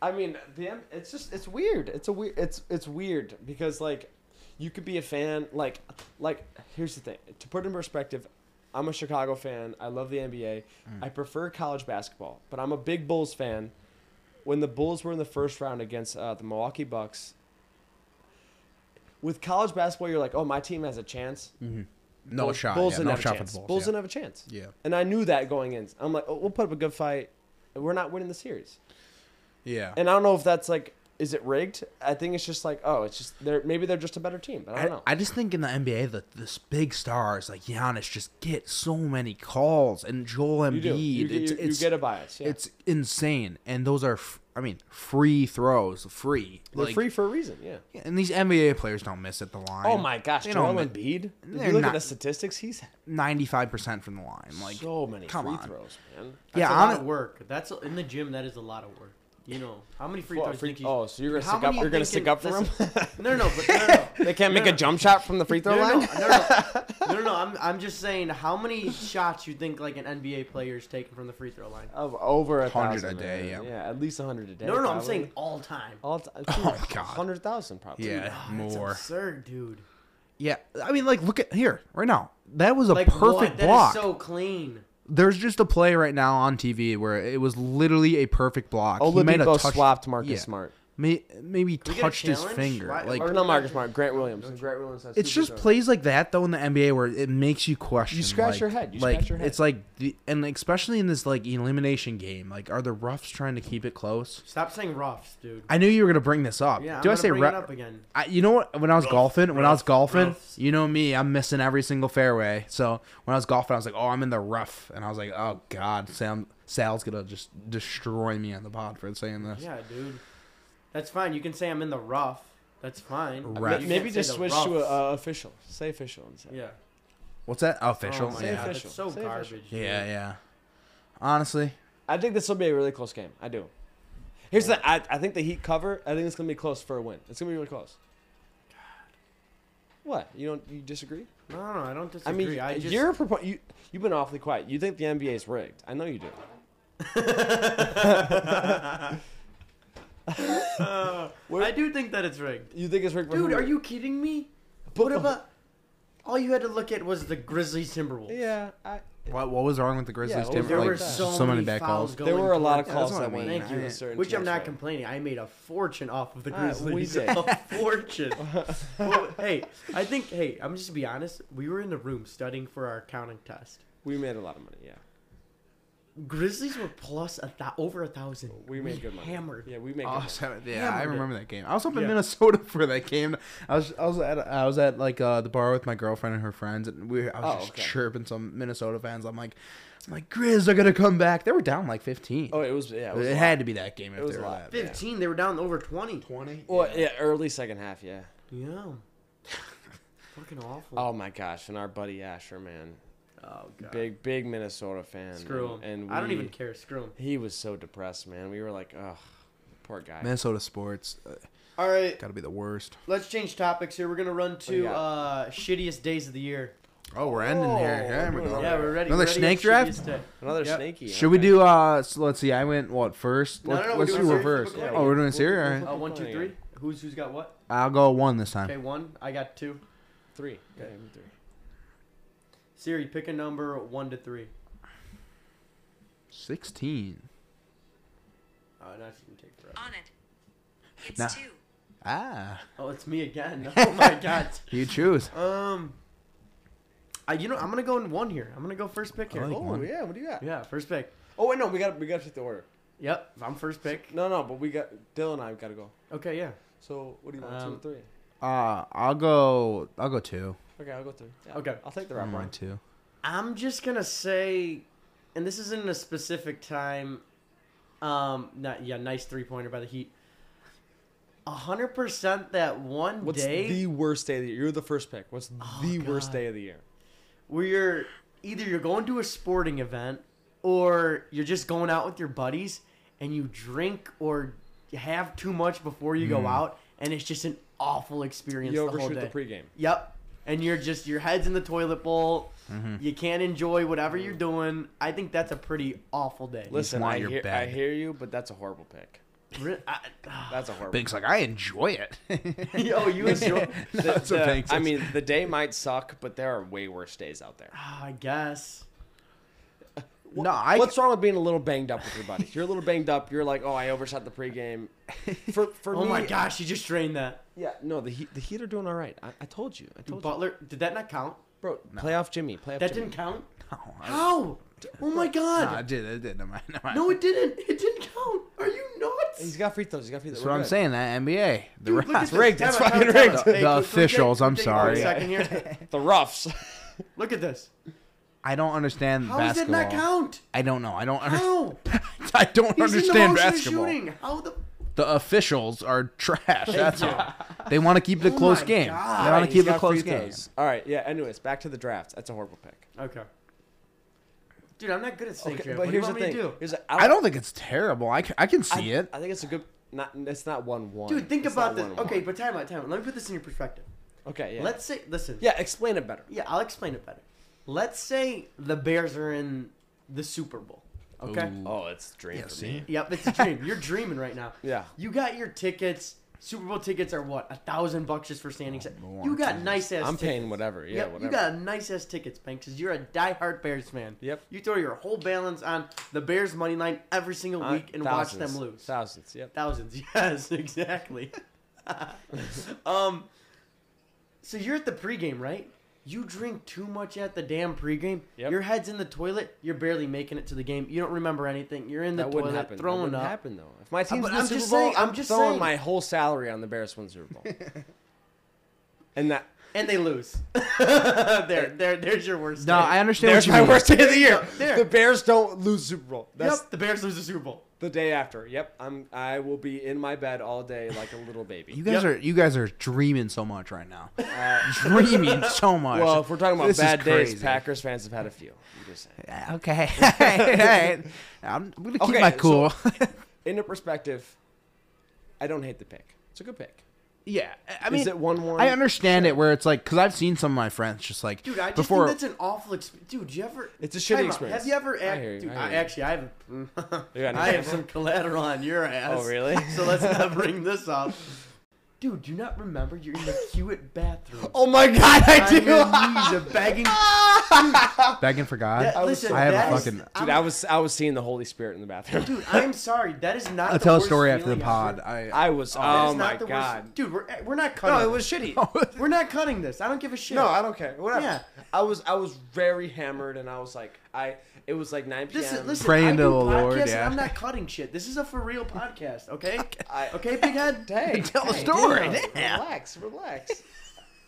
C: I mean, the M- it's just it's weird. It's a weird. It's it's weird because like, you could be a fan like like here's the thing to put in perspective. I'm a Chicago fan. I love the
B: Mm.
C: NBA. I prefer college basketball, but I'm a big Bulls fan. When the Bulls were in the first round against uh, the Milwaukee Bucks, with college basketball, you're like, oh, my team has a chance.
B: No
C: Bulls-
B: shot.
C: Bulls
B: yeah,
C: didn't
B: no
C: have a
B: shot for
C: chance.
B: the Bulls.
C: Bulls
B: yeah.
C: didn't have a chance.
B: yeah.
C: And I knew that going in. I'm like, oh, we'll put up a good fight. We're not winning the series.
B: Yeah.
C: And I don't know if that's like, is it rigged? I think it's just like, oh, it's just they're maybe they're just a better team, but I
B: I,
C: don't know.
B: I just think in the NBA that this big stars like Giannis just get so many calls and Joel Embiid.
C: you do. You, get-
B: it's,
C: you- you
B: it's,
C: get a bias. Yeah.
B: it's insane, and those are f- I mean free throws, free.
C: they're
B: like-
C: free for a reason. Yeah.
B: And these NBA players don't miss at the line.
C: Oh my gosh,
B: They
C: Joel
B: don't
C: Embiid.
B: miss
C: Did
B: they're
C: you look at
B: not-
C: the statistics. He's had
B: ninety-five percent from the line. Like
C: so many
B: come
C: free
B: on.
C: throws, man.
A: That's
B: yeah,
A: a lot
B: hon-
A: of work. That's in the gym. That is a lot of work. You know how many free
C: Well,
A: throws?
C: free-
A: think you-
C: oh, so you're gonna
A: How
C: stick up-
A: many
C: you're gonna
A: think can-
C: stick up for him?
A: listen- No, no, no, but no, no, no.
C: They can't make
A: No,
C: a jump shot from the free throw
A: No, no, no,
C: line.
A: no, no, no, no, no. I'm, I'm just saying how many shots you think like an NBA player is taking from the free throw line.
C: Of over a
B: 100
C: thousand,
B: a day,
C: man.
B: yeah.
C: Yeah, at least hundred a day.
A: No, no, no. I'm
C: probably.
A: saying all time.
C: all time.
B: Oh, God.
C: hundred thousand probably.
B: yeah,
A: Ah,
C: Oh,
A: that's
B: more.
A: absurd, dude.
B: Yeah, I mean, like, look at here right now. That was a
A: Like what?
B: perfect
A: That is
B: block.
A: so clean.
B: There's just a play right now on TV where it was literally a perfect block. He made a
C: Oladipo
B: touch-
C: swapped Marcus
B: yeah.
C: Smart.
B: May, maybe
A: we get a
B: touched his
A: challenge?
B: finger.
A: Why-
B: like,
A: or
C: Or not Marcus Smart, Grant Williams. Grant Williams has
B: it's just plays like that though in the NBA where it makes you question.
C: You scratch
B: like-
C: your head, you
B: like,
C: scratch your head.
B: It's like, the, and especially in this like elimination game, like, are the roughs trying to keep it close?
A: Stop saying roughs, dude.
B: I knew you were gonna bring this up.
A: yeah, I'm
B: Ah, Do I
A: gonna
B: say
A: bring
B: re-
A: it up again?
B: I, you know what? When I was golfing, when I was
A: rough,
B: golfing,
A: roughs.
B: you know me, I'm missing every single fairway. So when I was golfing, I was like, "Oh, I'm in the rough," and I was like, "Oh God, Sam, Sal's gonna just destroy me on the pod for saying this."
A: Yeah, dude. That's fine. You can say I'm in the rough. That's fine. But
B: Right.
A: you can't
C: Maybe
A: say
C: just
A: the
C: switch to
A: roughs.
C: uh, official. Say official instead.
A: yeah.
B: What's that? Official?
A: Oh my
C: Say
B: yeah.
A: God,
C: official.
A: that's so
C: Say
A: garbage.
C: official.
A: dude.
B: yeah, yeah. Honestly,
C: I think this will be a really close game. I do. Here's the. I, I think the Heat cover. I think it's gonna be close for a win. It's gonna be really close. What you don't you disagree?
A: No, no, I don't disagree.
C: I mean,
A: I just,
C: you're a propo- you you've been awfully quiet. You think the NBA is rigged? I know you do. Where-
A: I do think that it's rigged.
C: You think it's rigged? for
A: Dude,
C: who?
A: are you kidding me?
C: But-
A: what about? All you had to look at was the Grizzlies Timberwolves.
C: Yeah, I,
B: what what was wrong with the Grizzlies?
C: what was
B: Timberwolves?
A: There
C: Like,
A: were
C: that.
A: so,
B: so many
A: bad
B: bad
A: calls.
B: calls.
A: Going
C: there were a lot of
A: towards-
B: Yeah,
C: calls
B: that's what
C: that
B: I
C: went.
B: mean.
C: in
B: I-
C: a certain
A: Which I'm
C: team's
A: not
C: favor.
A: complaining. I made a fortune off of the
C: Ah, we
A: Grizzlies.
C: did.
A: a fortune. Well, hey, I think. Hey, I'm just to be honest. We were in the room studying for our accounting test.
C: We made a lot of money. Yeah,
A: Grizzlies were plus a thou- over a thousand.
C: we made good money.
A: Hammered.
C: Yeah, we made.
B: Oh,
C: good money.
B: so- yeah, I
A: Hammered it.
B: remember that game. I was up in
A: Yeah.
B: Minnesota for that game. I was I was at I was at like uh, the bar with my girlfriend and her friends, and we I was
C: Oh,
B: just
C: okay.
B: chirping some Minnesota fans. I'm like, I'm like, Grizz are gonna come back. They were down like 15.
C: Oh, it was. Yeah, it
B: it
C: was. a lot.
B: had to be that game. If
C: was
B: they
C: a
B: were
C: lot.
B: that.
C: Yeah.
A: 15. They were down over 20.
B: 20.
C: Well, yeah, early second half. Yeah.
A: Yeah. Fucking awful.
C: Oh my gosh, and our buddy Asher, man,
A: Oh, god.
C: big big Minnesota fan.
A: Screw him.
C: and, and
A: I don't
C: we-
A: even care. Screw him.
C: He was so depressed, man. We were like, ugh, poor guy.
B: Minnesota sports uh,
A: All right,
B: gotta be the worst.
A: let's change topics here. We're gonna run
C: you
A: to
C: got?
A: uh, shittiest days of the year.
B: Oh, we're ending here.
C: Oh,
B: Here we
C: we're
B: go.
C: doing
A: Yeah, we're ready.
B: Another
A: we're ready
B: snake
A: with
B: draft?
A: shittiest day.
C: Another
A: Yep.
C: snaky.
B: Should we
C: okay.
B: do? uh so Let's see. I went what first?
A: No,
B: Let,
A: no, no, we're
B: let's
A: doing
B: do
A: series.
B: reverse.
A: Yeah,
B: oh,
A: we're
B: we're doing a series. All
C: doing-
B: right.
A: Uh, one, two, three. Who's who's got what?
B: I'll go one this time.
A: Okay, one. I got two.
C: three? Yeah, three.
A: Siri, pick a number one to three.
B: Sixteen.
A: Oh, that's gonna take forever.
D: On it. It's
B: Nah.
D: two.
B: Ah,
A: Oh, it's me again. Oh my god.
B: you choose.
A: Um, I, you know, I'm gonna go in one here. I'm gonna go first pick here.
B: I like-
C: Oh
B: One.
C: yeah, what do you got?
A: Yeah, first pick.
C: Oh wait, no, we got we got to take the order.
A: Yep, I'm first pick.
C: No, no, but we got Dylan and I got to go.
A: Okay, yeah.
C: So what do you want? two
A: Um,
C: or three?
B: Uh, I'll go. I'll go two.
C: Okay, I'll go three. Yeah,
A: Okay.
C: I'll take the
B: I
C: wrap
B: don't
C: one.
B: mind two.
A: I'm just gonna say, and this isn't a specific time. Um, not yeah, nice three pointer by the Heat. hundred percent that one
C: What's
A: day Oh,
C: the worst day of the year? You're the first pick. What's the worst
A: God.
C: day of the year?
A: where you're either you're going to a sporting event or you're just going out with your buddies and you drink or you have too much before you go out and it's just an awful experience
C: Hmm. You
A: the whole
C: overshoot
A: day.
C: the pregame.
A: yep. And you're just your head's in the toilet bowl.
C: Mm-hmm.
A: You can't enjoy whatever you're doing. I think that's a pretty awful day.
C: Listen,
B: want
C: I
B: your
C: hear, I
B: bag.
C: hear you, but that's a horrible pick.
A: Re- I-
C: That's a horrible.
B: Big's like, I enjoy it.
A: Yo, you enjoy.
C: The-
B: That's what
C: the-
B: Banks
C: I
B: says.
C: mean, the day might suck, but there are way worse days out there.
A: Ah, I guess.
B: no, I
C: What's wrong with being a little banged up with your buddies? You're a little banged up. You're like, oh, I overshot the pregame. For for
A: Oh
C: me,
A: my gosh, you just drained that.
C: Yeah, no, the heat, the Heat are doing all right. I, I told you, I told you,
A: Butler, did that not count?
C: bro. Playoff Jimmy, playoff
A: That
C: Jimmy.
A: didn't count.
B: No, I-
A: How? Oh my
B: Nah,
A: god.
B: it did. It did. Never mind. Never mind.
A: No, it didn't. It didn't count. Are you
C: He's
A: nuts?
C: got free throws. He's got free throws.
B: That's what I'm
C: We're good.
B: saying. That NBA. The
A: Dude, look at
B: refs.
A: this.
C: rigged.
A: Time
C: It's
A: out,
C: fucking
A: time out, time
C: rigged.
A: out. Hey, can
B: The
A: we take-
B: officials, I'm
A: take a
B: sorry.
A: second here?
C: The roughs.
A: Look at this.
B: I don't understand
A: How does that
B: basketball.
A: not count?
B: I don't know. I don't. Under-
A: How?
B: I don't
A: He's in
B: understand
A: the motion of
B: basketball.
A: shooting. How the?
B: The officials are trash. That's all. They want to keep it a
A: Oh
B: close
A: my
B: game.
A: God.
B: They want to
C: He's
B: keep it a
C: got free
B: close game.
C: throws. All right. Yeah. Anyways, back to the draft. That's a horrible pick.
A: Okay. Dude, I'm not good at snake
C: Okay,
A: okay,
C: but
A: What do you
C: here's the
A: want me
C: thing.
A: to do?
C: Here's a-
B: I don't think it's terrible. I, c- I can see
C: I,
B: it.
C: I think it's a good. Not. It's not one one.
A: Dude, think
C: It's
A: about
C: not
A: this.
C: 1-1.
A: Okay, but time out, time out. Let me put this in your perspective.
C: Okay. Yeah.
A: Let's say, listen.
C: Yeah. Explain it better.
A: Yeah, I'll explain it better. Let's say the Bears are in the Super Bowl. Okay.
B: Ooh.
C: Oh, it's dream. for me.
A: Yep, it's a dream. You're dreaming right now.
C: Yeah.
A: You got your tickets. Super Bowl tickets are what a thousand bucks just for standing. se-
B: Lord
A: you got
B: Jesus.
A: nice ass.
C: Oh, I'm
A: tickets.
C: paying whatever. Yeah.
A: Yep,
C: whatever.
A: You got nice ass tickets, Banks, because you're a diehard Bears fan.
C: Yep.
A: You throw your whole balance on the Bears money line every single
C: Uh,
A: week and watch
C: thousands.
A: them lose.
C: Thousands. Yep.
A: Thousands. Yes, exactly. um. So you're at the pregame, right? You drink too much at the damn pregame.
C: Yep.
A: Your head's in the toilet. You're barely making it to the game. You don't remember anything. You're in the
C: that wouldn't
A: toilet
C: happen. That
A: throwing
C: wouldn't
A: up.
C: happen though. If my team's
A: but
C: in the
A: I'm
C: Super
A: just
C: Bowl,
A: saying-
C: I'm,
A: I'm just
C: throwing
A: saying.
C: my whole salary on the Bears win the Super Bowl. and that
A: and they lose. there, there, there's your worst.
B: No,
A: day.
B: I understand
C: there's
B: what you
C: my
B: mean.
C: worst day of the year.
A: There.
C: The Bears don't lose Super Bowl. That's
A: Yep, the Bears lose the Super Bowl.
C: the day after. Yep, I'm. I will be in my bed all day like a little
B: You
C: baby.
B: guys
A: Yep.
B: are you guys are dreaming so much right now. dreaming so much.
C: Well, if we're talking about
B: This is
C: bad days,
B: crazy.
C: Packers fans have had a few. I'm just saying.
B: Okay. Alright. I'm I'm gonna keep
C: Okay,
B: my
C: so-
B: cool.
C: In a perspective, I don't hate the pick. It's a good pick.
B: yeah. I mean
C: Is it one one?
B: I understand it where it's like because I've seen some of my friends just like
A: Dude, I just
B: before
A: think that's an awful experience. Dude, you ever?
C: It's a shitty
A: Time out.
C: experience.
A: Have you ever?
C: I
A: Act-
C: hear you,
A: dude,
C: I
A: I
C: hear you.
A: actually, I have.
C: got an
A: I have
C: example?
A: some collateral on your ass.
C: Oh, really?
A: So let's not bring this up. Dude, do you not remember you're in the Hewitt bathroom.
C: Oh my god, I
A: on
C: do.
A: your knees, a begging.
B: begging for God.
A: That,
C: was
A: listen,
C: so- I have a
A: that is-
B: fucking- Dude,
C: Dude, I was I was seeing the Holy Spirit in the bathroom.
A: dude, I'm sorry. That is not.
B: I'll
A: the
B: tell a
A: worst
B: story after the
A: feeling ever.
B: pod. I,
C: I was.
A: That is not
C: Oh my
A: the worst-
C: god.
A: dude, we're we're not cutting.
C: No, it was
A: this.
C: shitty.
A: We're not cutting this. I don't give a shit.
C: No, I don't care. Whatever.
A: Yeah.
C: I was I was very hammered, and I was like, I it was like 9 p.m.
A: This is, listen,
B: Praying
A: I
B: to
A: do
B: the
A: podcasts
B: Lord,
A: and
B: yeah.
A: I'm not cutting shit. This is a for real podcast, okay?
C: I,
A: Okay, big head.
C: Hey,
B: Tell the
C: hey,
B: story,
C: damn,
B: damn.
C: Relax, relax.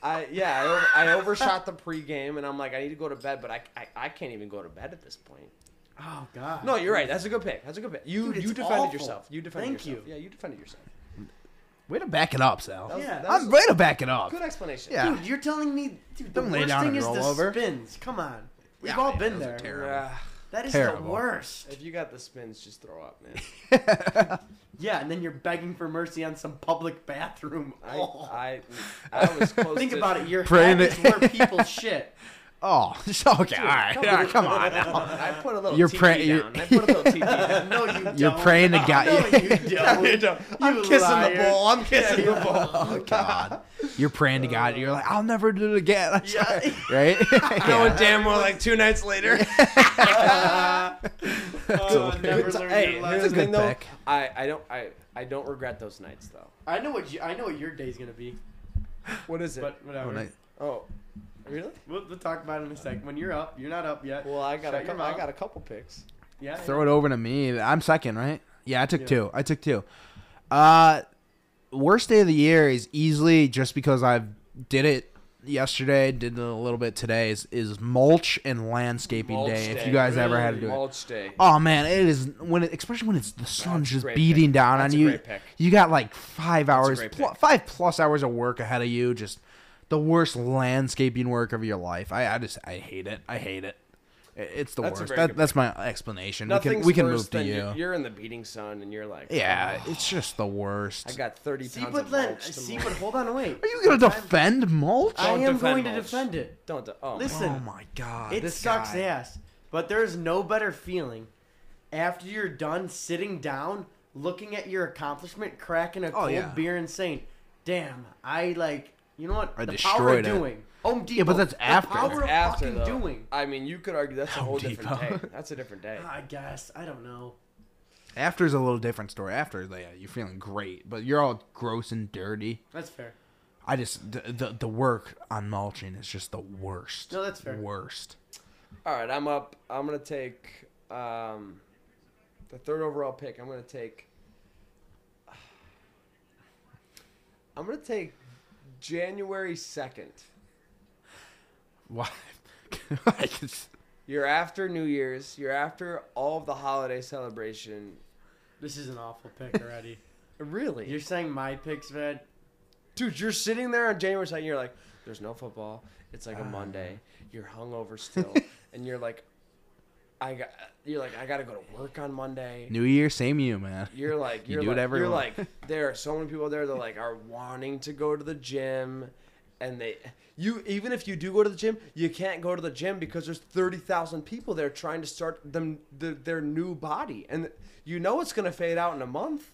C: I yeah, I, over, I overshot the pregame, and I'm like, I need to go to bed, but I, I I can't even go to bed at this point.
A: Oh god.
C: No, you're right. That's a good pick. That's a good pick. You
A: Dude, it's
C: you defended
A: awful.
C: yourself. You defended
A: Thank
C: yourself.
A: you.
C: Yeah, you defended yourself.
B: way to back it up, Sal.
C: That was-
A: Yeah.
C: that was
B: I'm way to back it up.
C: good explanation.
B: Yeah.
A: Dude, you're telling me dude, the
B: Don't lay
A: worst
B: down
A: thing
B: and
A: is
B: roll
A: the
B: over.
A: spins. Come on. We've
B: Yeah,
A: all
B: man,
A: been
B: those are
A: there.
B: terrible.
C: Yeah.
A: That is the
B: Terrible.
A: worst.
C: If you got the spins, just throw up, man.
A: Yeah, and then you're begging for mercy on some public bathroom.
C: I
A: Oh.
C: I, I was close.
A: Think
C: to,
A: about it. Your
B: Praying
A: head is
B: to-
A: where people shit.
B: Oh, it's okay. All right. All right, Come on now.
C: I put a little
B: You're
C: TT
B: pra-
C: down.
B: you're-
C: I put a little TT down.
A: No, you don't.
B: You're praying to God.
A: No, you don't.
C: You don't.
A: You
C: I'm kissing
A: liar.
C: the ball. I'm kissing the ball.
B: Oh, God. You're praying to God. You're like, I'll never do it again. I
A: Yeah.
B: swear. Right?
C: Knowing damn well, like two nights later.
A: Oh, never
C: It's-
A: learned
C: hey,
A: your
C: here's the
A: lesson.
B: good
C: thing though.
B: pick.
C: I, I don't I, I don't regret those nights though.
A: I know what you, I know what your day's gonna be,
C: What is it?
A: but whatever.
B: When I-
C: oh, really?
A: We'll, we'll talk about it in a sec. When you're up, you're not up yet.
C: Well, I got
A: Shut
C: a
A: your
C: couple, I
A: mouth.
C: got a couple picks.
A: yeah.
B: Throw it over to me. I'm second, right? Yeah, I took
A: Yeah.
B: two. I took two. Uh worst day of the year is easily just because I've did it yesterday, did a little bit today is, is mulch and landscaping
C: Mulch
B: day. If
C: day,
B: you guys ever had to
C: really,
B: do it.
C: mulch day.
B: Oh man, it is when it, especially when it's the sun's
C: a
B: just
C: great
B: beating
C: pick.
B: down
C: That's
B: on
C: a
B: you.
C: great pick.
B: You got like five hours,
C: great
B: pl-
C: pick.
B: five plus hours of work ahead of you. Just the worst landscaping work of your life. I, I just I hate it. I hate it. I- It's the
C: That's a
B: worst.
C: very
B: That,
C: good
B: that's my explanation.
C: Nothing's
B: we can we can
C: worse
B: move to
C: than
B: you.
C: You're, you're in the beating sun and you're like,
B: yeah,
C: "Oh,
B: it's just the worst.
C: I got 30
A: See,
C: pounds
A: but
C: of
A: then,
C: mulch to
A: see,
C: mow."
A: but uh, hold on, wait.
B: Are you gonna defend mulch?
A: I
C: Don't
A: am
C: defend
A: going to
C: mulch.
A: defend it.
C: Don't. do- Oh,
A: Listen,
B: oh my
C: Uh,
B: god,
A: It
B: this
A: sucks
B: guy.
A: ass, but there's no better feeling after you're done sitting down, looking at your accomplishment, cracking a
C: Oh,
A: cold
B: yeah.
A: beer, and saying, "Damn, I like." You know what?
B: I
A: the power of
B: destroyed it.
A: doing. Home Depot.
B: Yeah, but that's
A: the
B: after.
A: Power
B: That's
A: of
C: after
A: fucking
C: though,
A: doing.
C: I mean, you could argue that's a
B: Home
C: whole
B: Depot.
C: different day. That's a different day.
A: I guess I don't know.
B: After is a little different story. After, yeah, you're feeling great, but you're all gross and dirty.
A: That's fair.
B: I just the, the the work on mulching is just the worst.
A: No, that's fair.
B: Worst.
C: All right, I'm up. I'm gonna take um, the third overall pick. I'm gonna take. I'm gonna take January second.
B: Why? I just-
C: You're after New Year's. You're after all of the holiday celebration.
A: This is an awful pick already.
C: Really,
A: you're saying my picks, bad.
C: dude, you're sitting there on January second. You're like, there's no football. It's like a Monday. You're hungover still, and you're like, I got. You're like, I gotta go to work on Monday.
B: New Year, same you, man.
C: You're like
B: You
C: you're
B: do
C: like,
B: whatever you
C: you're
B: want.
C: like there are so many people there that like are wanting to go to the gym and they you even if you do go to the gym, you can't go to the gym because there's 30,000 people there trying to start them the, their new body and you know it's going to fade out in a month.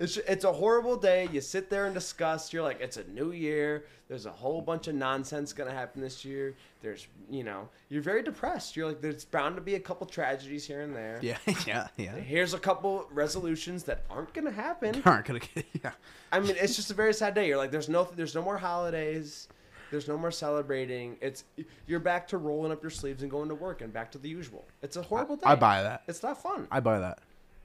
C: It's, it's a horrible day. You sit there and discuss. You're like, it's a new year. There's a whole bunch of nonsense going to happen this year. There's, you know, you're very depressed. You're like, there's bound to be a couple tragedies here and there
B: Yeah, yeah, yeah.
C: here's a couple resolutions that aren't gonna happen.
B: Aren't gonna get. Yeah.
C: I mean, it's just a very sad day. You're like, there's no, there's no more holidays, there's no more celebrating. It's you're back to rolling up your sleeves and going to work and back to the usual. It's a horrible day.
B: I buy that.
C: It's not fun.
B: I buy that.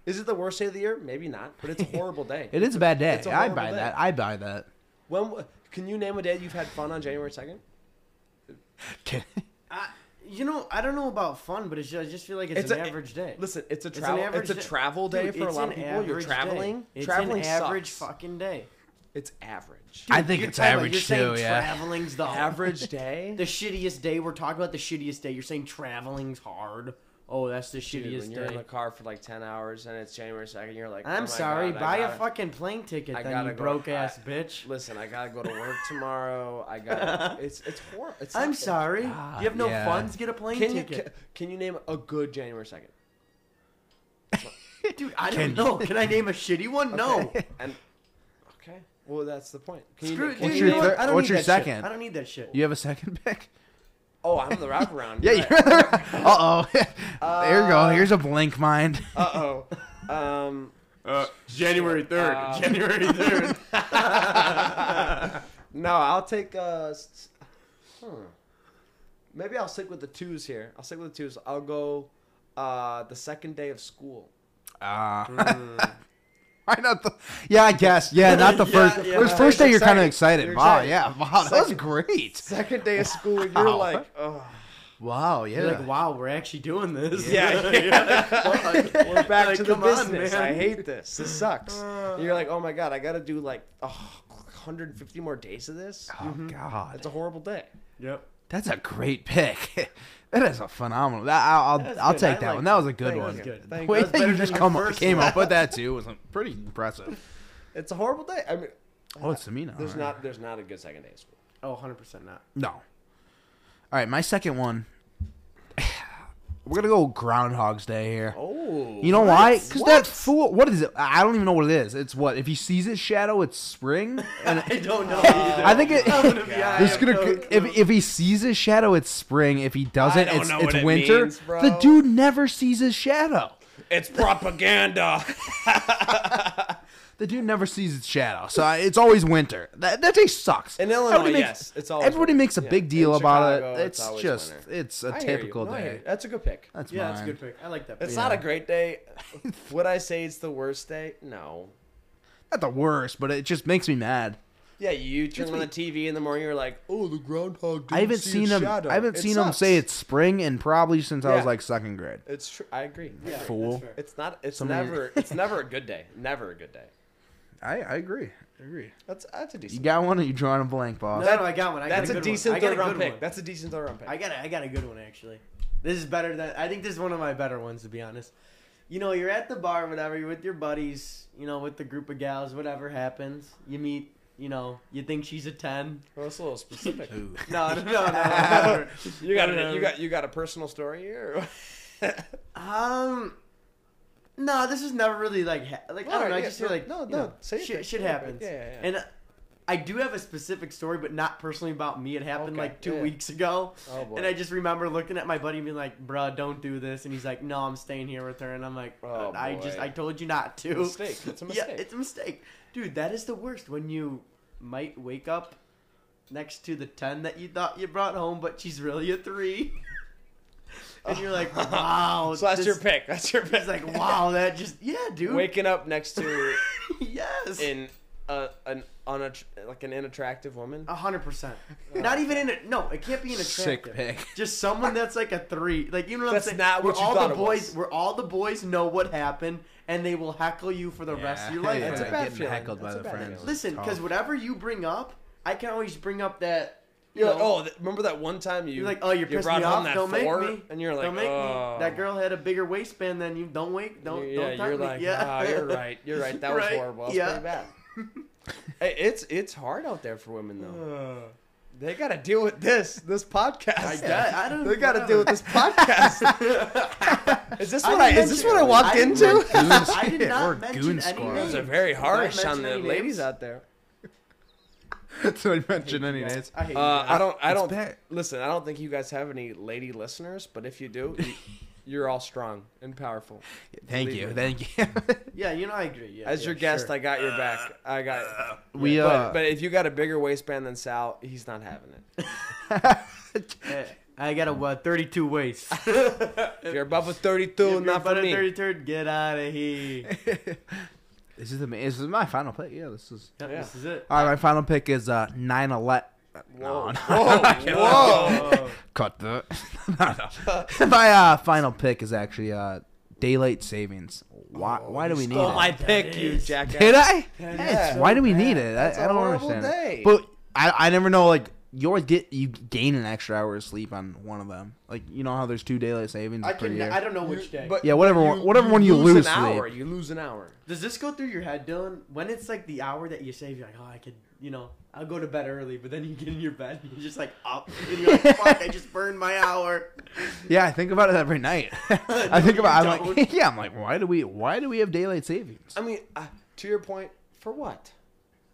C: Is it the worst day of the year? Maybe not, but it's a horrible day.
B: It is a bad day.
C: It's a
B: I
C: horrible
B: buy
C: day.
B: that. I buy that.
C: When w- can you name a day you've had fun on January second?
A: I, you know, I don't know about fun, but it's just, I just feel like it's,
C: It's
A: an
C: a-
A: average day.
C: Listen, it's a
A: It's an
C: travel. It's,
A: average
C: a
A: day.
C: travel day
A: Dude,
C: for a
A: it's
C: lot of
A: an
C: people. You're
A: average day.
C: traveling.
A: It's
C: traveling
A: an average
C: sucks.
A: fucking day.
C: It's average.
B: I think
A: You're
B: it's
A: talking about-
B: average
A: you're saying
B: too. Yeah.
A: Traveling's the
C: average day.
A: the shittiest day. We're talking about the shittiest day. You're saying traveling's hard. Oh, that's the
C: Dude,
A: shittiest
C: when you're in
A: day.
C: the car for like 10 hours and it's January 2nd, you're like, oh
A: I'm
C: my
A: sorry.
C: God, I
A: buy
C: gotta-
A: a fucking plane ticket,
C: I
A: then
C: gotta
A: you
C: go-
A: broke
C: I-
A: ass bitch.
C: Listen, I gotta go to work tomorrow. I got to it's it's horrible. It's
A: I'm
C: not-
A: sorry.
B: Ah,
A: you have no
B: yeah.
A: funds. Get a plane
C: Can you
A: ticket,
C: can, can you name a good January 2nd?
A: dude. I
B: Can
A: don't know.
B: you-
A: Can I name a shitty one? No.
C: Okay. and okay, well that's the point. Can you
A: Screw
C: name-
A: it,
C: can
A: dude,
B: What's
C: you
B: your
C: name-
A: know what?
B: third-
A: I don't
B: What's
A: need
B: your
A: that shit.
B: second?
A: I don't need that shit.
B: You have a second pick?
C: oh, I'm the wraparound.
B: Yeah. You're. Uh oh. There you go.
C: Uh,
B: Here's a blank mind.
C: Uh oh. Um.
D: Uh, January 3rd.
C: Uh,
D: January 3rd.
C: No, I'll take. Uh, s- hmm. Maybe I'll stick with the twos here. I'll stick with the twos. I'll go uh, the second day of school.
B: Ah.
C: hmm.
B: Why not the? Yeah, I guess. Yeah, not the
A: Yeah,
B: first.
A: yeah.
B: first, first day, you're kind of
C: Exciting.
B: excited.
C: You're
B: Wow,
C: excited.
B: yeah, wow, that was great.
C: Second day of school, and you're
B: Wow.
C: like, oh,
B: Wow, yeah.
A: You're like, wow, we're actually doing this.
C: Yeah. we're back to the business. I hate this. This sucks.
A: Uh.
C: And you're like, oh my god, I got to do like oh, 150 more days of this.
B: oh
C: It's
B: God,
C: a horrible day.
A: Yep.
B: that's a great pick. that is a phenomenal. That, I'll I'll,
A: That's
B: I'll
A: good.
B: take
A: I
B: that
A: like
B: one.
A: that.
B: That was a good
C: Thank
B: one.
C: you.
A: Good.
B: The
C: Thank
B: way
C: you.
A: That's
B: that
A: better
B: you just
A: than
B: come
A: the
B: up,
A: first
B: came
A: one.
B: up with that too was like, pretty impressive.
C: It's a horrible day. I mean,
B: Oh, it's Samina.
C: there's
B: all right.
C: not there's not a good second day of school.
A: Oh, 100 percent not.
B: No. All right, my second one. We're gonna go Groundhog's Day here.
C: Oh,
B: You know why? Because that fool. What is it? I I don't even know what it is. It's what if he sees his shadow, it's spring. And
A: I don't know.
B: I think it.
A: I'm gonna be- I
B: It's
A: have
B: gonna
A: no
B: if, if he sees his shadow, it's spring. If he doesn't,
D: don't
B: it's
D: know
B: it's
D: what it
B: winter.
D: means,
C: bro.
B: the dude never sees his shadow.
D: It's propaganda.
B: The dude never sees his shadow, so I- it's always winter. That that day sucks.
C: In
B: Everybody
C: Illinois,
B: makes-
C: yes, it's always
B: everybody
C: winter.
B: makes a
C: Yeah.
B: big deal
C: In
B: about
C: Chicago,
B: it.
C: it's
B: It's,
C: always
B: just
C: winter.
B: it's a
C: I hear you.
B: typical
C: No, I hear
B: day.
C: you. That's a good pick.
B: That's
A: Yeah,
B: mine.
A: that's a good pick. I like that.
C: It's
A: pick.
C: not a
B: Yeah.
C: great day. Would I say it's the worst day? No.
B: Not the worst, but it just makes me mad.
C: Yeah, you turn
B: It's
C: on
B: me.
C: the TV in the morning. You're like, oh, the groundhog. Didn't
B: I haven't
C: see
B: seen
C: its
B: him.
C: shadow."
B: I haven't
C: It
B: seen him
C: sucks.
B: say it's spring, and probably since I was
C: Yeah.
B: like second grade.
C: It's true. I agree.
A: Yeah, that's
B: Fool.
A: fair.
C: It's not. It's
B: Somebody-
C: never. It's never a good day. Never a good day.
B: I, I agree. I agree.
C: That's that's a
B: You
C: decent.
B: got one, and you drawing a blank, boss.
A: No, no, I got one. I got
C: that's a,
A: a, good
C: decent
A: one. I got
C: third
A: a
C: round
A: good
C: pick.
A: one.
C: That's a decent third round pick.
A: I got a, I got a good one actually. This is better than I think this is one of my better ones to be honest. You know, you're at the bar, whatever, you're with your buddies, you know, with the group of gals, whatever happens. You meet, you know, you think she's a ten.
C: well, that's a little specific.
B: Ooh.
A: No, no, no, no.
C: you got
A: No, no,
C: a, you
A: no.
C: got you got a personal story here. or-
A: no. um, no, this is never really like ha- like I
C: Alright,
A: don't know. I
C: yeah,
A: just feel
C: no,
A: like
C: no,
A: you
C: no,
A: know,
C: say your
A: shit,
C: pick,
A: shit
C: say your pick.
A: happens.
C: Yeah, yeah, yeah.
A: And uh, I do have a specific story, but not personally about me. It happened
C: Okay,
A: like two
C: yeah.
A: weeks ago.
C: oh boy.
A: And I just remember looking at my buddy and being like, "Bruh, don't do this." And he's like, "No, I'm staying here with her." And I'm like,
C: Oh,
A: "I just,
C: boy.
A: I told you not to."
C: mistake. It's a mistake.
A: Yeah, it's a mistake, dude. That is the worst when you might wake up next to the ten that you thought you brought home, but she's really a three. and you're like, "Wow."
C: so that's
A: this-
C: your pick. That's your pick.
A: It's like, "Wow, that just yeah, dude."
C: Waking up next to
A: yes.
C: an uh, an unatt- like an inattractive woman.
A: A hundred percent.
C: Oh.
A: Not even in it. No, it can't be in a
B: Sick pick.
A: Just someone that's like a three. Like you know what
C: That's
A: I'm saying?
C: not what
A: where
C: you
A: all
C: thought
A: the
C: it
A: boys
C: was.
A: where all the boys know what happened and they will heckle you for the rest of your life.
B: Yeah,
C: That's a
A: for
C: bad
A: it.
B: getting
C: feeling.
B: heckled by
C: That's a
B: the
C: bad
B: friends.
C: feeling.
A: Listen, because
B: Tough.
A: whatever you bring up, I can always bring up that you
C: You're like,
A: know,
C: oh, th- remember that one time you
A: you're like, oh, you're
C: you
A: pissed
C: brought
A: me
C: home
A: off.
C: that
A: Don't
C: four,
A: make me.
C: and you're like,
A: don't make
C: oh.
A: me. That girl had a bigger waistband than you. Don't wait. Don't
C: yeah,
A: don't touch
C: you're
A: me.
C: like,
A: yeah,
C: "Ah, you're right, you're right. That was
A: Right,
C: horrible. That's
A: yeah.
C: pretty bad. hey, it's it's hard out there for women though. They got to deal with this this podcast.
A: I guess. I don't-
C: They got to
A: whatever.
C: deal with this podcast. is this what I,
A: didn't
C: is this
A: mention-
C: what I walked
A: didn't
C: into?
A: mention-
B: Goon
A: I did
B: squad.
A: not
B: We're
A: mention
B: goon
A: any
B: squad.
A: names.
C: Those are very harsh
A: mention
C: on the
A: any
C: ladies
A: names?
C: out there.
B: That's what I mentioned, anyways.
A: I hate you
C: Uh,
A: guys.
C: I don't. I
B: It's
C: don't.
B: bad.
C: Listen, I don't think you guys have any lady listeners, but if you do, you, you're all strong and powerful.
B: Thank
C: Believe
B: you,
C: me.
B: thank you.
A: Yeah, you know I agree. Yeah,
C: As
A: yeah,
C: your guest,
A: sure.
C: I got your back. I got.
B: we
C: but,
B: uh,
C: but if you got a bigger waistband than Sal, he's not having it.
A: Eh, I got a what, 32 waist.
C: If you're above a 32,
A: If you're
C: not for
A: above
C: me.
A: 32, get out of here.
B: this is the ma- this is my final pick. Yeah, this is.
A: Yep,
C: Yeah.
A: This is it.
B: All right, my final pick is uh nine eleven. No,
C: Whoa,
B: no.
C: whoa, whoa.
A: Oh,
B: Cut the. no, no. my uh, final pick is actually uh daylight savings. Why? why do we need
C: Oh,
B: it?
C: my pick, you
A: is-
C: jackass.
B: Did I?
C: Yeah,
B: Yes.
C: so
B: Why do we
C: bad.
B: need it?
C: That's
B: I,
C: a
B: I don't
C: horrible
B: understand.
C: day.
B: it. But I, I never know. Like you always get you gain an extra hour of sleep on one of them. Like you know how there's two daylight savings
A: I
B: per
A: can.
B: year.
A: I don't know which day. But
B: Yeah, whatever one- whatever one you lose
C: an
B: sleep.
C: hour. You lose an hour.
A: does this go through your head, Dylan? When it's like the hour that you save, you're like, oh, I could, you know, I'll go to bed early. But then you get in your bed, and you're just like up, and you're like, fuck, I just burned my hour.
B: yeah, I think about it every night. I think about. I'm like, yeah, I'm like, why do we? Why do we have daylight savings?
C: I mean, uh, to your point, for what?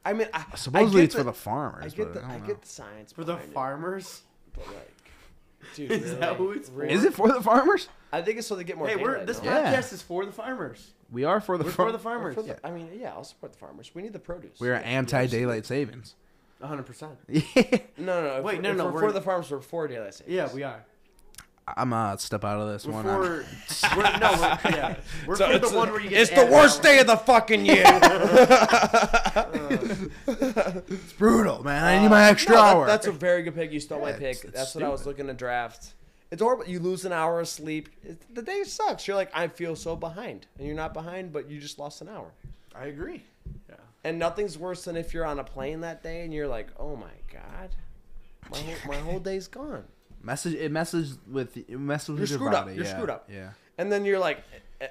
C: I mean, I,
B: Supposedly
C: I get
B: it's
C: the,
B: for the farmers.
C: I
B: but
C: get the,
B: I
C: I,
B: don't know.
C: get the science
A: For the
C: behind it,
A: farmers.
C: but like, dude,
A: Is that
C: really?
A: who it's for?
B: Is it for the farmers?
C: I think it's so they get more.
A: Hey, we're
C: daylight,
A: this
C: though.
B: Yeah.
A: podcast is for the farmers.
B: We are for the
A: We're
B: far-
A: for the farmers.
C: For the- I mean, yeah, I'll support the farmers. We need the produce.
B: We're anti daylight savings.
A: 100. percent
C: No, no, no.
A: Wait,
C: if,
A: no,
C: if
A: no,
C: We're,
A: we're-
C: for the farmers. We're for daylight savings.
A: Yeah, we are.
B: I'm uh step out of this
A: We're
B: one.
A: for.
B: I'm-
A: we're, no, we're, yeah. We're
C: So
A: for
C: it's
A: the one where you get.
C: it's
A: to
C: the
A: add an
C: worst
A: hour.
C: day of the fucking year.
B: It's brutal, man. I need my extra
C: Uh, No, that-
B: hour.
C: that's a very good pick. You stole my
B: Yeah,
C: pick.
B: it's- it's
C: that's what I was
B: stupid.
C: looking to draft. It's horrible. You lose an hour of sleep. It, the day sucks. You're like, I feel so behind, and you're not behind, but you just lost an hour.
B: I agree.
C: And nothing's worse than if you're on a plane that day and you're like, oh my god, my whole, my whole day's gone.
B: Message it messes with it messes with your
C: screwed up.
B: body.
C: You're
B: yeah.
C: screwed up.
B: Yeah.
C: And then you're like, "Eh, eh,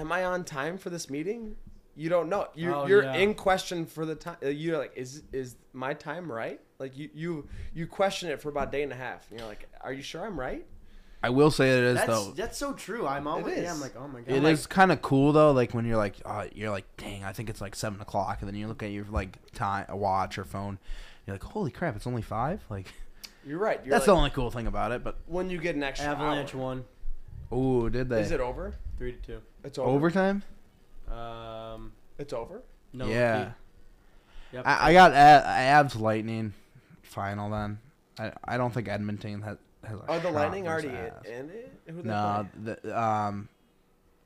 C: am I on time for this meeting? You don't know. You're,
A: Oh,
C: you're
A: yeah.
C: in question for the time. You're like, is is my time right? Like you you you question it for about a day and a half. And you're like, are you sure I'm right?
B: I will say it is
A: That's
B: though.
A: that's so true. I'm always.
C: is.
A: Yeah, I'm like, oh my god.
B: It is kind of cool though, like when you're like, uh, you're like, dang, I think it's like seven o'clock, and then you look at your like time, a watch or phone, you're like, holy crap, it's only five. Like
C: You're right. You're
B: that's the
C: like,
B: only cool thing about it. But
C: when you get an extra
A: Avalanche
C: hour.
A: one,
B: ooh, did they
C: Is it over?
A: three to two.
C: It's over.
B: overtime?
A: Um,
C: It's over.
A: no.
B: yeah.
A: key. Yep.
C: Ah.
B: I, I got Ab- Abs Lightning final then. I, I don't think Edmonton has. has a
C: Are the
B: shot
C: Lightning
B: versus
C: already
B: Avs.
C: in it? Who they
B: No,
C: play?
B: the, um,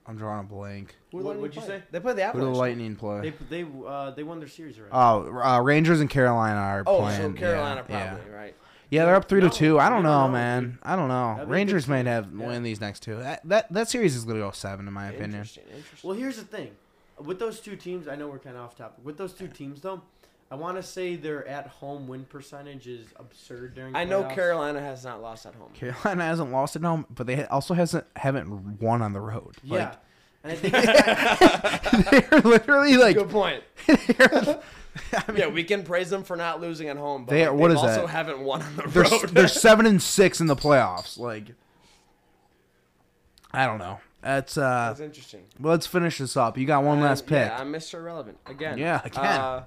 B: I'm drawing a blank.
A: What-
C: Lightning
A: what'd you
C: played?
A: say?
C: They played the
B: Who do the
C: Avalanche.
B: Lightning play?
A: They they uh they won their series already.
C: Ah.
B: Oh, uh, Rangers and Carolina are
C: oh,
B: playing.
C: so Carolina
B: yeah,
C: probably
B: Yeah.
C: right.
B: Yeah, they're up three
A: No,
B: to two. I don't
A: we don't
B: know,
A: know,
B: man. I don't know.
A: That'd be a
B: Rangers
A: good
B: might have
A: Yeah.
B: win these next two. That, that that series is gonna go seven, in my opinion.
C: Interesting. Interesting.
A: Well, here's the thing. With those two teams, I know we're kind of off topic. With those two teams, though, I want to say their at home win percentage is absurd during.
C: I know
A: playoffs.
C: Carolina has not lost at home.
B: Carolina hasn't lost at home, but they also hasn't haven't won on the road.
A: Yeah,
B: Like,
A: and I think that,
B: they're literally like
C: Good point.
B: they're,
C: yeah, we can praise them for not losing at home, but
B: They-
C: they, like,
B: what
C: they
B: is
C: also
B: that?
C: haven't won on the
B: they're,
C: road.
B: they're seven and six in the playoffs. Like I don't know. That's uh.
C: That's interesting.
B: well, Let's finish this up. You got one
C: I'm-
B: last pick.
C: Yeah, I'm Mr. Irrelevant again.
B: Yeah, again.
C: Uh,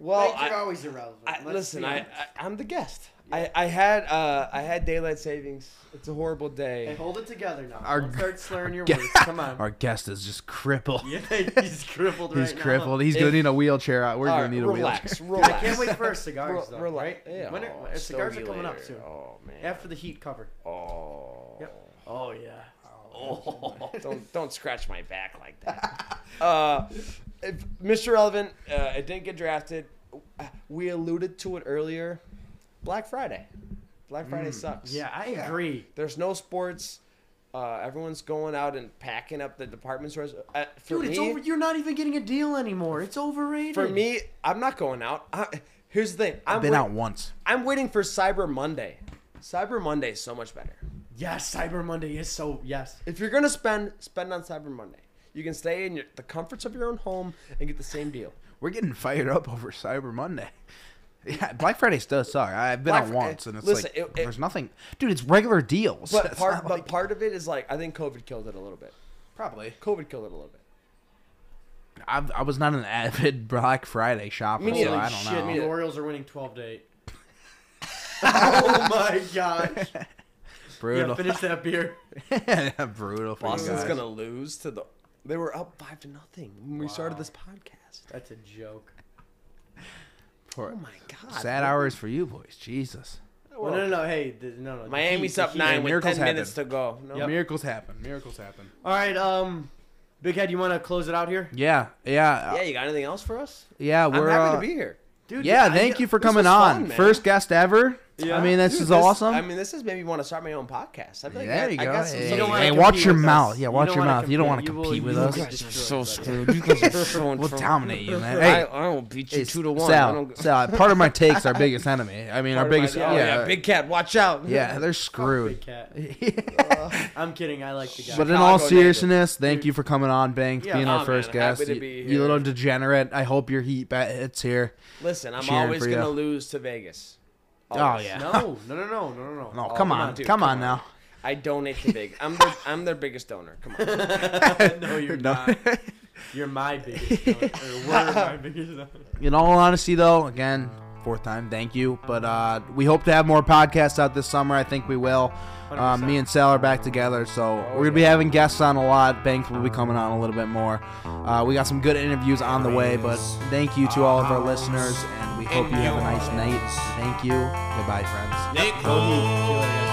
C: well,
A: like,
C: I,
A: you're always irrelevant.
C: I,
A: Let's
C: listen,
A: be
C: I,
A: honest.
C: I I'm the guest. I, I had uh I had daylight savings. It's a horrible
A: Hey,
C: day.
A: hold it together now.
B: Our-
A: Don't start slurring your
B: Yeah.
A: words. Come on.
B: Our guest is just crippled.
A: yeah, he's crippled right
B: He's
A: now.
B: crippled. He's
C: If-
B: gonna need a wheelchair. Uh, We're
C: All
B: gonna
C: right,
B: need a
C: relax,
B: wheelchair.
C: relax.
A: I can't wait for our cigars though.
C: Rel-
A: Right?
C: Yeah,
A: When are-
C: I'll
A: our
C: show
A: cigars are
C: you
A: coming up
C: later.
A: soon.
C: Oh man.
A: After the heat cover.
C: Oh.
A: Yep. Oh yeah.
C: don't don't scratch my back like that. uh, if- Mr. Relevant, uh, it didn't get drafted. We alluded to it earlier. Black Friday. Black Friday sucks.
A: Mm, Yeah, I agree.
C: There's no sports. Uh, everyone's going out and packing up the department stores. Uh, for
A: Dude, it's
C: me,
A: over. You're not even getting a deal anymore. It's overrated.
C: for me, I'm not going out. I, here's the thing. I'm
B: I've been
C: wait-
B: out once.
C: I'm waiting for Cyber Monday. Cyber Monday is so much better.
A: yes, Cyber Monday is so yes.
C: If you're gonna spend, spend on Cyber Monday. You can stay in your, the comforts of your own home and get the same deal.
B: We're getting fired up over Cyber Monday. Yeah, Black Friday does suck. I've been
C: Black
B: out
C: Fri-
B: once, and it's
C: listen,
B: like
C: it- it-
B: there's nothing, dude. It's regular deals.
C: But
B: It's
C: part,
B: not
C: but
B: like-
C: part of it is like I think COVID killed it a little bit.
B: probably,
C: COVID killed it a little bit.
B: I, I was not an avid Black Friday shopper,
C: Me
B: so
C: neither.
B: I don't
A: Shit,
B: know.
A: the Orioles are winning 12 to 8. oh my gosh. Yeah,
B: Brutal,
A: finish that beer.
B: brutal. For you
C: Boston's
B: guys.
C: gonna lose to the. They were up five to nothing when we started this podcast.
A: That's a joke.
B: Poor-
C: Oh my god!
B: sad hours for you boys. Jesus,
A: Well, no, no, no. Hey, the, no, no. the
C: Miami's
A: Heat, the
C: up
A: Heat-
C: nine with
B: miracles
C: ten
B: happen.
C: minutes to go. No.
B: Oh, miracles happen. Miracles happen.
A: All right, um, Big Head, you want to close it out here?
B: Yeah, yeah,
C: Yeah,
B: yeah.
C: you got anything else for us? I'm
B: we're
C: happy
B: uh,
C: to be here.
A: Dude,
B: yeah.
A: I-
B: Thank you for
C: this
B: coming
C: was fun,
B: on.
C: man.
B: First guest ever. I mean, this
C: Dude,
B: is awesome.
C: I mean, this has made me want to start my own podcast. I feel like
B: there
C: I,
B: you
C: I
B: go.
C: got some-
B: Hey,
A: You don't wanna
B: hey,
A: compete
B: watch your
A: with us.
B: mouth.
A: You
B: Yeah, watch
A: don't
B: your
A: wanna
B: mouth. You don't want to
A: compete. You
B: compete
A: will-
B: with
A: you will get
B: us.
A: destroyed, buddy.
C: You guys are so in
B: We'll
C: trouble.
B: dominate you, man.
C: I,
B: Hey,
C: I will beat you
B: Hey,
C: two to one. I
B: Sal,
C: don't,
B: Sal, part of my take's our biggest enemy. I mean, our
C: Part of
B: biggest.
C: my- oh,
B: yeah, yeah,
C: big cat, watch out.
B: they're
A: Big
B: screwed.
A: Cat.
B: but
A: I'm kidding. I like the guy.
B: in all
C: Chicago native.
B: seriousness, thank you for coming on, Banks,
A: Yeah.
B: being
C: Oh,
B: our
C: man,
B: first
C: happy
B: guest.
C: to
B: You,
C: be
B: you
C: here.
B: little degenerate. I hope your heat bat hits here.
C: Listen, I'm
B: Cheering
C: always
B: for
C: gonna
B: you.
C: lose to Vegas.
B: Oh,
C: Always.
B: yeah.
A: no, no, no, no, no, no,
B: No,
A: no.
B: Oh,
C: Oh,
B: come, on,
C: dude,
B: come
C: come
B: on
C: on.
B: now.
C: I donate to Vegas. I'm their, I'm their biggest donor. Come on.
A: no, you're
B: No.
A: not. You're my biggest. Or we're my biggest.
B: in all honesty, though, again, fourth time, thank you. But uh, we hope to have more podcasts out this summer. I think we will. Um, me and Sal are back together, so we're gonna be having guests on a lot. Banks will be coming on a little bit more. Uh, we got some good interviews on the way, but thank you to all of our listeners, and we hope you have a nice night. Thank you. Goodbye, friends.
D: Nick Cole.